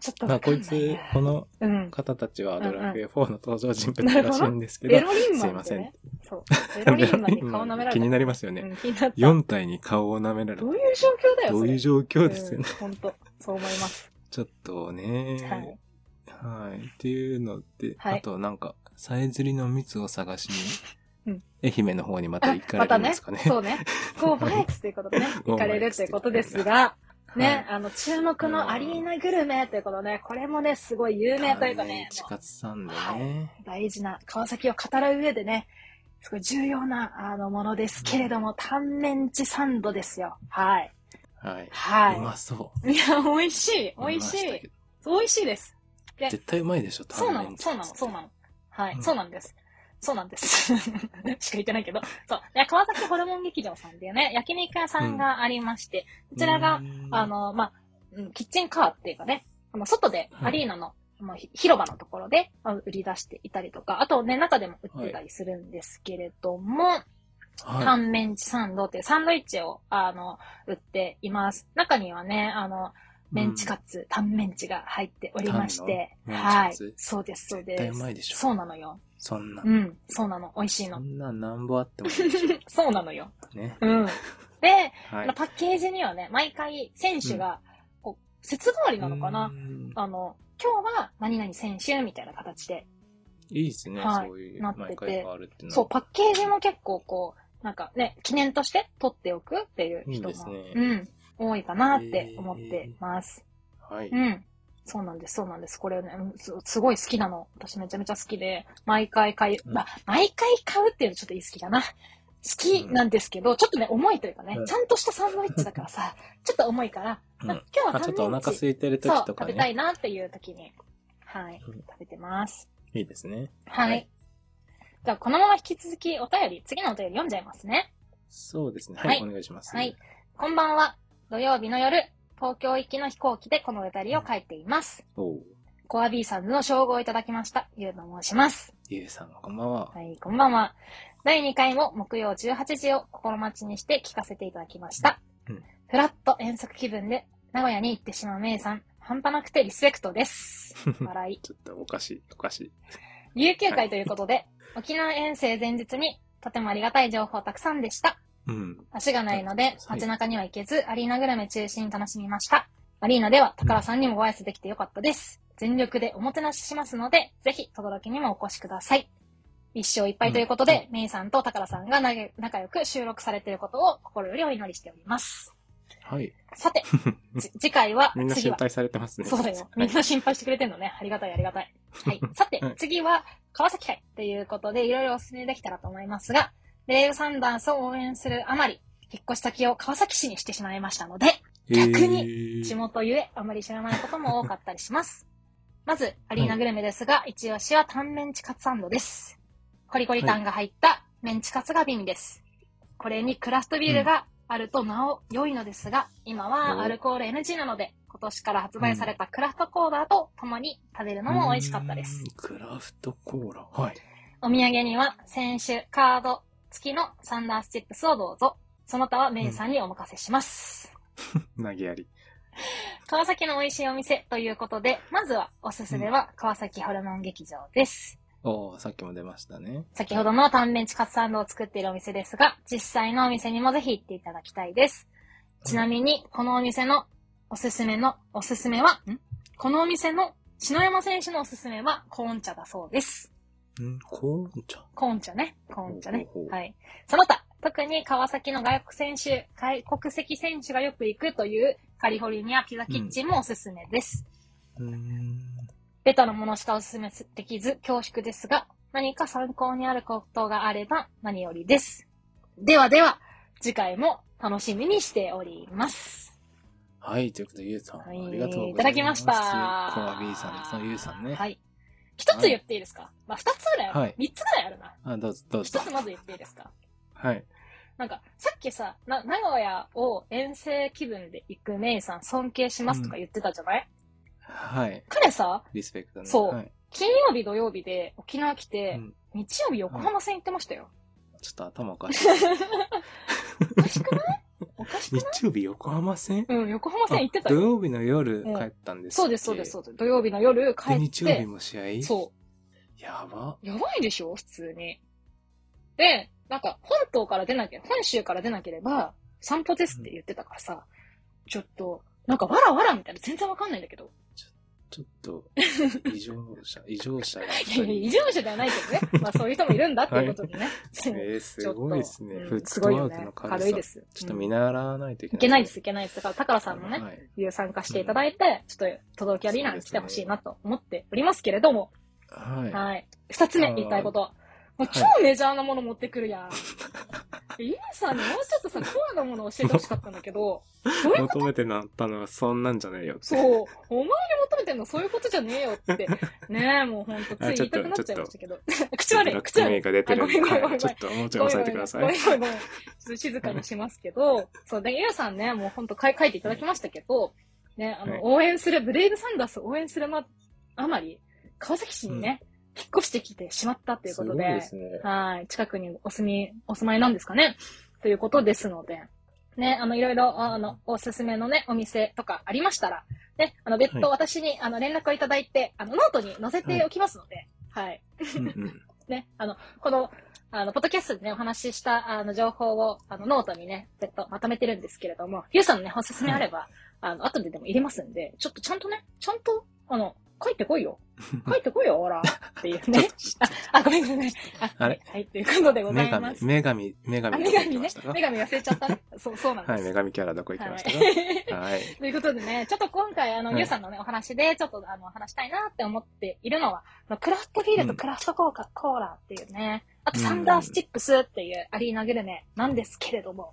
Speaker 3: ちょっと
Speaker 4: まあ
Speaker 3: わか
Speaker 4: こ
Speaker 3: んないい
Speaker 4: つ
Speaker 3: や、
Speaker 4: この
Speaker 3: うん。
Speaker 4: 方たちはドラクエ4の登場人物らしいんですけど、
Speaker 3: ベロリンマンってね。そう。ベロリンマンに顔舐められた。
Speaker 4: 気になりますよ
Speaker 3: う
Speaker 4: ね。
Speaker 3: ん気になった。
Speaker 4: 4体に顔を舐められ
Speaker 3: ど
Speaker 4: る。
Speaker 3: ういう状況だよ、
Speaker 4: どういう
Speaker 3: 状
Speaker 4: 状況ですよね。
Speaker 3: 本当そう思います。
Speaker 4: ちょっとね。
Speaker 3: はい。
Speaker 4: はい。っていうので、
Speaker 3: はい
Speaker 4: あとなんか、さえずりの蜜を探し
Speaker 3: う
Speaker 4: に
Speaker 3: ん、
Speaker 4: 愛媛の方にまた
Speaker 3: あ
Speaker 4: 行、かれ
Speaker 3: ま
Speaker 4: る
Speaker 3: た
Speaker 4: んで
Speaker 3: ね、
Speaker 4: すかね。
Speaker 3: そうね。こうバイクスということ でね、
Speaker 4: Go
Speaker 3: 行かれるということですが、 ね、
Speaker 4: は
Speaker 3: あの、注目のアリーナグルメということで、これもね、すごい有名というかね、
Speaker 4: 地下さんで
Speaker 3: は
Speaker 4: ね。
Speaker 3: 大事な川崎を語る上でね、すごい重要なあのものですけれども、タンメンチサンドですよ。はい。
Speaker 4: はい。う
Speaker 3: は
Speaker 4: まそ
Speaker 3: い。いや、美味しい。
Speaker 4: う。
Speaker 3: 美味し
Speaker 4: うまた
Speaker 3: い
Speaker 4: け。ど
Speaker 3: 美味しいです。で
Speaker 4: 絶対うまいでしょ、
Speaker 3: そうな
Speaker 4: タンメ
Speaker 3: の
Speaker 4: ン、チ
Speaker 3: そうなの、そうなの。はい、
Speaker 4: うん
Speaker 3: そうなんです。そうなんです。 しか言ってないけど。そう。で川崎ホルモン劇場さんっていうね、焼肉屋さんがありまして、こちらが、、あ、の、まあ、うんキッチンカーっていうかね、あの外で
Speaker 4: はい
Speaker 3: アリーナの、もうひ広場のところであの売り出していたりとか、あとね、中でも売ってたりするんですけれども、タ
Speaker 4: はい。
Speaker 3: ンメンチサンドっていうサンドイッチを、あの、売っています。中にはね、あの、メンチカツ、タンメンチが入っておりまして。
Speaker 4: タンのメンチカ
Speaker 3: はい
Speaker 4: ツ。
Speaker 3: そうです、そうです。
Speaker 4: 絶対うまいでしょ
Speaker 3: そうなのよ。
Speaker 4: そんな
Speaker 3: う、ん、そうなの。美味しい
Speaker 4: そ
Speaker 3: の。
Speaker 4: んななんぼあってもいいでしょ
Speaker 3: そうなのよ。
Speaker 4: ね。
Speaker 3: うん。で、
Speaker 4: は
Speaker 3: あの
Speaker 4: い。
Speaker 3: パッケージにはね、毎回選手が、こう、節代わりなのかな
Speaker 4: う。ん
Speaker 3: あの、今日は何々選手みたいな形で。
Speaker 4: いいですね、
Speaker 3: はい
Speaker 4: そういう、
Speaker 3: なってて
Speaker 4: 毎回変わるっていうのは
Speaker 3: そう、パッケージも結構こう、なんかね、記念として取っておくっていう
Speaker 4: いい
Speaker 3: 人
Speaker 4: です
Speaker 3: も、
Speaker 4: ね
Speaker 3: うん、多いかなって思ってます。
Speaker 4: はい。
Speaker 3: うん。そうなんです、そうなんです。これね、うんすすごい好きなの。私めちゃめちゃ好きで、毎回買い、
Speaker 4: うん
Speaker 3: まあ、毎回買うっていうのちょっと言い過ぎだな。好きなんですけど、ちょっとね、重いというかね、
Speaker 4: うん
Speaker 3: ちゃんとしたサンドイッチだか らさ、ちょっと重いから、
Speaker 4: うん
Speaker 3: あ今日は
Speaker 4: あ、
Speaker 3: タ
Speaker 4: ちょ
Speaker 3: ン
Speaker 4: っとお
Speaker 3: メン
Speaker 4: 腹
Speaker 3: チ、
Speaker 4: 空いてる時
Speaker 3: そう、
Speaker 4: とか
Speaker 3: 食べた
Speaker 4: ね。
Speaker 3: いなっていう時に、はい、
Speaker 4: うん
Speaker 3: 食べてます。
Speaker 4: いいですね。
Speaker 3: はい。
Speaker 4: はい
Speaker 3: じゃあ、このまま引き続きお便り、次のお便り読んじゃいますね。
Speaker 4: そうですね。
Speaker 3: はい
Speaker 4: はい、お願いします。
Speaker 3: はい。こんばんは。土曜日の夜、東京行きの飛行機でこのお便りを書いています。
Speaker 4: おう、
Speaker 3: コア B さんの称号をいただきました。ゆうと申します。
Speaker 4: ゆうさん、こんばんは。
Speaker 3: はい、こんばんは。第2回も木曜18時を心待ちにして聞かせていただきました。
Speaker 4: うんうん
Speaker 3: ふらっと遠足気分で名古屋に行ってしまうめいさん、半端なくてリスペクトです。笑 い。
Speaker 4: ちょっとおかしい、おかしい。
Speaker 3: 有給会ということで、沖縄遠征前日にとてもありがたい情報たくさんでした。
Speaker 4: うん。
Speaker 3: 足がないので、
Speaker 4: はい
Speaker 3: 街中には行けず、アリーナグルメ中心に楽しみました。アリーナでは、宝さんにもご挨拶できてよかったです。全力でおもてなししますので、ぜひ、とどろきにもお越しください。一生いっぱいということで、メイさんと宝さんがなげ仲良く収録されていることを心よりお祈りしております。
Speaker 4: はい。、
Speaker 3: さて、じ次回は
Speaker 4: みんな
Speaker 3: 次
Speaker 4: 心
Speaker 3: は、
Speaker 4: 配されてますね。
Speaker 3: そうだよ。
Speaker 4: は
Speaker 3: み
Speaker 4: い
Speaker 3: んな心配してくれてんのね。ありがたい、ありがたい。 はい。さて
Speaker 4: はい、
Speaker 3: 次は川崎会ということで、いろいろお勧めできたらと思いますが、レイブサンダースを応援するあまり、引っ越し先を川崎市にしてしまいましたので、逆に
Speaker 4: えー
Speaker 3: 地元ゆえ、あまり知らないことも多かったりします。 まず、アリーナグルメですが、一押しはタンメンチカツサンドです。コリコリ感が入ったメンチカツが美味です。これにクラフトビールがあるとなお良いのですが、今
Speaker 4: お
Speaker 3: はアルコール NG なので、今年から発売されたクラフトコーラと共に食べるのも美味しかったです
Speaker 4: うーん。。クラフトコーラ。はい。
Speaker 3: お土産には、選手、カード、付きのサンダースチップスをどうぞ。その他はメンさんにお任せします。
Speaker 4: 投げやり。
Speaker 3: 川崎の美味しいお店ということで、まずはおすすめは川崎ホルモン劇場です。
Speaker 4: おーさっきも出ましたね。
Speaker 3: 先ほどのタンメンチカツサンドを作っているお店ですが、実際のお店にもぜひ行っていただきたいです。ちなみに、このお店のおすすめの、おすすめは、んこのお店の篠山選手のおすすめはコーン茶だそうです。
Speaker 4: うん、コーン茶。
Speaker 3: コーン茶ね。コーン茶ね
Speaker 4: ほうほうほ。う
Speaker 3: はい。その他、特に川崎の外国選手、外国籍選手がよく行くというカリフォルニアピザキッチンもおすすめです。
Speaker 4: うーん。
Speaker 3: ベタなものしかおすすめできず恐縮ですが、何か参考にあることがあれば何よりです。ではでは、次回も楽しみにしております。
Speaker 4: はい、ということで、ゆうさん、
Speaker 3: はい
Speaker 4: ありがとう
Speaker 3: い
Speaker 4: ご
Speaker 3: た
Speaker 4: ざ
Speaker 3: だ
Speaker 4: い
Speaker 3: きま
Speaker 4: ます。
Speaker 3: した
Speaker 4: コア B さんですね、ゆうさんね。
Speaker 3: はい。一つ言っていいですか、まあ二つぐらいある、
Speaker 4: はい
Speaker 3: 三つぐらいあるな。
Speaker 4: あ、どうぞ、どう
Speaker 3: 一
Speaker 4: ぞ。
Speaker 3: つまず言っていいですか
Speaker 4: はい。
Speaker 3: なんか、さっきさ、な、名古屋を遠征気分で行くメイさん尊敬しますとか言ってたじゃない、
Speaker 4: はい。
Speaker 3: 彼さ、
Speaker 4: リスペクトね。
Speaker 3: そう
Speaker 4: はい、
Speaker 3: 金曜日土曜日で沖縄来て、
Speaker 4: うん
Speaker 3: 日曜日横浜線行ってましたよ。
Speaker 4: ちょっと頭おかしいです。
Speaker 3: おかしくないおかしくない
Speaker 4: 日曜日、横浜 線
Speaker 3: うん、横浜線行って
Speaker 4: あ
Speaker 3: た
Speaker 4: 土
Speaker 3: よ。
Speaker 4: 曜日の夜
Speaker 3: うん
Speaker 4: 帰ったんですっけ
Speaker 3: そうです、そうです、そうです。土曜日の夜帰
Speaker 4: で
Speaker 3: って。
Speaker 4: 日曜日も試合
Speaker 3: そ
Speaker 4: やば。
Speaker 3: う。やばいでしょ普通に。で、なんか、本島から出なきゃ、本州から出なければ、散歩ですって言ってたからさ、ちょっと、なんか、わらわらみたいな、全然わかんないんだけど。
Speaker 4: ちょっと、 異常者、異常者が2
Speaker 3: いやいや、異
Speaker 4: 人。
Speaker 3: 常者ではないけど ね。まあ、そういう人もいるんだっていうことにね。そう
Speaker 4: えー、
Speaker 3: ち
Speaker 4: す
Speaker 3: ょっと
Speaker 4: ごいですね。
Speaker 3: うん
Speaker 4: フット
Speaker 3: すごい
Speaker 4: ワ
Speaker 3: よ
Speaker 4: ーク
Speaker 3: ね
Speaker 4: の。軽さ。
Speaker 3: 軽いです。
Speaker 4: ちょっと
Speaker 3: うん
Speaker 4: 見習わないといけない。
Speaker 3: いけないです、いけないです。だから、宝さんもね、
Speaker 4: はい。
Speaker 3: 有参加していただいて、ちょっと、届きありなに来てほしいなと思っておりますけれども、
Speaker 4: はい。
Speaker 3: はい。二つ目言いたいこと。もう超メジャーなもの持ってくるやん。ゆうさんにもうちょっとさ、コアなもの教えてほしかったんだけ ど、どういうこ
Speaker 4: 求めてなったのはそんなんじゃないよって
Speaker 3: そう、お前に求めてんのそういうことじゃねえよって。ねえ、もうほんと、つい言いたくなっちゃいましたけど。 口悪
Speaker 4: ブラ
Speaker 3: い、
Speaker 4: ッ
Speaker 3: 口
Speaker 4: ク
Speaker 3: 悪
Speaker 4: メ
Speaker 3: い。
Speaker 4: イが出てるんで、
Speaker 3: あごめんごめんご
Speaker 4: は
Speaker 3: めん
Speaker 4: いちょっともうちょい
Speaker 3: ごめん
Speaker 4: 抑えて
Speaker 3: ごめん
Speaker 4: くださ
Speaker 3: ご
Speaker 4: い
Speaker 3: め。んごめんごめんちょっと静かにします けど、そう、で、ゆうさんね、もうほんと書い書いていただきましたけど、ね、あ
Speaker 4: はい
Speaker 3: の、応援する、ブレイブサンダースを応援するま、あまり、川崎市にね、引っ越してきてしまったということで、
Speaker 4: ね。
Speaker 3: はい。近くにお住み、お住まいなんですかねということですので。ね、あの、いろいろ、ああの、おすすめのね、お店とかありましたら、ね、あの、別途
Speaker 4: は
Speaker 3: 私に、あの、連絡をいただいて、あの、ノートに載せておきますので、はい。
Speaker 4: うんうん
Speaker 3: ね、あの、この、あの、ポッドキャストでね、お話しした、あの、情報を、あの、ノートにね、別途まとめてるんですけれども、ゆうさんのね、おすすめあれば、あの、後ででも入れますんで、ちょっとちゃんとね、ちゃんと、あの、書いてこい よ。書いてこいよ、ほら。っていうね。あ、あ、ごめんごめんごめん。あ
Speaker 4: あれ
Speaker 3: はい、ということでござ
Speaker 4: 女
Speaker 3: いま
Speaker 4: 神、
Speaker 3: す。
Speaker 4: 女神、女
Speaker 3: あ、
Speaker 4: 神
Speaker 3: 女
Speaker 4: どこ行
Speaker 3: 神
Speaker 4: きま
Speaker 3: ね
Speaker 4: したか。
Speaker 3: 女神忘れちゃったね。そう、そうなんです。
Speaker 4: はい、女神キャラどこ行きました
Speaker 3: はい
Speaker 4: かはい。
Speaker 3: ということでね、ちょっと今回、あの、
Speaker 4: はい
Speaker 3: ゆうさんのね、お話で、ちょっと、あの、話したいなって思っているのは、あのクラフトビールとクラフトコーカコーラっていうね、あと、
Speaker 4: うん
Speaker 3: サンダースチップスっていうアリーナグルメなんですけれども、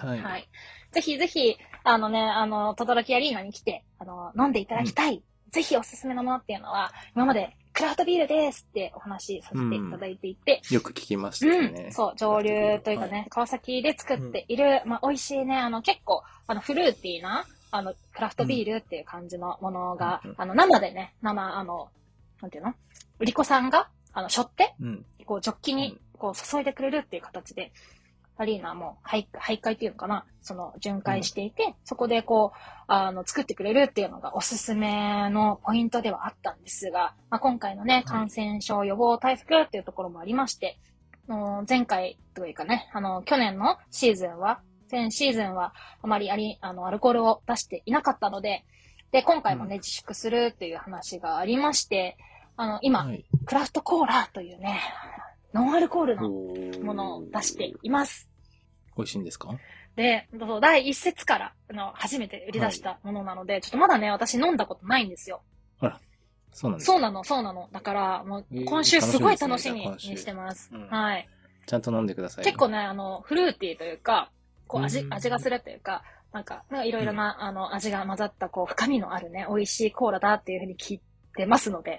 Speaker 4: は。
Speaker 3: はいい。ぜひぜひ、あのね、あの、とどろきアリーナに来て、あの、飲んでいただきたい、ぜひおすすめのものっていうのは、今まで、クラフトビールですってお話しさせていただいていて、
Speaker 4: よく聞きましたよ
Speaker 3: う
Speaker 4: ね
Speaker 3: ん、。そう、上流というかね、川崎で作っている、まあ、美味しいね、あの、結構、あの、フルーティーな、あの、クラフトビールっていう感じのものが、
Speaker 4: うんうん
Speaker 3: あの、生でね、生、あの、なんていうの売り子さんが、あの、しょって、
Speaker 4: うん。
Speaker 3: こう、ジョッキに、こう、注いでくれるっていう形で、アリーナも、徘徘徊っていうのかな、その、巡回していて、そこでこう、あの、作ってくれるっていうのがおすすめのポイントではあったんですが、まあ、今回のね、感染症予防対策っていうところもありまして、あの前回というかね、あの、去年のシーズンは、前シーズンはあまりあり、あの、アルコールを出していなかったので、で、今回もね、
Speaker 4: うん
Speaker 3: 自粛するっていう話がありまして、あの、今、
Speaker 4: はい。
Speaker 3: クラフトコーラというね、ノンアルコールの
Speaker 4: おー
Speaker 3: ものを出しています。
Speaker 4: 美味しいんですか
Speaker 3: で、そう第一節からあの初めて売り出したものなので、ちょっとまだね、私飲んだことないんですよ。
Speaker 4: そうなんですか
Speaker 3: そうなの、そうなの。だから、も
Speaker 4: え
Speaker 3: う
Speaker 4: ー
Speaker 3: 今週すごい楽
Speaker 4: 楽
Speaker 3: し
Speaker 4: しみ
Speaker 3: み
Speaker 4: ですね
Speaker 3: にしてます。
Speaker 4: 今週うん
Speaker 3: はい。
Speaker 4: ちゃんと飲んでください。
Speaker 3: 結構ね、あの、フルーティーというか、こう味
Speaker 4: う、ん
Speaker 3: 味がするというか、なんか、なんかいろいろな、あの、味が混ざった、こう、深みのあるね、美味しいコーラだっていうふうに聞いてますので、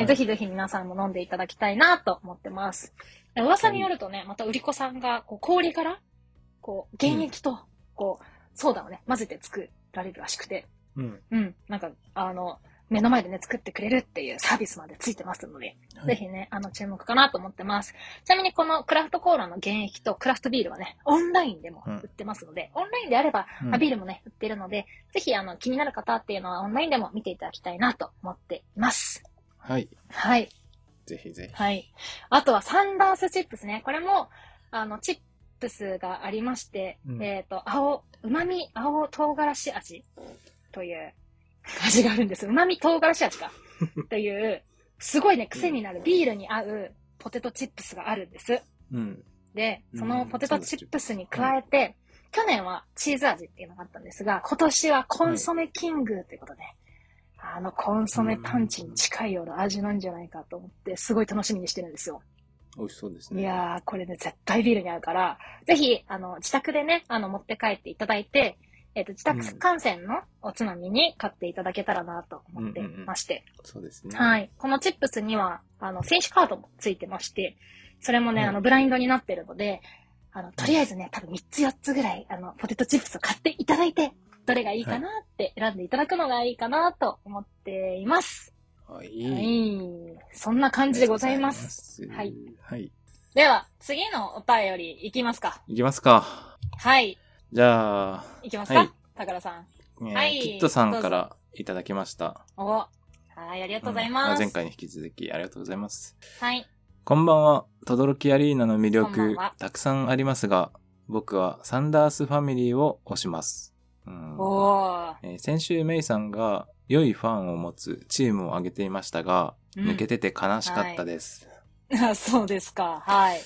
Speaker 4: はい
Speaker 3: ぜひぜひ皆さんも飲んでいただきたいなと思ってます。で噂によるとね、また売り子さんが、こう、氷から、こう、原液と、こう、ソーダをね、混ぜて作られるらしくて、
Speaker 4: うん。
Speaker 3: うん、なんか、あの、目の前でね、作ってくれるっていうサービスまでついてますので、
Speaker 4: はい
Speaker 3: ぜひね、あの、注目かなと思ってます。ちなみにこのクラフトコーラの原液とクラフトビールはね、オンラインでも売ってますので、オンラインであれば、
Speaker 4: うん
Speaker 3: まあビールもね、売ってるので、ぜひ、あの、気になる方っていうのはオンラインでも見ていただきたいなと思っています。
Speaker 4: はい。
Speaker 3: はい。
Speaker 4: ぜひぜひ。
Speaker 3: はい。あとはサンダースチップスね。これも、あの、チップスがありまして、
Speaker 4: うん
Speaker 3: えっ、と、青、旨味青唐辛子味という味があるんです。旨味唐辛子 味か。という、すごいね、癖になるビールに合うポテトチップスがあるんです。
Speaker 4: うん。
Speaker 3: で、そのポテトチップスに加
Speaker 4: う
Speaker 3: えて、去年はチーズ味っていうのがあったんですが、今年はコンソメキングということで、あのコンソメパンチに近いような味なんじゃないかと思って、すごい楽しみにしてるんですよ。
Speaker 4: 美味しそうです
Speaker 3: い
Speaker 4: ね。
Speaker 3: やー、これね、絶対ビールに合うから、ぜひ、あの、自宅でね、あの、持って帰っていただいて、えっ、と、自宅観戦のおつまみに買っていただけたらなと思ってまして、
Speaker 4: そうですね。。
Speaker 3: はいい。このチップスには、あの、選手カードもついてまして、それもね、
Speaker 4: うん
Speaker 3: あの、ブラインドになってるので、あの、とりあえずね、多分3つ4つぐらい、あの、ポテトチップスを買っていただいて、どれがいいかなって選んでいただくのがいいかなと思っています。
Speaker 4: はい。
Speaker 3: はい。そんな感じでございます。
Speaker 4: ありが
Speaker 3: は
Speaker 4: と
Speaker 3: い
Speaker 4: ござい
Speaker 3: う
Speaker 4: ます。はい。
Speaker 3: では、次のお便りいきますか。
Speaker 4: いきますか。
Speaker 3: はい。
Speaker 4: じゃあ、
Speaker 3: いきますか、
Speaker 4: はい
Speaker 3: 高田さん。
Speaker 4: えー
Speaker 3: はい
Speaker 4: キットさんからいただきました。
Speaker 3: おはい、ありがとうございます。
Speaker 4: うんあ前回に引き続きありがとうございます。
Speaker 3: はい。
Speaker 4: こんばんは、とどろきアリーナの魅
Speaker 3: こん
Speaker 4: 力
Speaker 3: ばんは
Speaker 4: たくさんありますが、僕はサンダースファミリーを推します。うん
Speaker 3: おー。
Speaker 4: えー先週、メイさんが良いファンを持つチームを挙げていましたが、
Speaker 3: うん
Speaker 4: 抜けてて悲しかったです。
Speaker 3: そうですか。はい。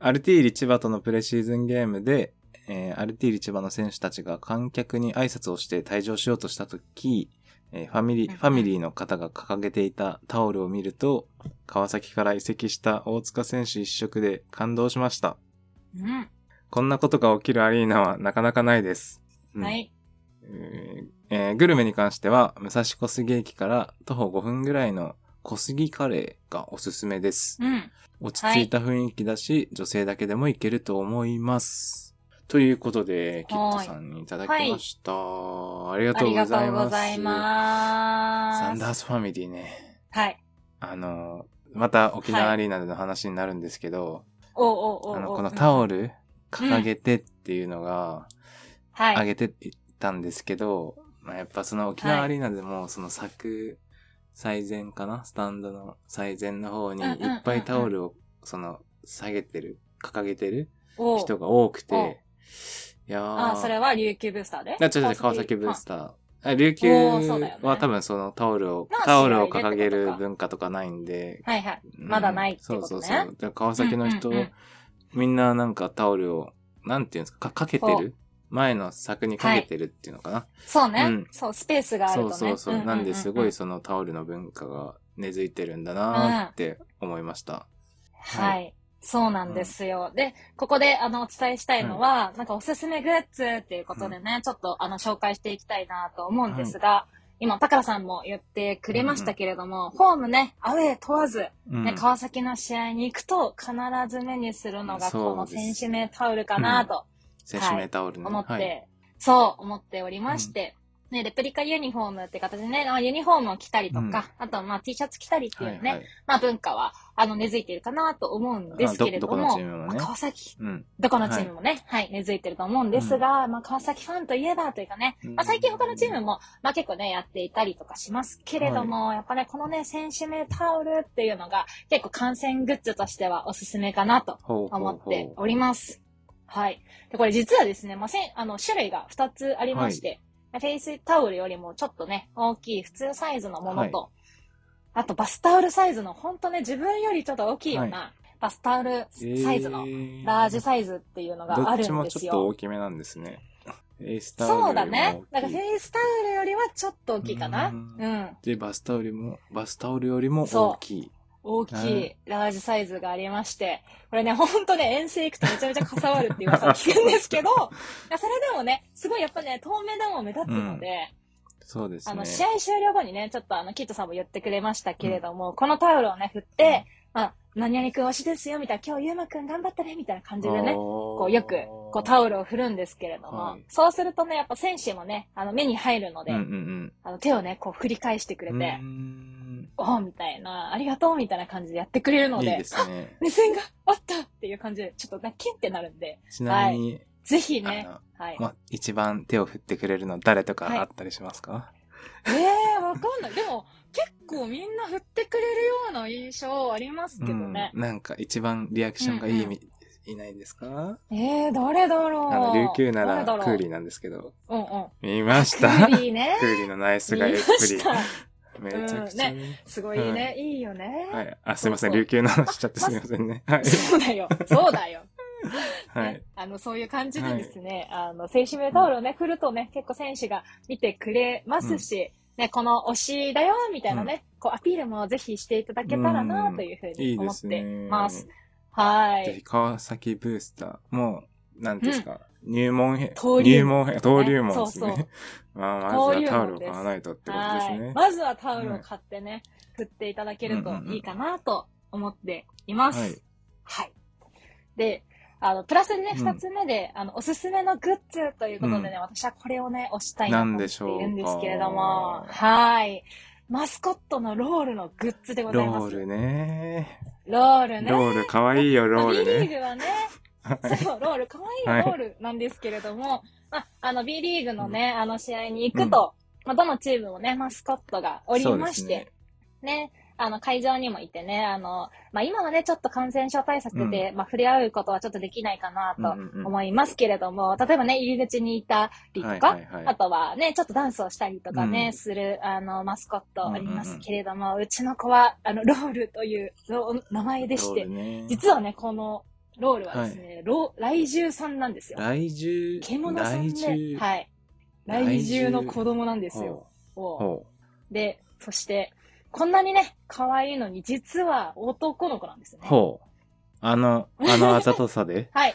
Speaker 4: アルティーリ千葉とのプレシーズンゲームで、えーアルティーリ千葉の選手たちが観客に挨拶をして退場しようとしたとき、えーファミリ
Speaker 3: うんう
Speaker 4: ー、
Speaker 3: ん
Speaker 4: ファミリーの方が掲げていたタオルを見ると、川崎から移籍した大塚選手一色で感動しました。
Speaker 3: うん。
Speaker 4: こんなことが起きるアリーナはなかなかないです。うん
Speaker 3: はい。
Speaker 4: えーグルメに関しては、武蔵小杉駅から徒歩5分ぐらいの小杉カレーがおすすめです。
Speaker 3: うん。
Speaker 4: 落ち着いた雰囲気だし、女性だけでもいけると思います。ということで、キットさんにいただきました。ありが
Speaker 3: あ
Speaker 4: とう
Speaker 3: り
Speaker 4: ご
Speaker 3: がと
Speaker 4: ざいうます。
Speaker 3: ございます。
Speaker 4: サンダースファミリーね。
Speaker 3: はい。
Speaker 4: あの、また沖縄アリーナでの話になるんですけど、
Speaker 3: おうおうおうおう
Speaker 4: あの、このタ
Speaker 3: ル。
Speaker 4: オル掲げてっていうのが、
Speaker 3: は
Speaker 4: 上
Speaker 3: い。
Speaker 4: げていったんですけど、まあ、やっぱその沖縄アリーナでもその柵最前かなスタンドの最前の方にい
Speaker 3: うんうんうんうん
Speaker 4: っぱいタオルをその下げてる、掲げてる
Speaker 3: おう
Speaker 4: 人が多く
Speaker 3: おう
Speaker 4: て、いやー。
Speaker 3: ああ、それは琉球ブースターで
Speaker 4: いや違う違う川崎ブースター。あ琉球
Speaker 3: おーそうだよね
Speaker 4: は多分そのタオルを
Speaker 3: ま、あ
Speaker 4: タオルを
Speaker 3: 試合でってことか
Speaker 4: 掲げる文化とかないんで、
Speaker 3: はいはい。
Speaker 4: うん
Speaker 3: まだないってことね
Speaker 4: そうそうそう。で川崎の人、
Speaker 3: うんうんうん
Speaker 4: みんななんかタオルを、なんていうんですか、かかけて
Speaker 3: ほ
Speaker 4: る前の柵にかけてるっていうのかな。
Speaker 3: そうね、
Speaker 4: うん
Speaker 3: そう、スペースがあると
Speaker 4: そう
Speaker 3: ね。
Speaker 4: そうそう。
Speaker 3: んんん
Speaker 4: なんですごい
Speaker 3: は
Speaker 4: そのタオルの文化が根付いてるんだなーって思いました。はい
Speaker 3: い。そうなんですよ。で、ここで、あの、お伝えしたいのは、なんかおすすめグッズっていうことでね、ちょっと、あの、紹介していきたいなと思うんですが、今、高田さんも言ってくれましたけれども、ホームね、アウェー問わず、
Speaker 4: うん
Speaker 3: ね、川崎の試合に行くと必ず目にするのがこの選手名タオルかなと
Speaker 4: 選手名タオルね。
Speaker 3: 思って、
Speaker 4: はい。
Speaker 3: そう思っておりまして、ね、レプリカユニフォームって形でね、まあユニフォームを着たりと
Speaker 4: うん
Speaker 3: か、あとまあ T シャツ着たりっていう
Speaker 4: は
Speaker 3: ね、
Speaker 4: いはい。
Speaker 3: まあ文化はあの根付いてるかなと思うんですけれど
Speaker 4: あどどこの
Speaker 3: も、
Speaker 4: チームも
Speaker 3: ま
Speaker 4: ね
Speaker 3: あ川崎、
Speaker 4: うん。
Speaker 3: どこのチームもね、はい、根付いてると思うんですが、まあ川崎ファンといえばというかね、まあ、最近他のチーム
Speaker 4: も。
Speaker 3: も、まあ、結構ね、やっていたりとかしますけれども、やっぱね、このね、選手名タオルっていうのが、結構観戦グッズとしてはおすすめかなと
Speaker 4: ほうほうほう
Speaker 3: 思っております。はい。で、これ実はですね、まあ、せんあの、種類が2つありまして、フェイスタオルよりもちょっとね、大きい普通サイズのものと、あとバスタオルサイズの、ほんとね、自分よりちょっと大きいような、バスタオルサイズの、ラージ
Speaker 4: イ
Speaker 3: サイズっていうのがあるんですよ。
Speaker 4: どっちもちょっと大きめなんですね。エースタオル
Speaker 3: そうだ
Speaker 4: よりも大きい
Speaker 3: ね。だからフェイスタオルよりはちょっと大きいかな。
Speaker 4: う
Speaker 3: うんん。
Speaker 4: で、バスタオルも、バスタオルよりも大きい。
Speaker 3: 大きいラージサイズがありまして、これね、ほんとね、遠征行くとめちゃめちゃかさわるってい う噂を聞くんですけど、いやそれでもね、すごいやっぱね、透明弾も目立つので、
Speaker 4: そうですね。
Speaker 3: あの、試合終了後にね、ちょっとあの、キットさんも言ってくれましたけれども、このタオルをね、振って、まあ、何々くん推しですよ、みたいな、今日ゆうまくん頑張ったね、みたいな感じでね、
Speaker 4: こ
Speaker 3: こうよくこうタオルを振るんですけれども、
Speaker 4: はい
Speaker 3: そうするとね、やっぱ選手もね、あの目に入るので、
Speaker 4: うんうん
Speaker 3: あの手をね、こう振り返してくれ
Speaker 4: うん。うー
Speaker 3: て、
Speaker 4: ん
Speaker 3: おおみたいな、ありがとうみたいな感じでやってくれるの
Speaker 4: いい
Speaker 3: で、
Speaker 4: ですね。
Speaker 3: 目線があったっていう感じで、ちょっとね、キンってなるんで、
Speaker 4: ちなみに、
Speaker 3: ぜひ
Speaker 4: あ
Speaker 3: ね、
Speaker 4: の、
Speaker 3: はい。
Speaker 4: ま、一番手を振ってくれるの誰とか
Speaker 3: はい
Speaker 4: あったりしますか
Speaker 3: ええわかんない。でも、結構みんな振ってくれるような印象ありますけどね。
Speaker 4: うんなんか一番リアクションがいいみ、
Speaker 3: う
Speaker 4: いないんですか
Speaker 3: ええ誰だろう。
Speaker 4: あの、琉球なら
Speaker 3: 誰だろう
Speaker 4: クーリーなんですけど。
Speaker 3: うんうん。
Speaker 4: 見まし
Speaker 3: ク
Speaker 4: た
Speaker 3: ーリ ーね。
Speaker 4: クーリーのナイス
Speaker 3: 見
Speaker 4: が
Speaker 3: ま
Speaker 4: ゆっ
Speaker 3: し
Speaker 4: く
Speaker 3: た。
Speaker 4: り。めちゃくちゃね。
Speaker 3: すごいね。いいよね。
Speaker 4: はい。あ、すいません。
Speaker 3: そうそう
Speaker 4: 琉球の話しちゃってすみませんね。はい。
Speaker 3: そうだよ。そうだよ。
Speaker 4: は
Speaker 3: ね
Speaker 4: い。
Speaker 3: あの、そういう感じでですね、あの、選手名タオルをね、振るとね、結構選手が見てくれますし、ね、この推しだよ、みたいなね、こう、アピールもぜひしていただけたら
Speaker 4: う
Speaker 3: な、
Speaker 4: ん
Speaker 3: というふう
Speaker 4: い
Speaker 3: に
Speaker 4: い
Speaker 3: 思
Speaker 4: で
Speaker 3: っ
Speaker 4: す
Speaker 3: て
Speaker 4: ね。
Speaker 3: ます。は
Speaker 4: ぜひ、
Speaker 3: い。
Speaker 4: 川崎ブースターもう、なんですか、入門編。
Speaker 3: 登竜
Speaker 4: 入門編。登竜門です
Speaker 3: そうそ
Speaker 4: ね。 まあ、ま
Speaker 3: 登
Speaker 4: ず
Speaker 3: 竜門
Speaker 4: はタオルを
Speaker 3: で
Speaker 4: 買
Speaker 3: す
Speaker 4: わないとってことです
Speaker 3: は
Speaker 4: ね
Speaker 3: い。。まずはタオルを買ってね、振っていただけるといいかな、と思っています。
Speaker 4: はい。
Speaker 3: はい。で、あの、プラスね、
Speaker 4: うん
Speaker 3: 二つ目で、あの、おすすめのグッズということでね、
Speaker 4: う
Speaker 3: 私はこれをね、押したいなと思っているんですけれど
Speaker 4: な
Speaker 3: も
Speaker 4: ん、でしょう
Speaker 3: はい。マスコットのロールのグッズでございま
Speaker 4: ロー
Speaker 3: す。ロー
Speaker 4: ル
Speaker 3: ル
Speaker 4: ね。
Speaker 3: ね。
Speaker 4: ロール、かわいいよ、ロール
Speaker 3: B リー
Speaker 4: ね。
Speaker 3: グはね、
Speaker 4: はい
Speaker 3: そう、ロール、かわ
Speaker 4: はい
Speaker 3: いいロールなんですけれども、まあ、あの、B リーグのね、あの試合に行くと、まあ、どのチームもね、マスコットがおりまして、。ね、あの会場にもいてね、あの、まあ今はね、ちょっと感染症対策で、まあ触れ合うことはちょっとできないかな
Speaker 4: そうですね
Speaker 3: と
Speaker 4: うんうんうん
Speaker 3: 思いますけれども、例えばね、入り口にいたりとか、
Speaker 4: はいはいはい
Speaker 3: あとはね、ちょっとダンスをしたりとかね、
Speaker 4: うん
Speaker 3: する、あの、マスコットありますけれども、うちの子は、あの、ロールというロー名前でし
Speaker 4: ロー
Speaker 3: て
Speaker 4: ル、ね
Speaker 3: 実はね、このロールはですね、ロ来獣さんなんですよ。
Speaker 4: 来獣、
Speaker 3: 獣さん
Speaker 4: 来
Speaker 3: で、
Speaker 4: 獣、
Speaker 3: はい。来獣の子供なんですよ。
Speaker 4: ほう。
Speaker 3: おう
Speaker 4: ほ
Speaker 3: で、そして、こんなにね、可愛いのに、実は男の子なんですね
Speaker 4: う。。ほう。あの、あのあざとさ で
Speaker 3: はい。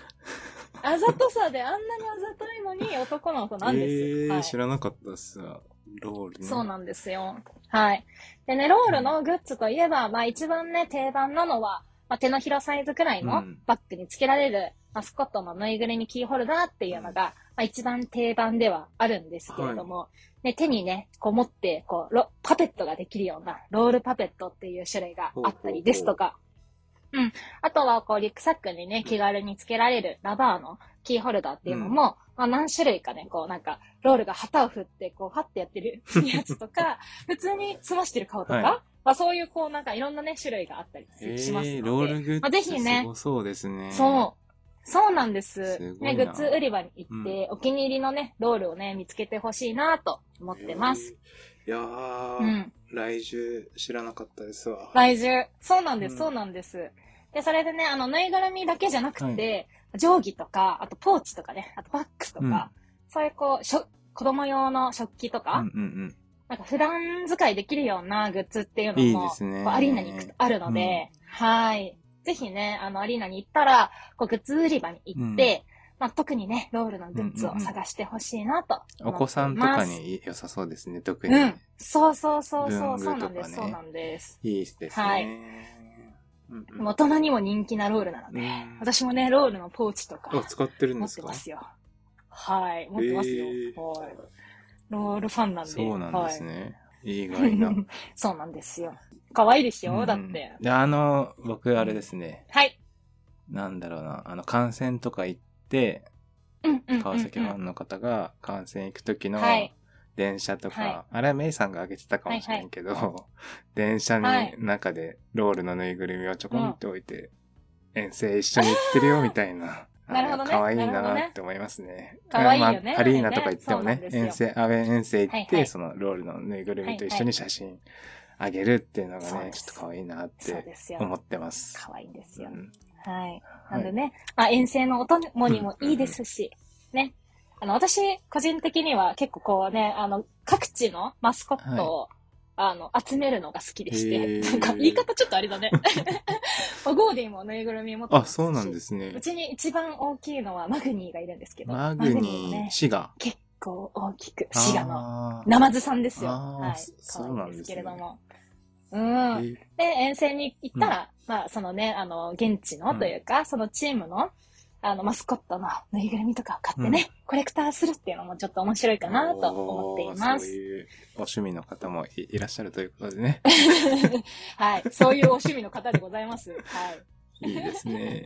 Speaker 3: あざとさであんなにあざといのに男の子なんですよ。
Speaker 4: え
Speaker 3: は
Speaker 4: ー、
Speaker 3: い
Speaker 4: 知らなかったっすわロールね。
Speaker 3: そうなんですよ。はい。でね、ロールのグッズといえば、まあ一番ね、定番なのは、まあ手のひらサイズくらいうの
Speaker 4: ん
Speaker 3: バッグにつけられるマスコットのぬいぐるみキーホルダーっていうのが、まあ一番定番ではあるんですけれども、ね、手にね、こう持って、こう、ロパペットができるような、ロールパペットっていう種類があったりですとか、うん。あとは、こう、リュックサックにね、気軽につけられるラバーのキーホルダーっていうのも、まあ何種類かね、こう、なんか、ロールが旗を振って、こう、ファってやっ てるやつとか、普通に済ましてる顔とか、
Speaker 4: はい
Speaker 3: まあそういう、こう、なんかいろんなね、種類があったり
Speaker 4: え
Speaker 3: しますので。
Speaker 4: ー、ロールグ
Speaker 3: まあ
Speaker 4: ッ
Speaker 3: ぜ
Speaker 4: ズ、
Speaker 3: ひね
Speaker 4: すごそうですね。
Speaker 3: そう。そうなんです。
Speaker 4: すごいな
Speaker 3: ね、グッズ売り場に行って、お気に入りのね、ロールをね、見つけてほしいなと思ってます。。
Speaker 4: いやー、
Speaker 3: うん。
Speaker 4: 来獣知らなかったですわ。
Speaker 3: 来獣。そうなんです、
Speaker 4: うん
Speaker 3: そうなんです。で、それでね、あの、ぬいぐるみだけじゃなくて、定規とか、あとポーチとかね、あとバッグとか、
Speaker 4: うん
Speaker 3: そういうこう、しょ子供用の食器とか、
Speaker 4: うんうん
Speaker 3: なんか普段使いできるようなグッズっていうのも、
Speaker 4: いいですね
Speaker 3: こうアリーナに行くとあるので、
Speaker 4: うん
Speaker 3: はい。ぜひね、あの、アリーナに行ったら、こう、グッズ売り場に行って、まあ、特にね、ロールのグッズを探してほしいなと
Speaker 4: うん。
Speaker 3: 思
Speaker 4: お
Speaker 3: ってい
Speaker 4: 子
Speaker 3: ます、
Speaker 4: さんとか。に良さそうですね、特に。
Speaker 3: うん。そうそうそうそ
Speaker 4: 文
Speaker 3: う、
Speaker 4: 具
Speaker 3: そうな
Speaker 4: とかね
Speaker 3: んです、そうなんです。
Speaker 4: いいですね。
Speaker 3: はい
Speaker 4: うん
Speaker 3: で
Speaker 4: うん。
Speaker 3: も大人にも人気なロールなので、
Speaker 4: うん
Speaker 3: 私もね、ロールのポーチとか
Speaker 4: あ、使ってるん
Speaker 3: 持
Speaker 4: で
Speaker 3: っ
Speaker 4: す
Speaker 3: て
Speaker 4: か
Speaker 3: ますよ。はい、持ってますよ。
Speaker 4: えー
Speaker 3: はいロールファンなんで。
Speaker 4: そうなんですね。意外
Speaker 3: は
Speaker 4: な。
Speaker 3: いそうなんですよ。可愛いでしょ、
Speaker 4: うん
Speaker 3: だって。
Speaker 4: であの、僕、あれですね。
Speaker 3: はい。
Speaker 4: なんだろうな。あの、観戦とか行って、
Speaker 3: うんうんうんうん
Speaker 4: 川崎ファンの方が観戦行く時の
Speaker 3: はい
Speaker 4: 電車とか、
Speaker 3: は
Speaker 4: あれはメイさんが挙げてたかもしれんけど、電車の中でロールのぬいぐるみをちょこんって置いて、遠征一緒に行ってるよみたいな。
Speaker 3: あー なるほどね
Speaker 4: 可愛い
Speaker 3: なるほど
Speaker 4: な
Speaker 3: ね
Speaker 4: って思いますね。
Speaker 3: 可愛いよね
Speaker 4: まあアリーナとか行ってもね、
Speaker 3: そうなん
Speaker 4: 遠
Speaker 3: です
Speaker 4: 征、アウェー遠征行って、
Speaker 3: はいはい
Speaker 4: そのロールのぬいぐるみと一緒に写真あげるっていうのがね、
Speaker 3: そうで
Speaker 4: ち
Speaker 3: す
Speaker 4: ょっと可愛いなっ
Speaker 3: そう
Speaker 4: て
Speaker 3: ですよ。
Speaker 4: 思ってます。
Speaker 3: 可愛いんですよ
Speaker 4: う。ん
Speaker 3: はい。
Speaker 4: は
Speaker 3: ないんでね、まあ、遠征のお供にもいいですし、ね。あの、私、個人的には結構こうね、あの、各地のマスコットを、あの、集めるのが好きでし
Speaker 4: へ
Speaker 3: て、
Speaker 4: ー
Speaker 3: なんか言い方ちょっとあれだね。 まあゴーディもぬいぐるみ持ってま
Speaker 4: あ、
Speaker 3: すし
Speaker 4: そうなんですね
Speaker 3: う。ちに一番大きいのはマグニーがいるんですけど、
Speaker 4: マグ
Speaker 3: マニーも
Speaker 4: ニー、
Speaker 3: ね、
Speaker 4: シガ。
Speaker 3: 結構大きく、滋賀の
Speaker 4: あー
Speaker 3: ナマズさんですよ。
Speaker 4: あー
Speaker 3: はい
Speaker 4: そ。
Speaker 3: 可愛
Speaker 4: そうないん
Speaker 3: ん
Speaker 4: で
Speaker 3: ですす
Speaker 4: ね
Speaker 3: けれども。うん。
Speaker 4: え
Speaker 3: で、遠征に行ったら、まあ、そのね、あの、現地のというか、そのチームの、あの、マスコットのぬいぐるみとかを買ってね、コレクターするっていうのもちょっと面白いかなと思っていま
Speaker 4: おーそう
Speaker 3: す。
Speaker 4: いうお趣味の方もいいらっしゃるということで ね。
Speaker 3: はい。そういうお趣味の方でございます。はい。
Speaker 4: いいですね。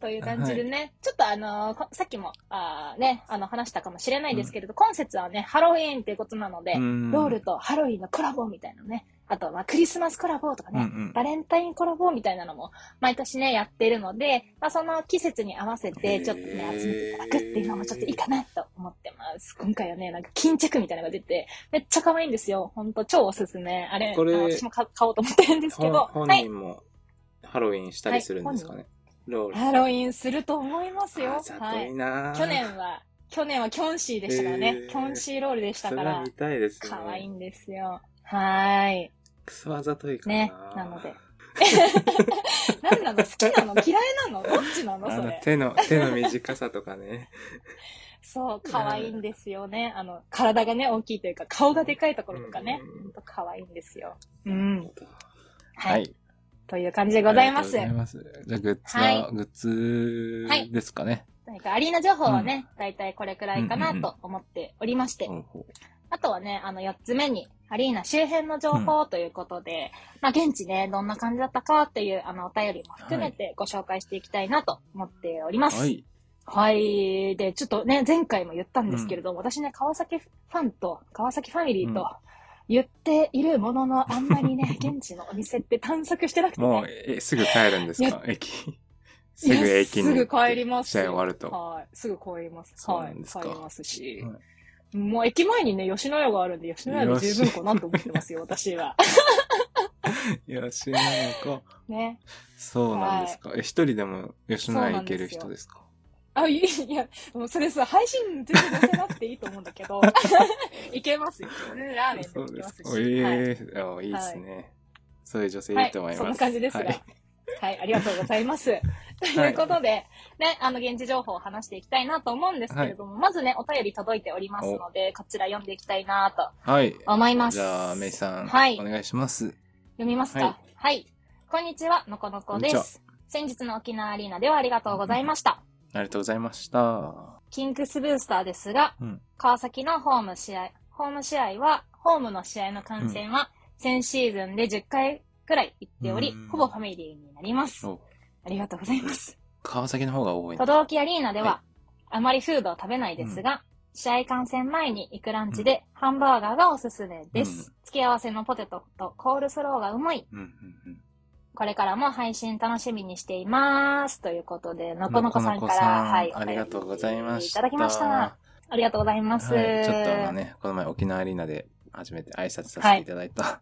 Speaker 3: という感じでね、ちょっとあのーこさっきも、あーね、あの、話したかもしれないですけれど、今節はね、ハロウィーンっていうことなので、ロ
Speaker 4: ー
Speaker 3: ールとハロウィンのコラボみたいなのね、あとまあクリスマスコラボとかね、
Speaker 4: うんうん
Speaker 3: バレンタインコラボみたいなのも毎年ね、やってるので、まあ、その季節に合わせてちょっとね
Speaker 4: へ、ー
Speaker 3: 集めていただくっていうのもちょっといいかなと思ってます。今回はね、なんか巾着みたいなのが出て、めっちゃ可愛いんですよ。ほんと超おすすめ。あれ、
Speaker 4: これ
Speaker 3: あ私も買買おうと思ってるんですけど、
Speaker 4: 本
Speaker 3: はい。
Speaker 4: 人もハロウィンしたりするんですかね。ロール。
Speaker 3: ハロウィンすると思いますよ
Speaker 4: あ。ざ
Speaker 3: は
Speaker 4: とい
Speaker 3: い。
Speaker 4: な、
Speaker 3: 去年は、去年はキョンシーでしたからね
Speaker 4: へ。ー
Speaker 3: キョンシーロールでした
Speaker 4: そ
Speaker 3: か
Speaker 4: れは
Speaker 3: ら
Speaker 4: 見、たいですね。
Speaker 3: 可愛いんですよ。はーい。
Speaker 4: クソあざといかな。
Speaker 3: ねなので。何なの好きなの嫌いなのどっちなの
Speaker 4: あ
Speaker 3: そ
Speaker 4: の
Speaker 3: れ。
Speaker 4: 手の、手の短さとか ね。
Speaker 3: そう、可愛いんですよね。あの、体がね、大きいというか、顔がでかいところとかね。
Speaker 4: うん
Speaker 3: ほんと可愛いんですよ。うん。は。
Speaker 4: はいい。
Speaker 3: という感じでございます。
Speaker 4: ありがとうございます。じゃあ、グッズは、
Speaker 3: は
Speaker 4: グッズですかね。
Speaker 3: 何かアリーナ情報はね、だいたいこれくらいかなと思っておりまして。
Speaker 4: ほうほ
Speaker 3: あとはね、あの、4つ目に、アリーナ周辺の情報ということで、まあ、現地ね、どんな感じだったかっていう、あの、お便りも含めてご紹介していきたいなと思っておりま
Speaker 4: う
Speaker 3: す。
Speaker 4: はい。
Speaker 3: はい。で、ちょっとね、前回も言ったんですけれども、私ね、川崎ファンと、川崎ファミリー
Speaker 4: うん
Speaker 3: と言っているものの、あんまり ね、現地のお店って探索してなくて、
Speaker 4: もう、
Speaker 3: ね、
Speaker 4: え、すぐ帰るんです
Speaker 3: い
Speaker 4: か駅。 すぐ駅に行って。
Speaker 3: すぐ帰ります
Speaker 4: 試合終わると。
Speaker 3: はい。すぐ帰ります。
Speaker 4: そう
Speaker 3: は。
Speaker 4: ないんですか
Speaker 3: 帰りますし、
Speaker 4: は
Speaker 3: もう駅前にね、吉野家があるんで、吉野家で十分かなと思っ てますよ、私は。
Speaker 4: 吉野家か。
Speaker 3: ね。
Speaker 4: そうなんですか。え、一人でも吉野家行ける人ですか
Speaker 3: あ、いいや、もうそれさ、配信全然載せなくていいと思うんだけ ど、いけますよ。うんラーメン
Speaker 4: そう
Speaker 3: でも
Speaker 4: で
Speaker 3: いけますす
Speaker 4: か。
Speaker 3: し。はい
Speaker 4: ええ、あいいですね。そういう女性いると思います。
Speaker 3: はい、そんな感じですが。
Speaker 4: は
Speaker 3: はい
Speaker 4: い、
Speaker 3: ありがとうございます。 ということで、ね、あの、現地情報を話していきたいなと思うんですけれども、まずね、お便り届いておりますので、こちら読んでいきたいな
Speaker 4: はい。
Speaker 3: と思います。
Speaker 4: じゃあ、メイさん、
Speaker 3: はい
Speaker 4: お願いします。
Speaker 3: 読みますか、
Speaker 4: は
Speaker 3: はいい、こんにちは、のこのこで
Speaker 4: こんにち
Speaker 3: す。先日の沖縄アリーナではありがとうございました。
Speaker 4: ありがとうございました。
Speaker 3: キンクスブースターですが、
Speaker 4: うん
Speaker 3: 川崎のホーム試合、ホーム試合は、ホームの試合の観戦は、先シーズンで10回くらい行っており
Speaker 4: うん、
Speaker 3: ほぼファミリーになります。
Speaker 4: お
Speaker 3: ありがとうございます。
Speaker 4: 川崎の方が多い
Speaker 3: 都
Speaker 4: な
Speaker 3: 道府アリーナで
Speaker 4: は
Speaker 3: は、あまりフードを食べないですが、試合観戦前に行くランチで、ハンバーガーがおすすめです。
Speaker 4: うん
Speaker 3: 付け合わせのポテトとコールスローがうまい。
Speaker 4: うんうん
Speaker 3: これからも配信楽しみにしています。ということで、のこのこさん
Speaker 4: の
Speaker 3: か
Speaker 4: こ
Speaker 3: ら、はい。
Speaker 4: ありがとうございました。
Speaker 3: いただきました。ありがとうございます。
Speaker 4: はい、ちょっとあのね、この前沖縄アリーナで初めて挨拶させていただいた、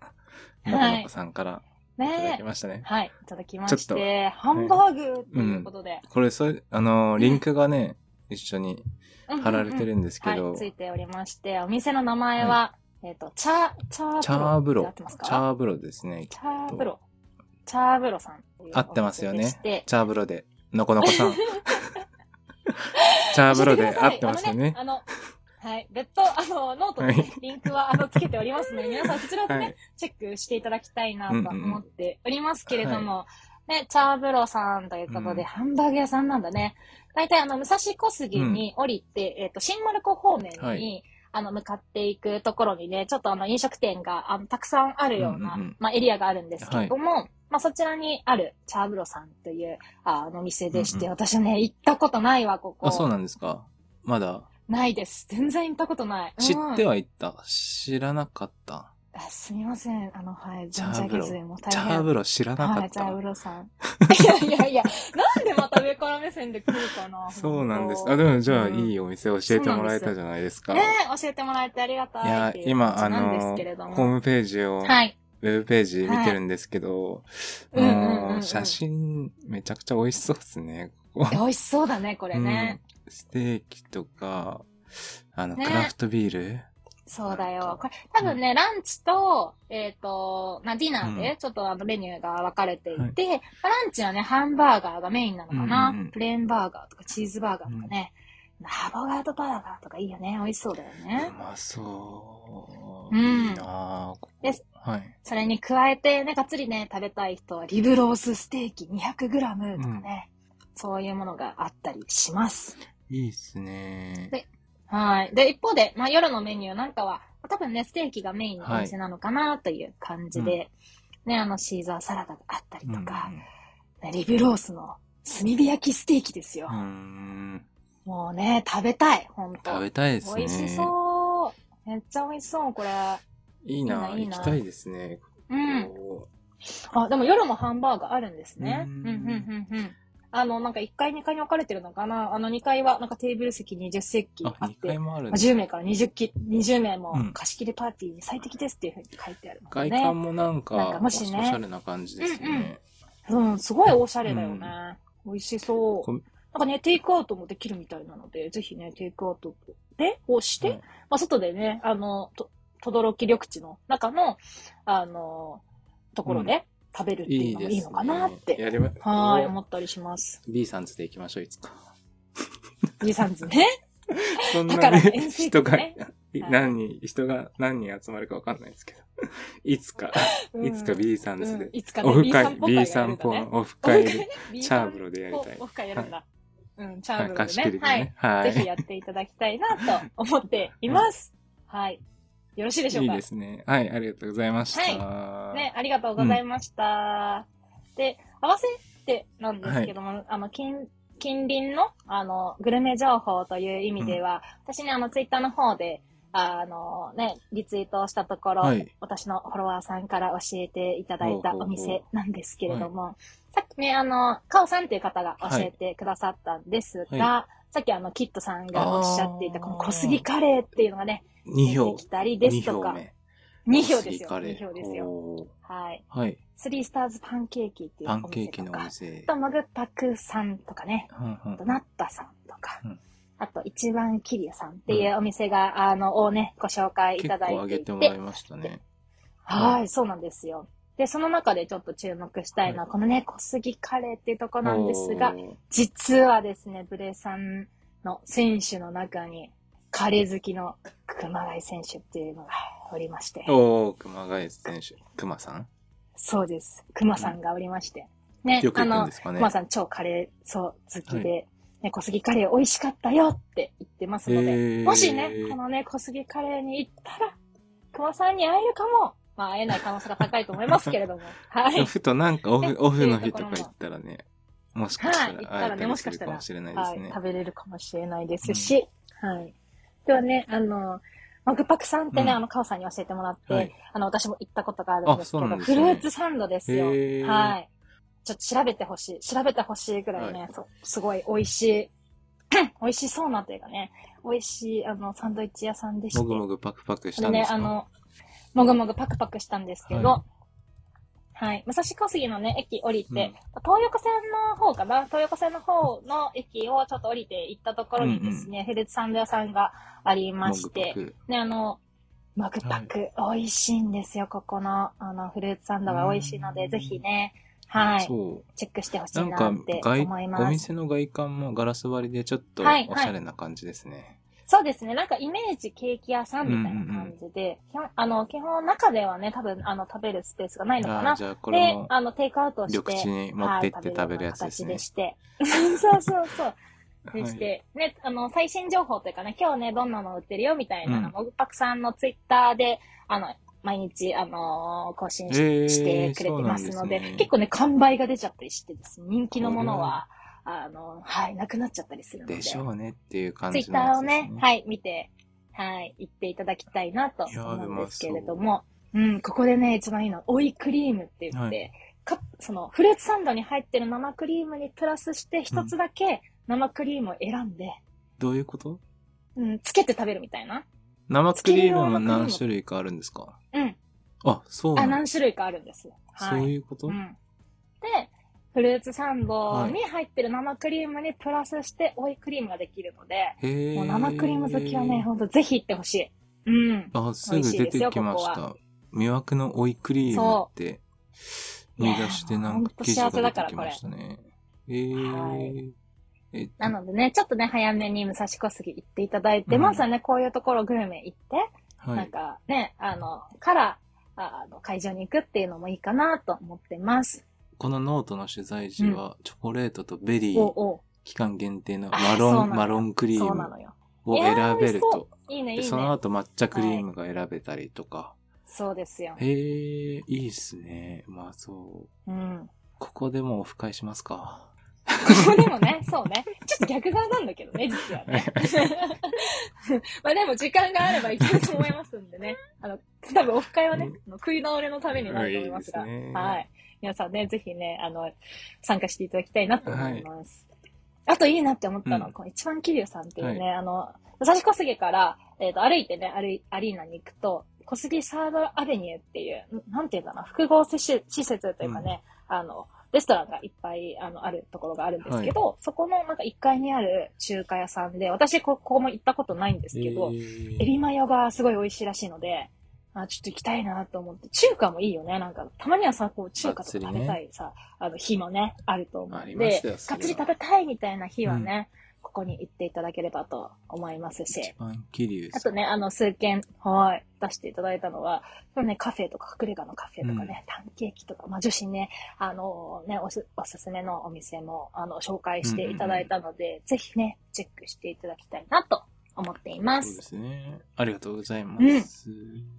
Speaker 3: い
Speaker 4: のこのこさんからいただ
Speaker 3: ね
Speaker 4: きましたね。
Speaker 3: はい。いただきまし、
Speaker 4: ちょって
Speaker 3: ハンバーグということで。
Speaker 4: これ、そう、あのー、リンクがね、一緒に
Speaker 3: うんうんうん
Speaker 4: 貼られてるんですけ
Speaker 3: は
Speaker 4: ど
Speaker 3: い。、ついておりまして、お店の名前は、えっと、チャー、チャーブロ。
Speaker 4: チャーブロ
Speaker 3: 合ってます、か
Speaker 4: チャーブロです ね。
Speaker 3: チャーブロ。チャーブロさん。
Speaker 4: 合ってますよ
Speaker 3: お
Speaker 4: ね
Speaker 3: 店でして。
Speaker 4: チャーブロで、のこのこさ ん。チャーブロで合ってますよね。
Speaker 3: あの、はい。別途、あの、ノートにね、
Speaker 4: はい
Speaker 3: リンクは、あの、つけておりますので、皆さんそちらでね、
Speaker 4: はい。
Speaker 3: チェックしていただきたいな
Speaker 4: うん
Speaker 3: と
Speaker 4: うんうん
Speaker 3: 思っておりますけれども、ね、チャーブロさんということ
Speaker 4: う
Speaker 3: で、
Speaker 4: ん
Speaker 3: ハンバーグ屋さんなんだね。大体、あの、武蔵小杉に降りて、えっ、と、新丸子方面に、
Speaker 4: はい
Speaker 3: あの、向かっていくところにね、ちょっとあの、飲食店が、あの、たくさんあるような、
Speaker 4: うんうんうん
Speaker 3: まあ、エリアがあるんですけれども、まあ、そちらにある、チャーブロさんという、ああの、お店でして、
Speaker 4: うん
Speaker 3: 私ね、行ったことないわ、ここ。
Speaker 4: あ、そうなんですか。まだ。
Speaker 3: ないです。全然行ったことない。
Speaker 4: 知
Speaker 3: うん
Speaker 4: ってはいった。知らなかった。
Speaker 3: あすみません。あの、はい。
Speaker 4: チャ
Speaker 3: 存
Speaker 4: ー
Speaker 3: じ
Speaker 4: ブロ
Speaker 3: 上げずにもう大
Speaker 4: チ
Speaker 3: 変。
Speaker 4: ャーブロ知らなかっ
Speaker 3: はい、じゃあ、ウ
Speaker 4: た。
Speaker 3: ロさん。いやいやいや、なんでまた上から目線で来るかな。
Speaker 4: そうなんです。あ、
Speaker 3: 本
Speaker 4: でもじゃあ、
Speaker 3: うん
Speaker 4: いいお店教えてもらえたじゃないです
Speaker 3: 当
Speaker 4: か。
Speaker 3: ねえ、教えてもらえてありがたい。
Speaker 4: いや、今、あの、ホームページを、ウ
Speaker 3: はい。
Speaker 4: ェブページ見てるんですけど、
Speaker 3: はいうんうんうん
Speaker 4: も
Speaker 3: う
Speaker 4: うん写真めちゃくちゃ美味しそうですね。ここ
Speaker 3: 美味しそうだね、これね。
Speaker 4: うん、ステーキとか、あの、
Speaker 3: ね
Speaker 4: クラフトビール、
Speaker 3: そうだよ。これ、多分ね、ランチと、えっと、まあ、ディナー
Speaker 4: う
Speaker 3: で、ちょっとあの、メニューが分かれていて、まあランチはね、ハンバーガーがメインなのか
Speaker 4: う
Speaker 3: なん
Speaker 4: うんうん。
Speaker 3: プレーンバーガーとか、チーズバーガーとかね。アボガードバーガーとかいいよね。美味しそうだよね
Speaker 4: う。まそう。
Speaker 3: うん
Speaker 4: いいなあここ
Speaker 3: です
Speaker 4: はい。
Speaker 3: それに加えてね、がっつりね、食べたい人は、リブロースステーキ 200g とかね、そういうものがあったりします。
Speaker 4: いいっすね。
Speaker 3: ではい。で、一方で、まあ、夜のメニューなんかは、多分ね、ステーキがメインのお店なのかなという感じで、ね、あの、シーザーサラダがあったり
Speaker 4: うん
Speaker 3: とか、ねリブロースの炭火焼きステーキですよ
Speaker 4: う。ん。
Speaker 3: もうね、食べたい、ほんと。
Speaker 4: 食べたいですね。
Speaker 3: 美味しそう。めっちゃ美味しそう、これ。
Speaker 4: いいな、
Speaker 3: いい
Speaker 4: 行
Speaker 3: な
Speaker 4: きたいですね。
Speaker 3: うん。
Speaker 4: こ
Speaker 3: あ、でも夜もハンバーガーあるんですね。
Speaker 4: う
Speaker 3: うんん、うん、うん、うん。あの、なんか1階、2階に分かれてるのかなあの2階は、なんかテーブル席20席
Speaker 4: う
Speaker 3: あ
Speaker 4: あ、
Speaker 3: っ
Speaker 4: 2
Speaker 3: て
Speaker 4: 階、もあるん
Speaker 3: まあ
Speaker 4: だ
Speaker 3: 10名から 20, き20名も
Speaker 4: うん
Speaker 3: 貸し切りパーティーに最適ですっていうふうに書いてあるの
Speaker 4: 外観
Speaker 3: でね。
Speaker 4: もなんか、
Speaker 3: なんか
Speaker 4: お
Speaker 3: も
Speaker 4: し
Speaker 3: し
Speaker 4: ゃ
Speaker 3: ね
Speaker 4: れな感じですよね。
Speaker 3: うん、すごいおしゃれだよね。美味しそ
Speaker 4: こ
Speaker 3: う。
Speaker 4: ん
Speaker 3: なんかね、テイクアウトもできるみたいなので、ぜひね、テイクアウトで、をして、
Speaker 4: うん
Speaker 3: まあ、外でね、あの、と、とどろき緑地の中の、あの、ところで食べるってい
Speaker 4: いうい
Speaker 3: の
Speaker 4: です
Speaker 3: も
Speaker 4: ね。
Speaker 3: いいのかなって、
Speaker 4: やりま、
Speaker 3: はい、
Speaker 4: こ
Speaker 3: 思ったりします。
Speaker 4: う B さんズで行きましょう、いつ か。
Speaker 3: じいさん ずね。
Speaker 4: そんな
Speaker 3: だから
Speaker 4: ね、
Speaker 3: 遠征
Speaker 4: 人が、
Speaker 3: ね
Speaker 4: い何人、人が何人集まるかわかんないですけど。いつか、
Speaker 3: うん
Speaker 4: いつか B さんズ
Speaker 3: うん
Speaker 4: で。
Speaker 3: いつか
Speaker 4: オ
Speaker 3: ね、
Speaker 4: フ
Speaker 3: B
Speaker 4: 会、B さ
Speaker 3: さん
Speaker 4: ん
Speaker 3: っぽ
Speaker 4: ぽ
Speaker 3: い
Speaker 4: のオフ
Speaker 3: 会
Speaker 4: 会
Speaker 3: がやるんだね。
Speaker 4: で、チャー ブロでやりたい
Speaker 3: オ。フ会やるんだ。うん、チャーブロ
Speaker 4: 貸し切
Speaker 3: で
Speaker 4: り
Speaker 3: ね。
Speaker 4: で
Speaker 3: はい。
Speaker 4: ね。は
Speaker 3: ぜひ
Speaker 4: い。
Speaker 3: やっていただきたいなと思って います。はい。よろしいでしょ
Speaker 4: いうい
Speaker 3: か
Speaker 4: ですね。はい、ありがとうございました。
Speaker 3: ね、ありがとうございました。で、合わせてなんですけども、あの、近、近隣の、あの、グルメ情報という意味では、私ね、あの、ツイッターの方で、あのね、リツイートをしたところ、
Speaker 4: はい
Speaker 3: 私のフォロワーさんから教えていただい
Speaker 4: ほうほう
Speaker 3: た
Speaker 4: ほう
Speaker 3: お店なんですけれども、さっきね、あの、カオさんっていう方が教えてくださったんですが、
Speaker 4: は
Speaker 3: さっきあの、キットさんがおっしゃっていた、この小杉カレーっていうのがね、
Speaker 4: 2
Speaker 3: 出
Speaker 4: 票
Speaker 3: てき。たりです
Speaker 4: 2
Speaker 3: と
Speaker 4: 票
Speaker 3: か、
Speaker 4: 目。
Speaker 3: 2票ですよ。
Speaker 4: コスリ
Speaker 3: 2票ですよ。
Speaker 4: よ。
Speaker 3: はい。
Speaker 4: はい。
Speaker 3: スリースターズパンケーキっていう
Speaker 4: パ
Speaker 3: お
Speaker 4: ンケー
Speaker 3: 店
Speaker 4: キ
Speaker 3: と
Speaker 4: のお
Speaker 3: か、
Speaker 4: 店
Speaker 3: あ。とマグパクさんとかね、
Speaker 4: うんうん
Speaker 3: あとナッタさんとか、
Speaker 4: うん
Speaker 3: あと一番キリアさんっていうお店が、あの、をね、ご紹介い
Speaker 4: 結
Speaker 3: ただ
Speaker 4: 構
Speaker 3: い
Speaker 4: 上
Speaker 3: て
Speaker 4: げて
Speaker 3: いて、
Speaker 4: もらいましたね。
Speaker 3: はい、そうなんですよ。で、その中でちょっと注目したいのは、このね、小杉カレーっていうとこなんですが、
Speaker 4: おー、
Speaker 3: 実はですね、ブレさんの選手の中に、カレー好きの熊谷選手っていうのがおりまして、
Speaker 4: おー熊谷選手。熊さん
Speaker 3: そうです。熊さんがおりまして、ね
Speaker 4: よ、く
Speaker 3: あ
Speaker 4: 行くん
Speaker 3: の
Speaker 4: で、すかね。
Speaker 3: まさん超カレー、そう、好きで、
Speaker 4: は
Speaker 3: ね、小杉カレー美味しかったよって言ってますので、
Speaker 4: へー
Speaker 3: もしね、このね、小杉カレーに行ったら、熊さんに会えるかも。まあ、会えない可能性が高いと思いますけれども。はいい
Speaker 4: や。ふとなんかオ
Speaker 3: ね
Speaker 4: フ、オフの
Speaker 3: そう
Speaker 4: 日
Speaker 3: いうと
Speaker 4: と
Speaker 3: こ
Speaker 4: か
Speaker 3: ろも
Speaker 4: 行ったらね、もしかした
Speaker 3: はい行っ
Speaker 4: ら
Speaker 3: た
Speaker 4: 会
Speaker 3: ら
Speaker 4: え
Speaker 3: ね
Speaker 4: たり
Speaker 3: も
Speaker 4: す
Speaker 3: しか
Speaker 4: る
Speaker 3: した
Speaker 4: からもしれないで
Speaker 3: は
Speaker 4: す
Speaker 3: い、
Speaker 4: ね。
Speaker 3: 食べれるかもしれないですし、はい。ではね、あの、マグパクさんってね、
Speaker 4: うん
Speaker 3: あの、カオさんに教えてもらって、
Speaker 4: はい
Speaker 3: あの、私も行ったことがあるんです
Speaker 4: あそ
Speaker 3: け
Speaker 4: う
Speaker 3: ど、
Speaker 4: なんです
Speaker 3: フ
Speaker 4: ね
Speaker 3: ルーツサンドですよ。
Speaker 4: へー
Speaker 3: はい。ちょっと調べてほしい。調べてほしいぐらいね、
Speaker 4: は
Speaker 3: そうすごい美味しい、 美味しそうなというかね、美味しい、あの、サンドイッチ屋さんでして。
Speaker 4: もぐもぐパクパクし
Speaker 3: これ
Speaker 4: たんで
Speaker 3: ね、
Speaker 4: す
Speaker 3: あ
Speaker 4: か
Speaker 3: の、もぐもぐパクパクしたんですけど、
Speaker 4: は
Speaker 3: はい、武蔵小杉のね、駅降りて、
Speaker 4: うん
Speaker 3: 東横線の方かな東横線の方の駅をちょっと降りて行ったところにですね、フルーツサンド屋さんがありま
Speaker 4: も
Speaker 3: し
Speaker 4: ぐ
Speaker 3: て、
Speaker 4: パク。
Speaker 3: ね、あの、マグパク、美味しいんですよ、ここの、あの、フルーツサンドが美味しいの
Speaker 4: う
Speaker 3: で、
Speaker 4: ん
Speaker 3: ぜひね、はい、
Speaker 4: そ
Speaker 3: チェックしてほし
Speaker 4: う。ないん
Speaker 3: な
Speaker 4: か
Speaker 3: って
Speaker 4: 外、
Speaker 3: 思い
Speaker 4: お
Speaker 3: ます。
Speaker 4: 店の外観もガラス張りでちょっと
Speaker 3: はい
Speaker 4: おしゃれな感じですね。
Speaker 3: そうですね。なんかイメージケーキ屋さんみたいな感じで、基本あの、基本中ではね、多分、あの、食べるスペースがないのか
Speaker 4: ああ、
Speaker 3: な。
Speaker 4: じゃあこれ
Speaker 3: で
Speaker 4: も、
Speaker 3: あの、テイクアウトをして、
Speaker 4: 緑地に持ってって食べるやつ
Speaker 3: はい
Speaker 4: です
Speaker 3: 食べるような形
Speaker 4: ね
Speaker 3: で。して。 そうそうそう。でし
Speaker 4: はい
Speaker 3: て、ね、あの、最新情報というかね、今日ね、どんなの売ってるよみたいなの、もぐぱくさんのツイッターで、あの、毎日、あのー更新し,、
Speaker 4: へー
Speaker 3: てくれてますので
Speaker 4: そうなんですね
Speaker 3: 結構ね、完売が出ちゃったりしてですね、人気のものは、あの、はい、なくなっちゃったりするので。
Speaker 4: でしょうねっていう感
Speaker 3: ツイ
Speaker 4: じ
Speaker 3: ッタ
Speaker 4: の
Speaker 3: ー
Speaker 4: や
Speaker 3: を
Speaker 4: つですね
Speaker 3: ね、。はい、見て、はい、行っていただきたいなと
Speaker 4: いやー
Speaker 3: 思うんですけれども、うん、ここでね、一番いいのは、追いクリームって言って、
Speaker 4: は
Speaker 3: かその、フルーツサンドに入ってる生クリームにプラスして、一つだけ生クリームを選んで、
Speaker 4: どういうこと
Speaker 3: うん、つけて食べるみたいな。
Speaker 4: 生クリームも
Speaker 3: 月見用のクリーム
Speaker 4: 何種類かあるんですか
Speaker 3: うん。
Speaker 4: あ、そうな
Speaker 3: あ、
Speaker 4: んだ
Speaker 3: 何種類かあるんです。は
Speaker 4: そういうこと
Speaker 3: うん。で、フルーツサンドに入ってる生クリームにプラスして、追いクリームができるので、
Speaker 4: へえ。
Speaker 3: もう生クリーム好きはね、ほんとぜひ行ってほしい。うん。
Speaker 4: あ、すぐ出てきまし
Speaker 3: 美味しいですよここ
Speaker 4: た。魅惑の追いクリームって、
Speaker 3: う
Speaker 4: 見出してなんか記事が出てきましたね。え
Speaker 3: は
Speaker 4: ー、えっと
Speaker 3: なのでね、ちょっとね、早めに武蔵小杉行っていただいて、
Speaker 4: うん
Speaker 3: まずはね、こういうところグルメ行って、
Speaker 4: は
Speaker 3: なん
Speaker 4: い。
Speaker 3: かね、あの、から、ああの、会場に行くっていうのもいいかなと思ってます。
Speaker 4: このノートの取材時は、チョコレートとベリ
Speaker 3: お
Speaker 4: ー、
Speaker 3: お
Speaker 4: 期間限定の
Speaker 3: あ
Speaker 4: マ
Speaker 3: そ
Speaker 4: ロ
Speaker 3: うな
Speaker 4: ン、
Speaker 3: んだ
Speaker 4: マロンクリ
Speaker 3: そ
Speaker 4: ー
Speaker 3: うな
Speaker 4: ム
Speaker 3: のよ。
Speaker 4: を
Speaker 3: いやー
Speaker 4: 選べる
Speaker 3: 美味し
Speaker 4: と。
Speaker 3: いいね、いい
Speaker 4: で、
Speaker 3: ね。
Speaker 4: その後抹茶クリームが選べたりとか。
Speaker 3: そうですよ。
Speaker 4: へえ、いいっすね。まあそう。
Speaker 3: うん。
Speaker 4: ここでもうオフ会しますか。
Speaker 3: これでもね、 そうね。ちょっと逆側なんだけどね、実は ね。まあでも時間があればいけると思いますんでね。あの、多分オフ会はね
Speaker 4: うん、
Speaker 3: あの食い倒れのためになると思いますが。
Speaker 4: うんいいですね
Speaker 3: はい。皆さんね、ぜひね、あの、参加していただきたいなと思います。あといいなって思ったのは、
Speaker 4: うん
Speaker 3: この一番桐生さんっていうね、あの、武蔵小杉から、えっ、と、歩いてね、あるアリーナに行くと、小杉サードアベニューっていう、んなんていうんだな、複合施設施設というかね、あの、レストランがいっぱいあのあるところがあるんですけど、そこのなんか1階にある中華屋さんで、私ここも行ったことないんですけど、
Speaker 4: へ
Speaker 3: エ
Speaker 4: ー
Speaker 3: ビマヨがすごい美味しいらしいので、あちょっと行きたいなと思って、中華もいいよね。なんか、たまにはさ、こう、中華とか食べたいさ、あの、日もね、あると思う
Speaker 4: あり
Speaker 3: ん
Speaker 4: ま
Speaker 3: で、
Speaker 4: すよ
Speaker 3: がっ
Speaker 4: それは
Speaker 3: つり食べたいみたいな日はね、ここに行っていただければと思いますし
Speaker 4: 一。番桐生
Speaker 3: あ
Speaker 4: さ
Speaker 3: と
Speaker 4: ん。
Speaker 3: ね、あの、数件、はい、出していただいたのは、そのね、カフェとか、隠れ家のカフェとかね、パンケーキとか、まあ、女子にね、あの、ね、おす、おすすめのお店も、あの、紹介していただいたので、ぜひね、チェックしていただきたいなと思っていま
Speaker 4: そう
Speaker 3: す
Speaker 4: で。すね。ありがとうございます。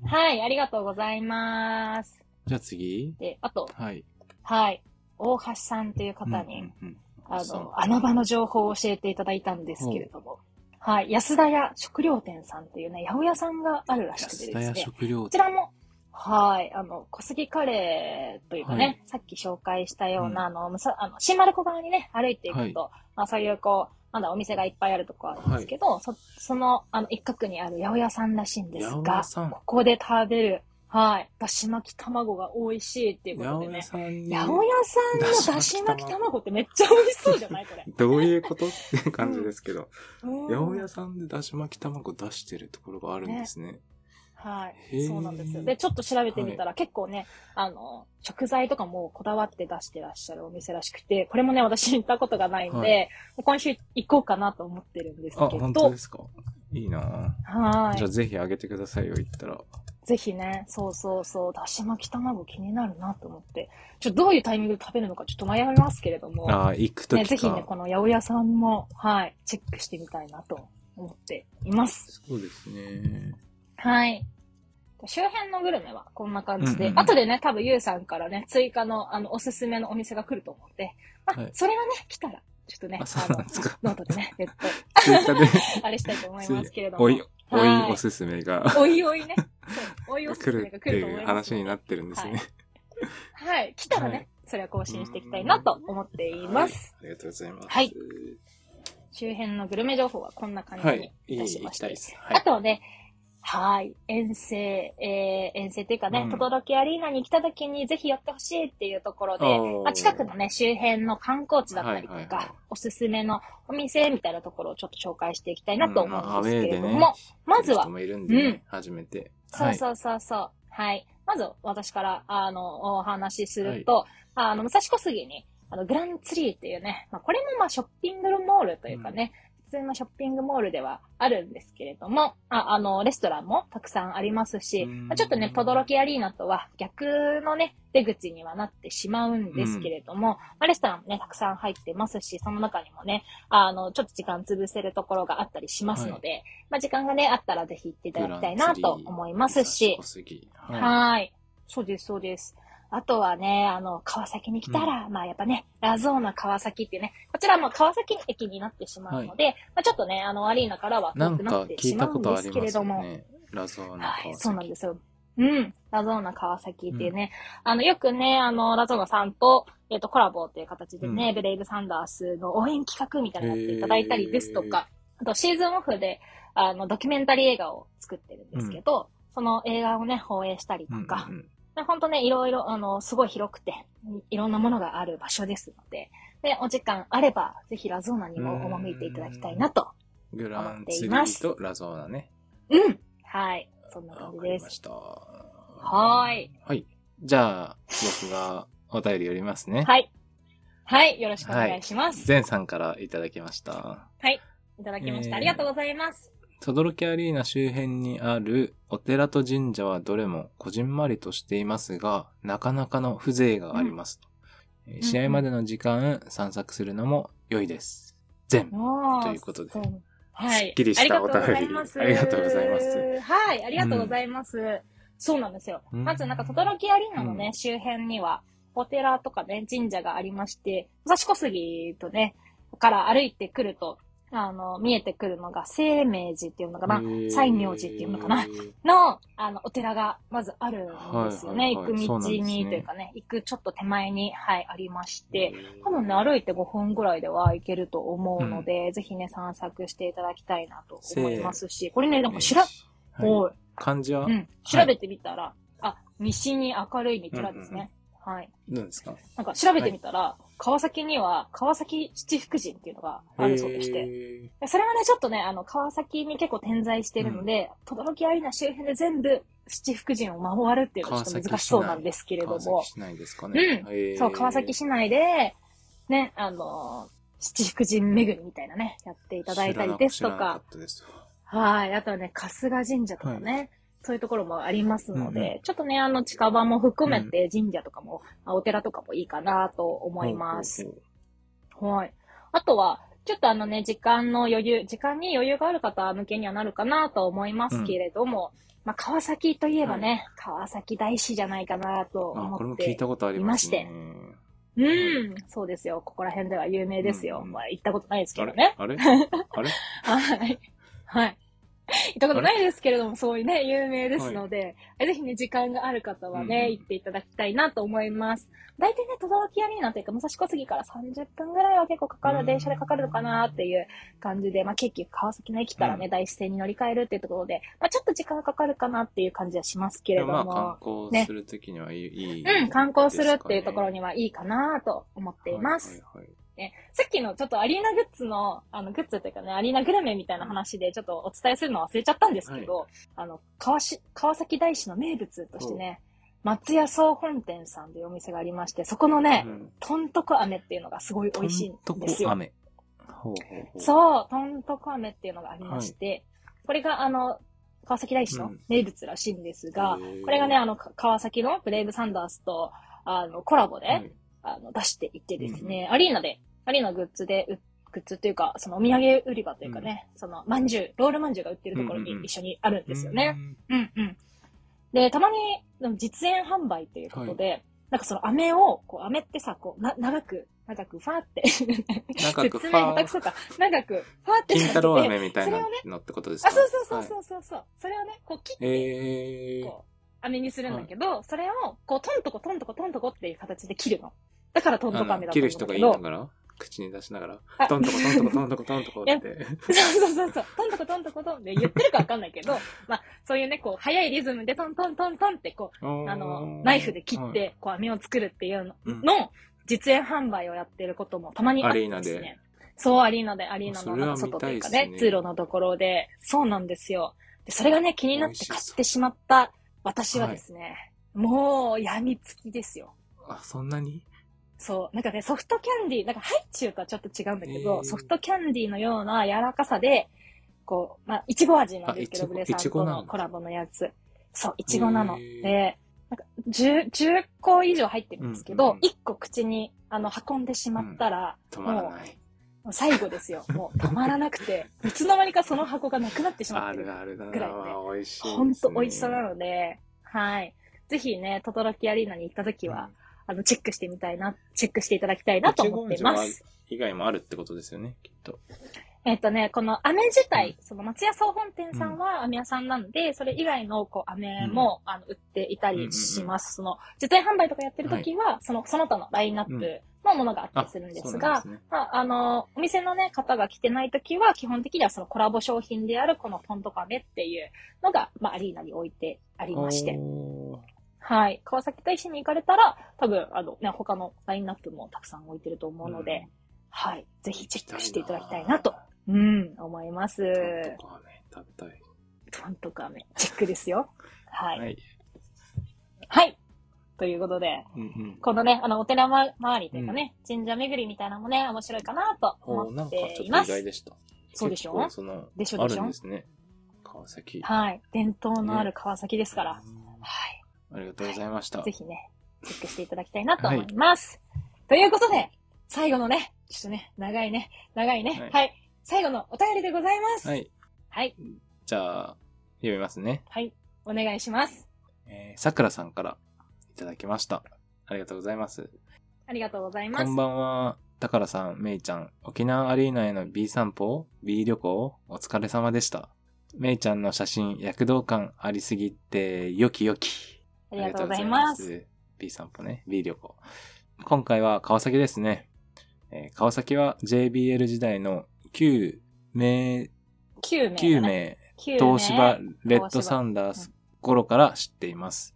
Speaker 3: はい、ありがとうございます。
Speaker 4: じゃあ次。
Speaker 3: で、あと、
Speaker 4: はい。
Speaker 3: はい、大橋さんという方に、
Speaker 4: うんうんうん
Speaker 3: あ
Speaker 4: そう
Speaker 3: の、穴場の情報を教えていただいたんですけれども、はい、安田屋食料店さんっていうね、八百屋さんがあるらしく
Speaker 4: 安
Speaker 3: てです
Speaker 4: 田
Speaker 3: ね
Speaker 4: 屋。食料
Speaker 3: こちらも、はい、あの、小杉カレーというかね、
Speaker 4: はい
Speaker 3: さっき紹介したような、
Speaker 4: うん
Speaker 3: あのむさ、あの、新丸子側にね、歩いていくと、まあそういうこう、まだお店がいっぱいあるとこあるんですけど、そその、あの、一角にある八百屋さんらしいんです
Speaker 4: 八百
Speaker 3: が
Speaker 4: 屋、さん
Speaker 3: ここで食べる、はい、だし巻き卵が美味しいっていう
Speaker 4: 八
Speaker 3: ことで
Speaker 4: 百
Speaker 3: ね
Speaker 4: 屋。さんに
Speaker 3: 八百屋さんのだし巻き卵ってめっちゃ美味しそうじゃないこれ。
Speaker 4: どういうことっていう感じですけど、
Speaker 3: うん
Speaker 4: 八百屋さんでだし巻き卵出してるところがあるんですね。
Speaker 3: は
Speaker 4: へ
Speaker 3: い、
Speaker 4: ー
Speaker 3: そうなんですよ。で、ちょっと調べてみたら、結構ね、あの、食材とかもこだわって出してらっしゃるお店らしくて、これもね、私行ったことがないんで、
Speaker 4: は
Speaker 3: 今週行こうかなと思ってるんです
Speaker 4: あ、
Speaker 3: け
Speaker 4: 本当
Speaker 3: ど
Speaker 4: で、すか。いいなぁ
Speaker 3: は
Speaker 4: じゃあ
Speaker 3: い。
Speaker 4: ぜひあげてくださいよ、言ったら。
Speaker 3: ぜひね、そうそうそう、だし巻き卵気になるなと思って、ちょっとどういうタイミングで食べるのかちょっと迷いますけれども、
Speaker 4: ああ、行くと
Speaker 3: ね、
Speaker 4: き
Speaker 3: ぜひね、
Speaker 4: か。
Speaker 3: この八百屋さんも、はい、チェックしてみたいなと思っています。
Speaker 4: そうですね。
Speaker 3: はい。周辺のグルメはこんな感じ
Speaker 4: う
Speaker 3: で、
Speaker 4: んうんうん
Speaker 3: 後でね、多分ゆうさんからね、追加のあのおすすめのお店が来ると思って、まあ、
Speaker 4: はい
Speaker 3: それがね、来たら、ちょっとね、
Speaker 4: あ、そうなんですか。
Speaker 3: ノートでね、別途、
Speaker 4: ツイッターで、
Speaker 3: あれしたいと思い
Speaker 4: つ
Speaker 3: ますけれ
Speaker 4: い
Speaker 3: ども。
Speaker 4: おい、お
Speaker 3: はい
Speaker 4: おすすめが
Speaker 3: おいお いね。そうおいおすす
Speaker 4: 来
Speaker 3: め
Speaker 4: る
Speaker 3: が
Speaker 4: っ
Speaker 3: 来
Speaker 4: て
Speaker 3: ると
Speaker 4: い
Speaker 3: 思いうます
Speaker 4: 話
Speaker 3: ので。
Speaker 4: になってるんですね。
Speaker 3: はい。来たらね、
Speaker 4: はい
Speaker 3: それは更新していきたいなと思っています。
Speaker 4: はい。ありがとうございます。
Speaker 3: はい周辺のグルメ情報はこんな感じ
Speaker 4: は
Speaker 3: に
Speaker 4: い。いい、
Speaker 3: いた
Speaker 4: 行
Speaker 3: しま
Speaker 4: き
Speaker 3: したて
Speaker 4: いで。す。は
Speaker 3: あ
Speaker 4: い。
Speaker 3: とはね、はい、遠征、えー遠征というかね
Speaker 4: う、ん
Speaker 3: とどろきアリーナに来た時にぜひ寄ってほしいっていうところで、
Speaker 4: おー
Speaker 3: まあ、近くのね、周辺の観光地だったりとか、
Speaker 4: はいはいはい
Speaker 3: おすすめのお店みたいなところをちょっと紹介していきたいなと
Speaker 4: まあ
Speaker 3: 思う
Speaker 4: ア
Speaker 3: ん
Speaker 4: ウ
Speaker 3: です
Speaker 4: ェー
Speaker 3: けれ
Speaker 4: で
Speaker 3: ど
Speaker 4: ね
Speaker 3: も、。ま
Speaker 4: 来
Speaker 3: ず
Speaker 4: る
Speaker 3: は
Speaker 4: 人、もいるんで
Speaker 3: うん
Speaker 4: ね、初めて。
Speaker 3: そう
Speaker 4: う。
Speaker 3: そうそうそう。はい。まず私から、あの、お話しすると、あの、武蔵小杉に、あの、グランツリーっていうね、まあ、これもまあ、ショッピングモールというかね、普通のショッピングモールではあるんですけれども、ああの、レストランもたくさんありますし、
Speaker 4: うん
Speaker 3: まあ、ちょっとね、ポドロキアリーナとは逆のね、出口にはなってしまうんですけれども、まあ、レストランもね、たくさん入ってますし、その中にもね、あの、ちょっと時間潰せるところがあったりしますので、まあ、時間がね、あったらぜひ行っていただきたいなと思います
Speaker 4: 武
Speaker 3: し
Speaker 4: 蔵、小杉。
Speaker 3: はい
Speaker 4: は。
Speaker 3: そうです、そうです。あとはね、あの、川崎に来たら、まあやっぱね、ラゾーナ川崎っていうね、こちらはまあ川崎駅になってしまうので、まあちょっとね、あの、アリーナからはい
Speaker 4: な
Speaker 3: 遠
Speaker 4: ん
Speaker 3: くな
Speaker 4: か
Speaker 3: って
Speaker 4: 聞
Speaker 3: し
Speaker 4: い
Speaker 3: ま
Speaker 4: た
Speaker 3: う
Speaker 4: こ
Speaker 3: ん
Speaker 4: と
Speaker 3: で
Speaker 4: あ
Speaker 3: す
Speaker 4: り
Speaker 3: け
Speaker 4: ま
Speaker 3: れ
Speaker 4: す
Speaker 3: ど
Speaker 4: よ
Speaker 3: も、
Speaker 4: ね。ラゾーナ
Speaker 3: はい、
Speaker 4: 川
Speaker 3: そうなん
Speaker 4: 崎
Speaker 3: で。すよ。うん。ラゾーナ川崎っていうね。あの、よくね、あの、ラゾーナさんと、えっ、と、コラボっていう形でね、
Speaker 4: うん
Speaker 3: ブレイブサンダースの応援企画みたいなのやっていただいたりですとか、あと、シーズンオフで、あの、ドキュメンタリー映画を作ってるんですけど、その映画をね、放映したりとか、
Speaker 4: うんうんうん
Speaker 3: でほんとね、いろいろ、あの、すごい広くて、いろんなものがある場所ですので、で、お時間あれば、ぜひラゾーナにも赴いていただきたいなと。
Speaker 4: グランツリーとラゾーナね。
Speaker 3: うん。はい。そんな
Speaker 4: わ
Speaker 3: 感じ
Speaker 4: か
Speaker 3: で。
Speaker 4: りますした。は
Speaker 3: はーい。
Speaker 4: はい。じゃあ、僕がお便り読みますね。
Speaker 3: はい。はい。よろしくお願いします。
Speaker 4: 前さんからいただきました。
Speaker 3: いただきました。
Speaker 4: えー
Speaker 3: ありがとうございます。
Speaker 4: とどろきアリーナ周辺にあるお寺と神社はどれもこじんまりとしていますが、なかなかの風情がありますと。えー試合までの時間散策するのも良いです。全部。
Speaker 3: おー
Speaker 4: ということで
Speaker 3: そはい。
Speaker 4: すっきりしたお便り
Speaker 3: ありがとうございます。
Speaker 4: ありがとうございます。
Speaker 3: はい、ありがとうございます。そうなんですよ。
Speaker 4: うん
Speaker 3: まずなんか、トトロキアリーナのね、
Speaker 4: う
Speaker 3: 周辺には、お寺とかね、神社がありまして、武蔵小杉とね、から歩いてくると、あの、見えてくるのが、清明寺っていうのかな、西明寺っていうのかな
Speaker 4: えー
Speaker 3: の、あの、お寺がまずあるんですよね。
Speaker 4: はいはいはい
Speaker 3: 行く道
Speaker 4: そうなんです
Speaker 3: に、
Speaker 4: ね
Speaker 3: というかね、行くちょっと手前に、はい、ありまして、多分ね、歩いて5分ぐらいでは行けると思うので、ぜひね、散策していただきたいなと思いますし、これね、なんか調べ、
Speaker 4: はい
Speaker 3: おい
Speaker 4: 漢字は
Speaker 3: うん、調べてみたら、あ、西に明るいに寺ですね。はい。
Speaker 4: 何ですか
Speaker 3: なんか調べてみたら、川崎には川崎七福神っていうのがあるそうでして、
Speaker 4: て。
Speaker 3: でそれはね、ちょっとね、あの、川崎に結構点在しているので、とどろきアリーナ周辺で全部七福神を回るっていうのはちょっと難しそうなんですけれど
Speaker 4: 川
Speaker 3: も
Speaker 4: 崎、市内ですかね。
Speaker 3: うん
Speaker 4: へー
Speaker 3: そう、川崎市内で、ね、あの、七福神巡りみたいなね、やっていただいたりです
Speaker 4: 知
Speaker 3: と
Speaker 4: らな
Speaker 3: か、
Speaker 4: ったですわ
Speaker 3: はい、あとはね、春日神社とかね、そういうところもありますので、
Speaker 4: うん
Speaker 3: ちょっとね、あの、近場も含めて神社とかも、あお寺とかもいいかなと思います。
Speaker 4: ほうほう
Speaker 3: はい。あとは、ちょっとあのね、時間の余裕、時間に余裕がある方向けにはなるかなと思いますけれども、まあ、川崎といえばね、川崎大師じゃないかなと
Speaker 4: ほうあ、
Speaker 3: 思
Speaker 4: これも
Speaker 3: っ
Speaker 4: 聞
Speaker 3: て
Speaker 4: いたことありますね。
Speaker 3: いうん、そうですよ。ここら辺では有名ですよ。
Speaker 4: うんうん
Speaker 3: まあ、行ったことないですけ
Speaker 4: あ
Speaker 3: ど
Speaker 4: れ
Speaker 3: ね。
Speaker 4: あれあ れ
Speaker 3: はい。はい。行ったことないですけれども、そういうね、有名ですので、ぜひね、時間がある方は
Speaker 4: うん
Speaker 3: ね、
Speaker 4: うん
Speaker 3: 行っていただきたいなと思います。大体ね、等々力アリーナというか、武蔵小杉から30分ぐらいは結構かか
Speaker 4: う
Speaker 3: る、
Speaker 4: ん
Speaker 3: 電車でかかるのかなっていう感じで、まあ、結局川崎の駅から
Speaker 4: う
Speaker 3: ね、大師線に乗り換えるっていうところで、まあ、ちょっと時間がかかるかなっていう感じはしますけ
Speaker 4: で
Speaker 3: れ
Speaker 4: もま
Speaker 3: ども。
Speaker 4: あ観光するときにはいい。いいですかね
Speaker 3: うん、観光するっていうところにはいいかなと思っています。
Speaker 4: はいはいはい
Speaker 3: ね、さっきのちょっとアリーナグッズの、あの、グッズというかね、アリーナグルメみたいな話でちょっとお伝えするの忘れちゃったんですけど、あの、川し、川崎大師の名物としてね、松屋総本店さんというお店がありまして、そこのね、
Speaker 4: うん
Speaker 3: とんとこ飴っていうのがすごい美味しいん
Speaker 4: とん
Speaker 3: で
Speaker 4: と
Speaker 3: す
Speaker 4: こ
Speaker 3: よ。
Speaker 4: 飴。ほうほうほう
Speaker 3: そう、とんとこ飴っていうのがありまして、これがあの、川崎大師の名物らしいんですが、
Speaker 4: へー
Speaker 3: これがね、あの、か川崎のブレイブサンダースと、あの、コラボで、あの、出していってですね、アリーナで、アリーナグッズで、うグッズっていうか、そのお土産売り場というかね、その、まんじゅう、ロールまんじゅうが売ってるところに
Speaker 4: うんうんうん
Speaker 3: 一緒にあるんですよね。。
Speaker 4: うん
Speaker 3: うんうん。で、たまに、でも実演販売ということで、なんかその飴を、こう、飴ってさ、こう、な、長く、長く、ファーって、
Speaker 4: 長く、フ
Speaker 3: 説
Speaker 4: ァ
Speaker 3: 明下手
Speaker 4: ー
Speaker 3: く。そか、長く、ファーって
Speaker 4: 金太郎
Speaker 3: なってて
Speaker 4: 飴みたいな
Speaker 3: それをね
Speaker 4: のってことですか。
Speaker 3: あ、そうそうそううそうそう。それをね、こう切って、
Speaker 4: えー
Speaker 3: こう、飴にするんだけど、それを、こう、トントコトントコトントコっていう形で切るの。だからトントコ
Speaker 4: あ
Speaker 3: 飴
Speaker 4: の
Speaker 3: だと
Speaker 4: 切
Speaker 3: 思
Speaker 4: る
Speaker 3: うんだ
Speaker 4: 人が
Speaker 3: け
Speaker 4: 言い
Speaker 3: ど
Speaker 4: な。がら、口に出しながら、
Speaker 3: あ
Speaker 4: トントコトントコトントコトントコって。
Speaker 3: そうそうそうそう。トントコトントコトンって言ってるかわかんない けど、まあ、そういうね、こう、早いリズムでトントントントンって、こう、あの、ナイフで切っ
Speaker 4: はい、
Speaker 3: て、こう、飴を作るっていうの
Speaker 4: うん
Speaker 3: の、実演販売をやってることもたまにあってで
Speaker 4: アリ
Speaker 3: す
Speaker 4: ーナで
Speaker 3: ね。そう、アリーナで、アリーナ
Speaker 4: そ
Speaker 3: の
Speaker 4: れ
Speaker 3: な
Speaker 4: は
Speaker 3: んか外というか
Speaker 4: 見たい
Speaker 3: ね、
Speaker 4: ですね
Speaker 3: 通路のところで、そうなんですよ。で、それがね、気になっ
Speaker 4: 美
Speaker 3: て
Speaker 4: 味しそう
Speaker 3: 買ってしまった私はですね、もう、病みつきですよ。
Speaker 4: あ、そんなに
Speaker 3: そう。なんかね、ソフトキャンディー、なんかハイチュウとはちょっと違うんだけど、
Speaker 4: えー
Speaker 3: ソフトキャンディーのような柔らかさで、こう、まあ、いちご味なんですけ
Speaker 4: あ
Speaker 3: ど、
Speaker 4: いちご
Speaker 3: ブレさ
Speaker 4: いち
Speaker 3: ん
Speaker 4: ご
Speaker 3: と
Speaker 4: なんだ
Speaker 3: のコラボのやつ。そう、いちごなの。
Speaker 4: えー
Speaker 3: で、なんか10、10個以上入ってるんですけど、
Speaker 4: うんうんうん
Speaker 3: 1個口に、あの、運んでしまったら、
Speaker 4: 止まらない。
Speaker 3: もう最後で すよ。もう止まらなくて、いつの間にかその箱がなくなってしま
Speaker 4: あ
Speaker 3: ってる
Speaker 4: る。あるだな。
Speaker 3: ぐらいね
Speaker 4: まあ美味しいですね。
Speaker 3: ほんと美味しさなので、はい。ぜひね、トトロキアリーナに行った時は、あの、チェックしてみたいな、チェックしていただきたいなと思っていま
Speaker 4: いち
Speaker 3: す。
Speaker 4: 以外もあるってことですよね、きっと。
Speaker 3: えっとね、この飴自体、その松屋総本店さ
Speaker 4: うん
Speaker 3: んは飴屋さんなんで、それ以外のこう飴も、あの売っていたりします。その、実演販売とかやってる時は、その、その他のラインナップのものがあったりするんで
Speaker 4: そ
Speaker 3: すが、
Speaker 4: うなんですね。
Speaker 3: まあ、あの、お店のね、方が来てないときは、基本的にはそのコラボ商品であるこのトントカメっていうのが、まあ、アリーナに置いてありまして。
Speaker 4: おー
Speaker 3: はい。川崎大師に行かれたら、多分、あのね、他のラインナップもたくさん置いてると思うので、
Speaker 4: うん
Speaker 3: はい。ぜひチェックしていただきたいなと、うん、思います。
Speaker 4: ちょっとご飯ね食べたい。
Speaker 3: トントカメ、チェックですよ。はい。
Speaker 4: はい。
Speaker 3: はい。ということで、
Speaker 4: うんうん。
Speaker 3: このね、あの、お寺ま、周りというかね、神社巡りみたいなのもね、面白いかなと
Speaker 4: おー
Speaker 3: 思
Speaker 4: な
Speaker 3: っ
Speaker 4: んかち
Speaker 3: て
Speaker 4: ょっと
Speaker 3: い
Speaker 4: 意
Speaker 3: ま
Speaker 4: 外
Speaker 3: す。
Speaker 4: でした。
Speaker 3: そうでしょ
Speaker 4: 結構その、
Speaker 3: でしょ
Speaker 4: あ
Speaker 3: でし
Speaker 4: るん
Speaker 3: ょ
Speaker 4: ですね。川崎。
Speaker 3: はい。伝統のある川崎ですから。
Speaker 4: うん
Speaker 3: は
Speaker 4: ありがとうございました。
Speaker 3: い。ぜひね、チェックしていただきたいなと思います。ということで、最後のね、ちょっとね、長いね、長
Speaker 4: は
Speaker 3: いね
Speaker 4: い。
Speaker 3: はい。最後のお便りでございます。
Speaker 4: は
Speaker 3: はい。
Speaker 4: い。じゃあ、読みますね。
Speaker 3: はい。お願いします。
Speaker 4: えー、さくらさんからいただきました。ありがとうございます。
Speaker 3: ありがとうございま
Speaker 4: こ
Speaker 3: す
Speaker 4: ん。ばんは。たからさん、めいちゃん、沖縄アリーナへの B 散歩、B 旅行、お疲れ様でした。めいちゃんの写真、躍動感ありすぎて、よきよき。
Speaker 3: ありがとうございます。。
Speaker 4: B 散歩ね、B 旅行。今回は川崎ですね。えー川崎は JBL 時代の旧名、旧。
Speaker 3: 9名。
Speaker 4: 名、
Speaker 3: 9名。
Speaker 4: 東芝レッドサンダース頃から知っています。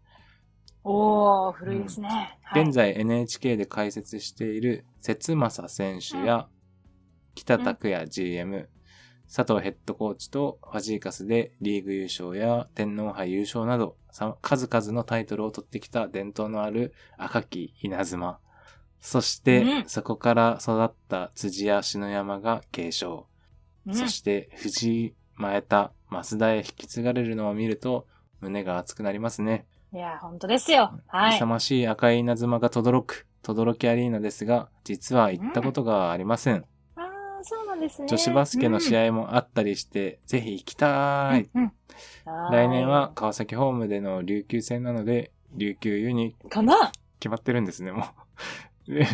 Speaker 3: おー、古いですね。はい
Speaker 4: 現在 NHK で解説している節政選手や北拓也 GM、佐藤ヘッドコーチとファジーカスでリーグ優勝や天皇杯優勝などさ数々のタイトルを取ってきた伝統のある赤き稲妻。そして、
Speaker 3: うん
Speaker 4: そこから育った辻や篠山が継承。
Speaker 3: うん
Speaker 4: そして藤井前田、増田へ引き継がれるのを見ると胸が熱くなりますね。
Speaker 3: いや、本当ですよ。はい。
Speaker 4: 勇ましい赤い稲妻が轟く、轟きアリーナですが、実は行ったことがありません。
Speaker 3: あー、そうなんですね。
Speaker 4: 女子バスケの試
Speaker 3: 合。
Speaker 4: 合もあったりして、ぜひ行きたーい。
Speaker 3: うんうんあー
Speaker 4: 来年は。川崎ホームでの琉球戦なので、琉球ユに
Speaker 3: かな
Speaker 4: 決まってるんですね、もう。 琉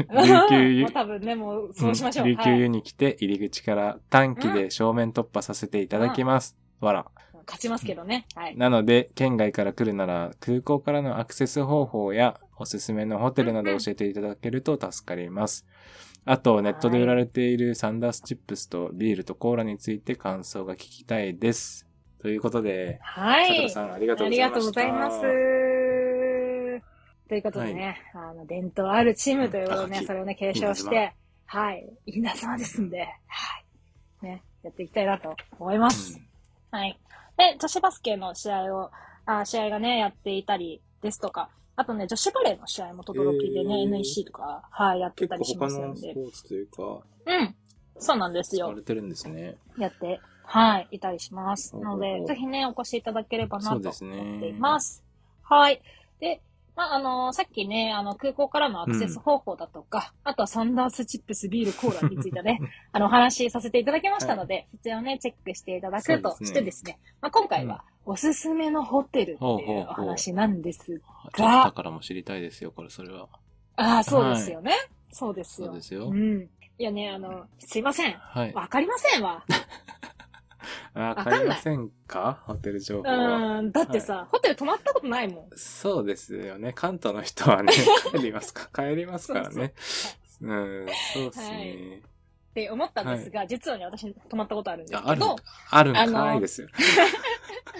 Speaker 4: 球ユ
Speaker 3: もう多分ね、もう、 そうしましょう。
Speaker 4: ん琉球
Speaker 3: は
Speaker 4: ユ
Speaker 3: い
Speaker 4: に来て入り口から短期で正面突破させていただきます。わら。
Speaker 3: 勝ちますけどね。はい。
Speaker 4: なので、県外から来るなら、空港からのアクセス方法や、おすすめのホテルなど教えていただけると助かります。あと、ネットで売られているサンダースチップスとビールとコーラについて感想が聞きたいです。ということで、
Speaker 3: は
Speaker 4: さくら
Speaker 3: い。
Speaker 4: さんありがとうご
Speaker 3: あり
Speaker 4: ざい
Speaker 3: が
Speaker 4: ま
Speaker 3: とうご
Speaker 4: した。
Speaker 3: ざいます。ということでね、あの、伝統あるチームということで
Speaker 4: うん
Speaker 3: ね、それをね、継承して、はい、稲妻ですんで、はい、ね、やっていきたいなと思います。はい。で、女子バスケの試合を、あ試合がね、やっていたりですとか、あとね、女子バレーの試合もとどろきで
Speaker 4: へ
Speaker 3: ね、
Speaker 4: ー
Speaker 3: NEC とか、はい、やってたりしますんで。
Speaker 4: ーツというか、
Speaker 3: うん。そうなんです
Speaker 4: 使
Speaker 3: よ
Speaker 4: わ。れてるんですね。
Speaker 3: やって、はい、いたりします。
Speaker 4: おー
Speaker 3: ので、ぜひね、お越しいただければな
Speaker 4: そ
Speaker 3: と
Speaker 4: う
Speaker 3: 思
Speaker 4: で
Speaker 3: っ
Speaker 4: すね
Speaker 3: ています。はい。で、まあ、あのーさっきね、あの、空港からのアクセス方法だとか、あとはサンダースチップス、ビール、コーラについ てね、あの、お話しさせていただきましたので、そちらをね、チェックしていただくと
Speaker 4: そうですね
Speaker 3: してですね、まあ、今回は、おすすめのホテルってい
Speaker 4: ほうほうほう
Speaker 3: うお話なんです。
Speaker 4: ちょっとだからも知りたいですよ、これ、それは。
Speaker 3: ああ、そうですよね。そうですよ。
Speaker 4: そうですよ
Speaker 3: う。ん。いやね、あの、すいません。
Speaker 4: はい。
Speaker 3: わかりませんわ。
Speaker 4: わ
Speaker 3: かん
Speaker 4: か
Speaker 3: ない
Speaker 4: りませんかホテル情報は。
Speaker 3: うん。だってさ、ホテル泊まったことないもん。
Speaker 4: そうですよね。関東の人 はね、帰りますか、帰りますからね。うん、そうですね。
Speaker 3: って思ったんですが、実はね、私泊まったことあるんです
Speaker 4: ああ
Speaker 3: け
Speaker 4: るん
Speaker 3: ど、
Speaker 4: あるんか
Speaker 3: あの
Speaker 4: ないですよ。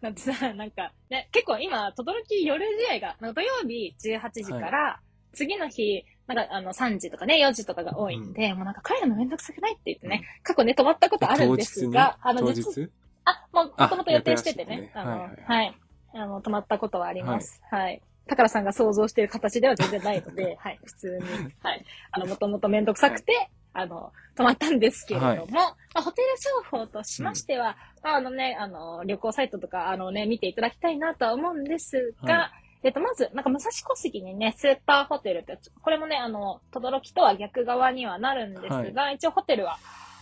Speaker 3: なんてさ、なんか、ね、結構今、とどろき夜試合が、なんか土曜日18時から、次の日、なんかあの3時とかね、4時とかが多いんで、もうなんか帰るのめんどくさくないって言ってね、過去ね、泊まったことあるんですが、あ
Speaker 4: 当
Speaker 3: の、
Speaker 4: 日に
Speaker 3: 実
Speaker 4: 当日
Speaker 3: あ、もう、
Speaker 4: あ
Speaker 3: もともと予定してて
Speaker 4: 予
Speaker 3: ね
Speaker 4: 定。ら
Speaker 3: あ
Speaker 4: しい
Speaker 3: の、
Speaker 4: ね
Speaker 3: は
Speaker 4: はいい
Speaker 3: あの、泊まったことはあります。はい。タカラさんが想像している形では全然ないので、 はい、普通に。はい。あの、もともとめんどくさくて、あの、泊まったんですけれども、
Speaker 4: はい
Speaker 3: まあ、ホテル情報としましては、まあ、あのね、あの、旅行サイトとか、あのね、見ていただきたいなとは思うんですが、
Speaker 4: は
Speaker 3: えっと、まず、なんか、武蔵小杉にね、スーパーホテルって、これもね、あの、轟とは逆側にはなるんですが、一応ホテルは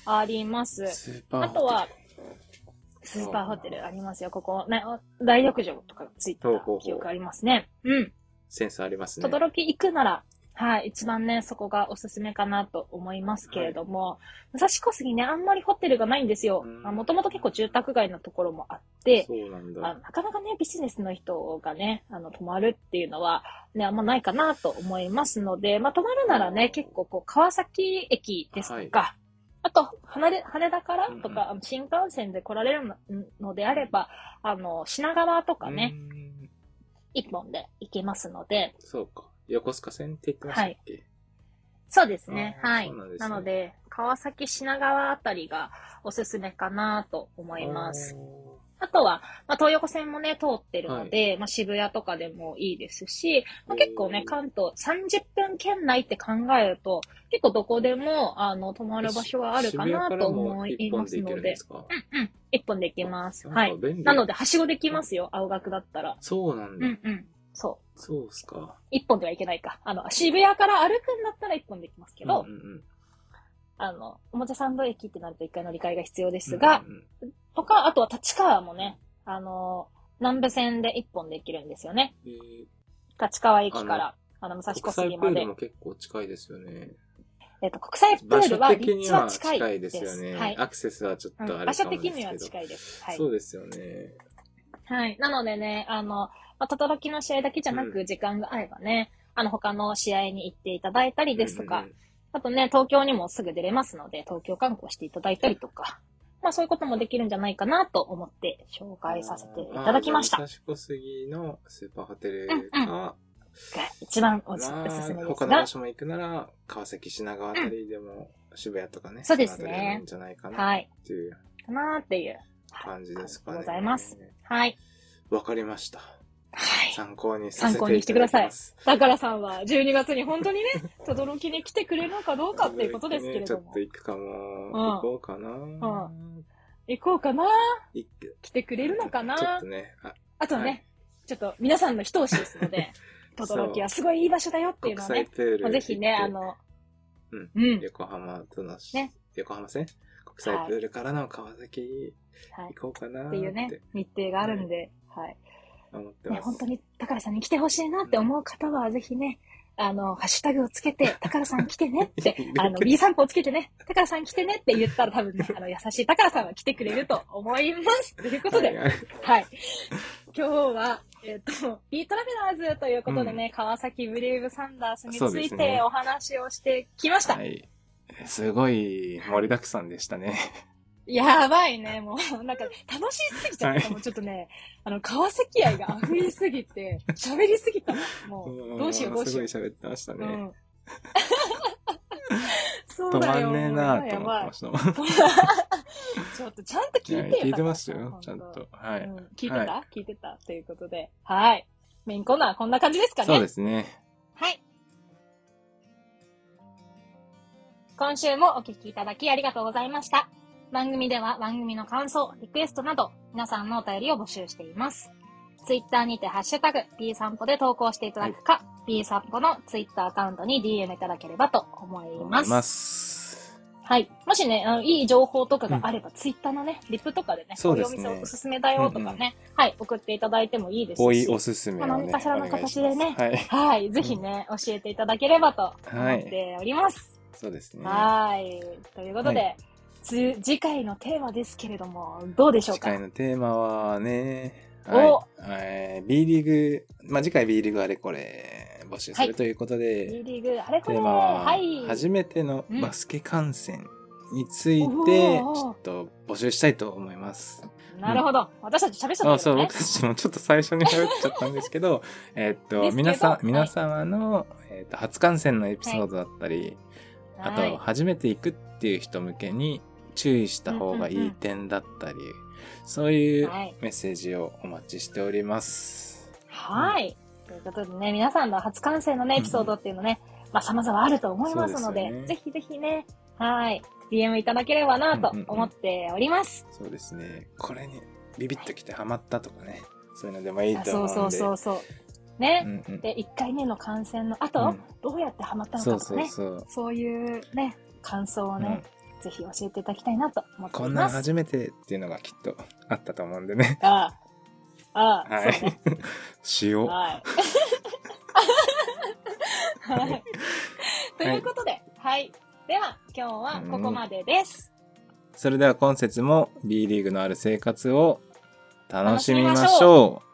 Speaker 3: あります。
Speaker 4: スーパー
Speaker 3: あとは、スーパーホテルありますよ、ここ。ね、お大浴場とかついてた
Speaker 4: ほうほうほう
Speaker 3: 記憶ありますね。うん。
Speaker 4: センスありますね
Speaker 3: とど。ろき行くなら、はい、一番ね、そこがおすすめかなと思いますけれども、武蔵小杉ね、あんまりホテルがないんですよ
Speaker 4: うん。
Speaker 3: もともと結構住宅街のところもあって、
Speaker 4: そうなん
Speaker 3: まあ、
Speaker 4: だ。
Speaker 3: なかなかね、ビジネスの人がね、あの、泊まるっていうのは、ね、あんまないかなと思いますので、まあ、泊まるならね、結構こう、川崎駅ですとか、あと、羽田羽田からとか、あの新幹線で来られるののであれば、あの、品川とかね、
Speaker 4: うん
Speaker 3: 一、本で行けますので、
Speaker 4: そうか。横須賀線って言ってましたっけ
Speaker 3: そうですね。
Speaker 4: あー
Speaker 3: はい。
Speaker 4: そうな
Speaker 3: なん
Speaker 4: ですね
Speaker 3: ので、川崎品川あたりがおすすめかなと思います。。あとは、まあ、東横線もね、通ってるので、まあ、渋谷とかでもいいですし、まあ、結構
Speaker 4: う
Speaker 3: ね
Speaker 4: ん、
Speaker 3: 関東30分圏内って考えると、結構どこでも、あの、泊まる場所はあるかなと思いますので。
Speaker 4: 行
Speaker 3: うんうん。一本で行けます。は
Speaker 4: はいい。。便利
Speaker 3: なので、はしごできますよ、青学だったら。
Speaker 4: そうなん
Speaker 3: う
Speaker 4: だ。
Speaker 3: んうん。そう。
Speaker 4: そうっすか。
Speaker 3: 一本ではいけないか。あの、渋谷から歩くんだったら一本で行きますけど、
Speaker 4: うんうんうん
Speaker 3: あの、表参道駅ってなると一回乗り換えが必要ですが、うんうん、とか、あとは立川もね、あの、南部線で一本できるんですよね。
Speaker 4: えー、
Speaker 3: 立川駅から、あの、武蔵小杉まで。国際プール
Speaker 4: も結構近いですよね。
Speaker 3: えっ、ー、と、国際プールは立地は近
Speaker 4: いです。よね、はい。アクセスはちょっとあれかも
Speaker 3: 場所的には近いです。はい。
Speaker 4: そうですよね。
Speaker 3: はい。なのでね、あの、まあ、轟きの試合だけじゃなく、時間が合えばね、うん、あの、他の試合に行っていただいたりですとか、うんうんうんあとね、東京にもすぐ出れますので、東京観光していただいたりとか、まあそういうこともできるんじゃないかなと思って紹介させていただきました。
Speaker 4: 武蔵小杉のスーパーホテルが、うんうん、が
Speaker 3: 一番おすすめですが、まあ、
Speaker 4: 他の場所も行くなら、川崎、品川あたりでも、渋谷とかね、うん、
Speaker 3: そうですね。
Speaker 4: じゃないかなっていう。
Speaker 3: かなっていう
Speaker 4: 感じですかね。
Speaker 3: ありがとうございます。はい。
Speaker 4: わかりました。
Speaker 3: はい、
Speaker 4: 参考に
Speaker 3: 参考にしてください。だからさんは12月に本 当にね、とどろきに来てくれるのかどうかっていうことですけれども。ね、、
Speaker 4: ちょっと行くかも、うん、行こうかな、うん
Speaker 3: 行こうかな来てくれるのかな
Speaker 4: ちょっとね。
Speaker 3: ああとね、はい、ちょっと皆さんの一押しですので、とどろきはすごいいい場所だよっていうのをね、ぜひね、あの、
Speaker 4: うん、うん、横浜との、ね、横浜線国際プールからの川崎、はい、行こうかな
Speaker 3: って,、っていうね、日程があるんで、はい。
Speaker 4: ね、
Speaker 3: 本当に高さんに来てほしいなって思う方は、ぜひね、あの、ハッシュタグをつけ て、高さん来てねって、あの、B 散歩をつけてね、高さん来てねって言ったら 多分ね、あの、優しい高さんは来てくれると思います。ということで、はい、はい、今日は、えっ、ー、と、ビートラベラーズということでね、うん、川崎ブレイブサンダースについてお話をしてきました。す,ね
Speaker 4: はい、すごい盛りだくさんでしたね。
Speaker 3: やばいね、もう、なんか、楽しすぎちゃった、はい、もうちょっとね、あの、川崎愛が溢れすぎて、喋りすぎたもう、 どうしよう、どうしよう。
Speaker 4: すごい喋ってましたね。うん、
Speaker 3: そうだよ。
Speaker 4: 止まんねえなーって思ってました。
Speaker 3: ちょっと、ちゃんと聞いてよ。
Speaker 4: 聞いてましたよ、ちゃんと。はい。うん、
Speaker 3: 聞いてた、はい、聞いてた。ということで、はい。メインコーナー、こんな感じですかね。
Speaker 4: そうですね。
Speaker 3: はい。今週もお聞きいただきありがとうございました。番組では番組の感想、リクエストなど、皆さんのお便りを募集しています。ツイッターにてハッシュタグ、B 散歩で投稿していただくか、はい、B 散歩のツイッターアカウントに DM いただければと思います。
Speaker 4: ます
Speaker 3: はい。もしね、あの、いい情報とかがあれば、うん、ツイッターのね、リプとかでね、
Speaker 4: そうです
Speaker 3: ねこういうお店おすすめだよとかね、うんうん、はい、送っていただいてもいいですし、
Speaker 4: おいおすすめ、ね、
Speaker 3: 何かしらの形でね、
Speaker 4: はい、
Speaker 3: はい、ぜひね、教えていただければと思っております。
Speaker 4: はい、そうですね。
Speaker 3: はい。ということで、はい次回のテーマですけれども、どうでしょうか
Speaker 4: 次回のテーマはね、はい、えー、B リーグ、まあ、次回 B リーグあれこれ募集するということで、
Speaker 3: はい、B リーグあれこれ
Speaker 4: テーマは、初めてのバスケ観戦について、ちょっと募集したいと思います。
Speaker 3: うん、なるほど。私たち喋っちゃった、ね、
Speaker 4: そう、僕たちもちょっと最初に喋っちゃったんですけど、 えっと、皆さん、皆様の、えっと、初観戦のエピソードだったり、はい、あと、初めて行くっていう人向けに、注意した方がいい点だったり、うんうんうん、そういうメッセージをお待ちしております。
Speaker 3: はい。うん、ということでね、皆さんの初観戦のね、エピソードっていうのね、うん、まあ様々あると思いますので、でね、ぜひぜひね、はい、DM いただければなと思っております、
Speaker 4: うんうんうん。そうですね。これにビビッときてハマったとかね、そういうのでもいいと思うんで。そう
Speaker 3: そうそうそう。ね、うんうん、で1回目の感染の後、うん、どうやってハマったのかとかねそういうね感想をね、ぜひ教えていただきたいなと思って
Speaker 4: こんな初めてっていうのがきっとあったと思うんで ね。
Speaker 3: ああ。ああ。
Speaker 4: はい。 ね、塩。
Speaker 3: はい。はい、ということで、はい、では、今日はここまでです、
Speaker 4: うん、それでは今節も B リーグのある生活を楽しみましょう。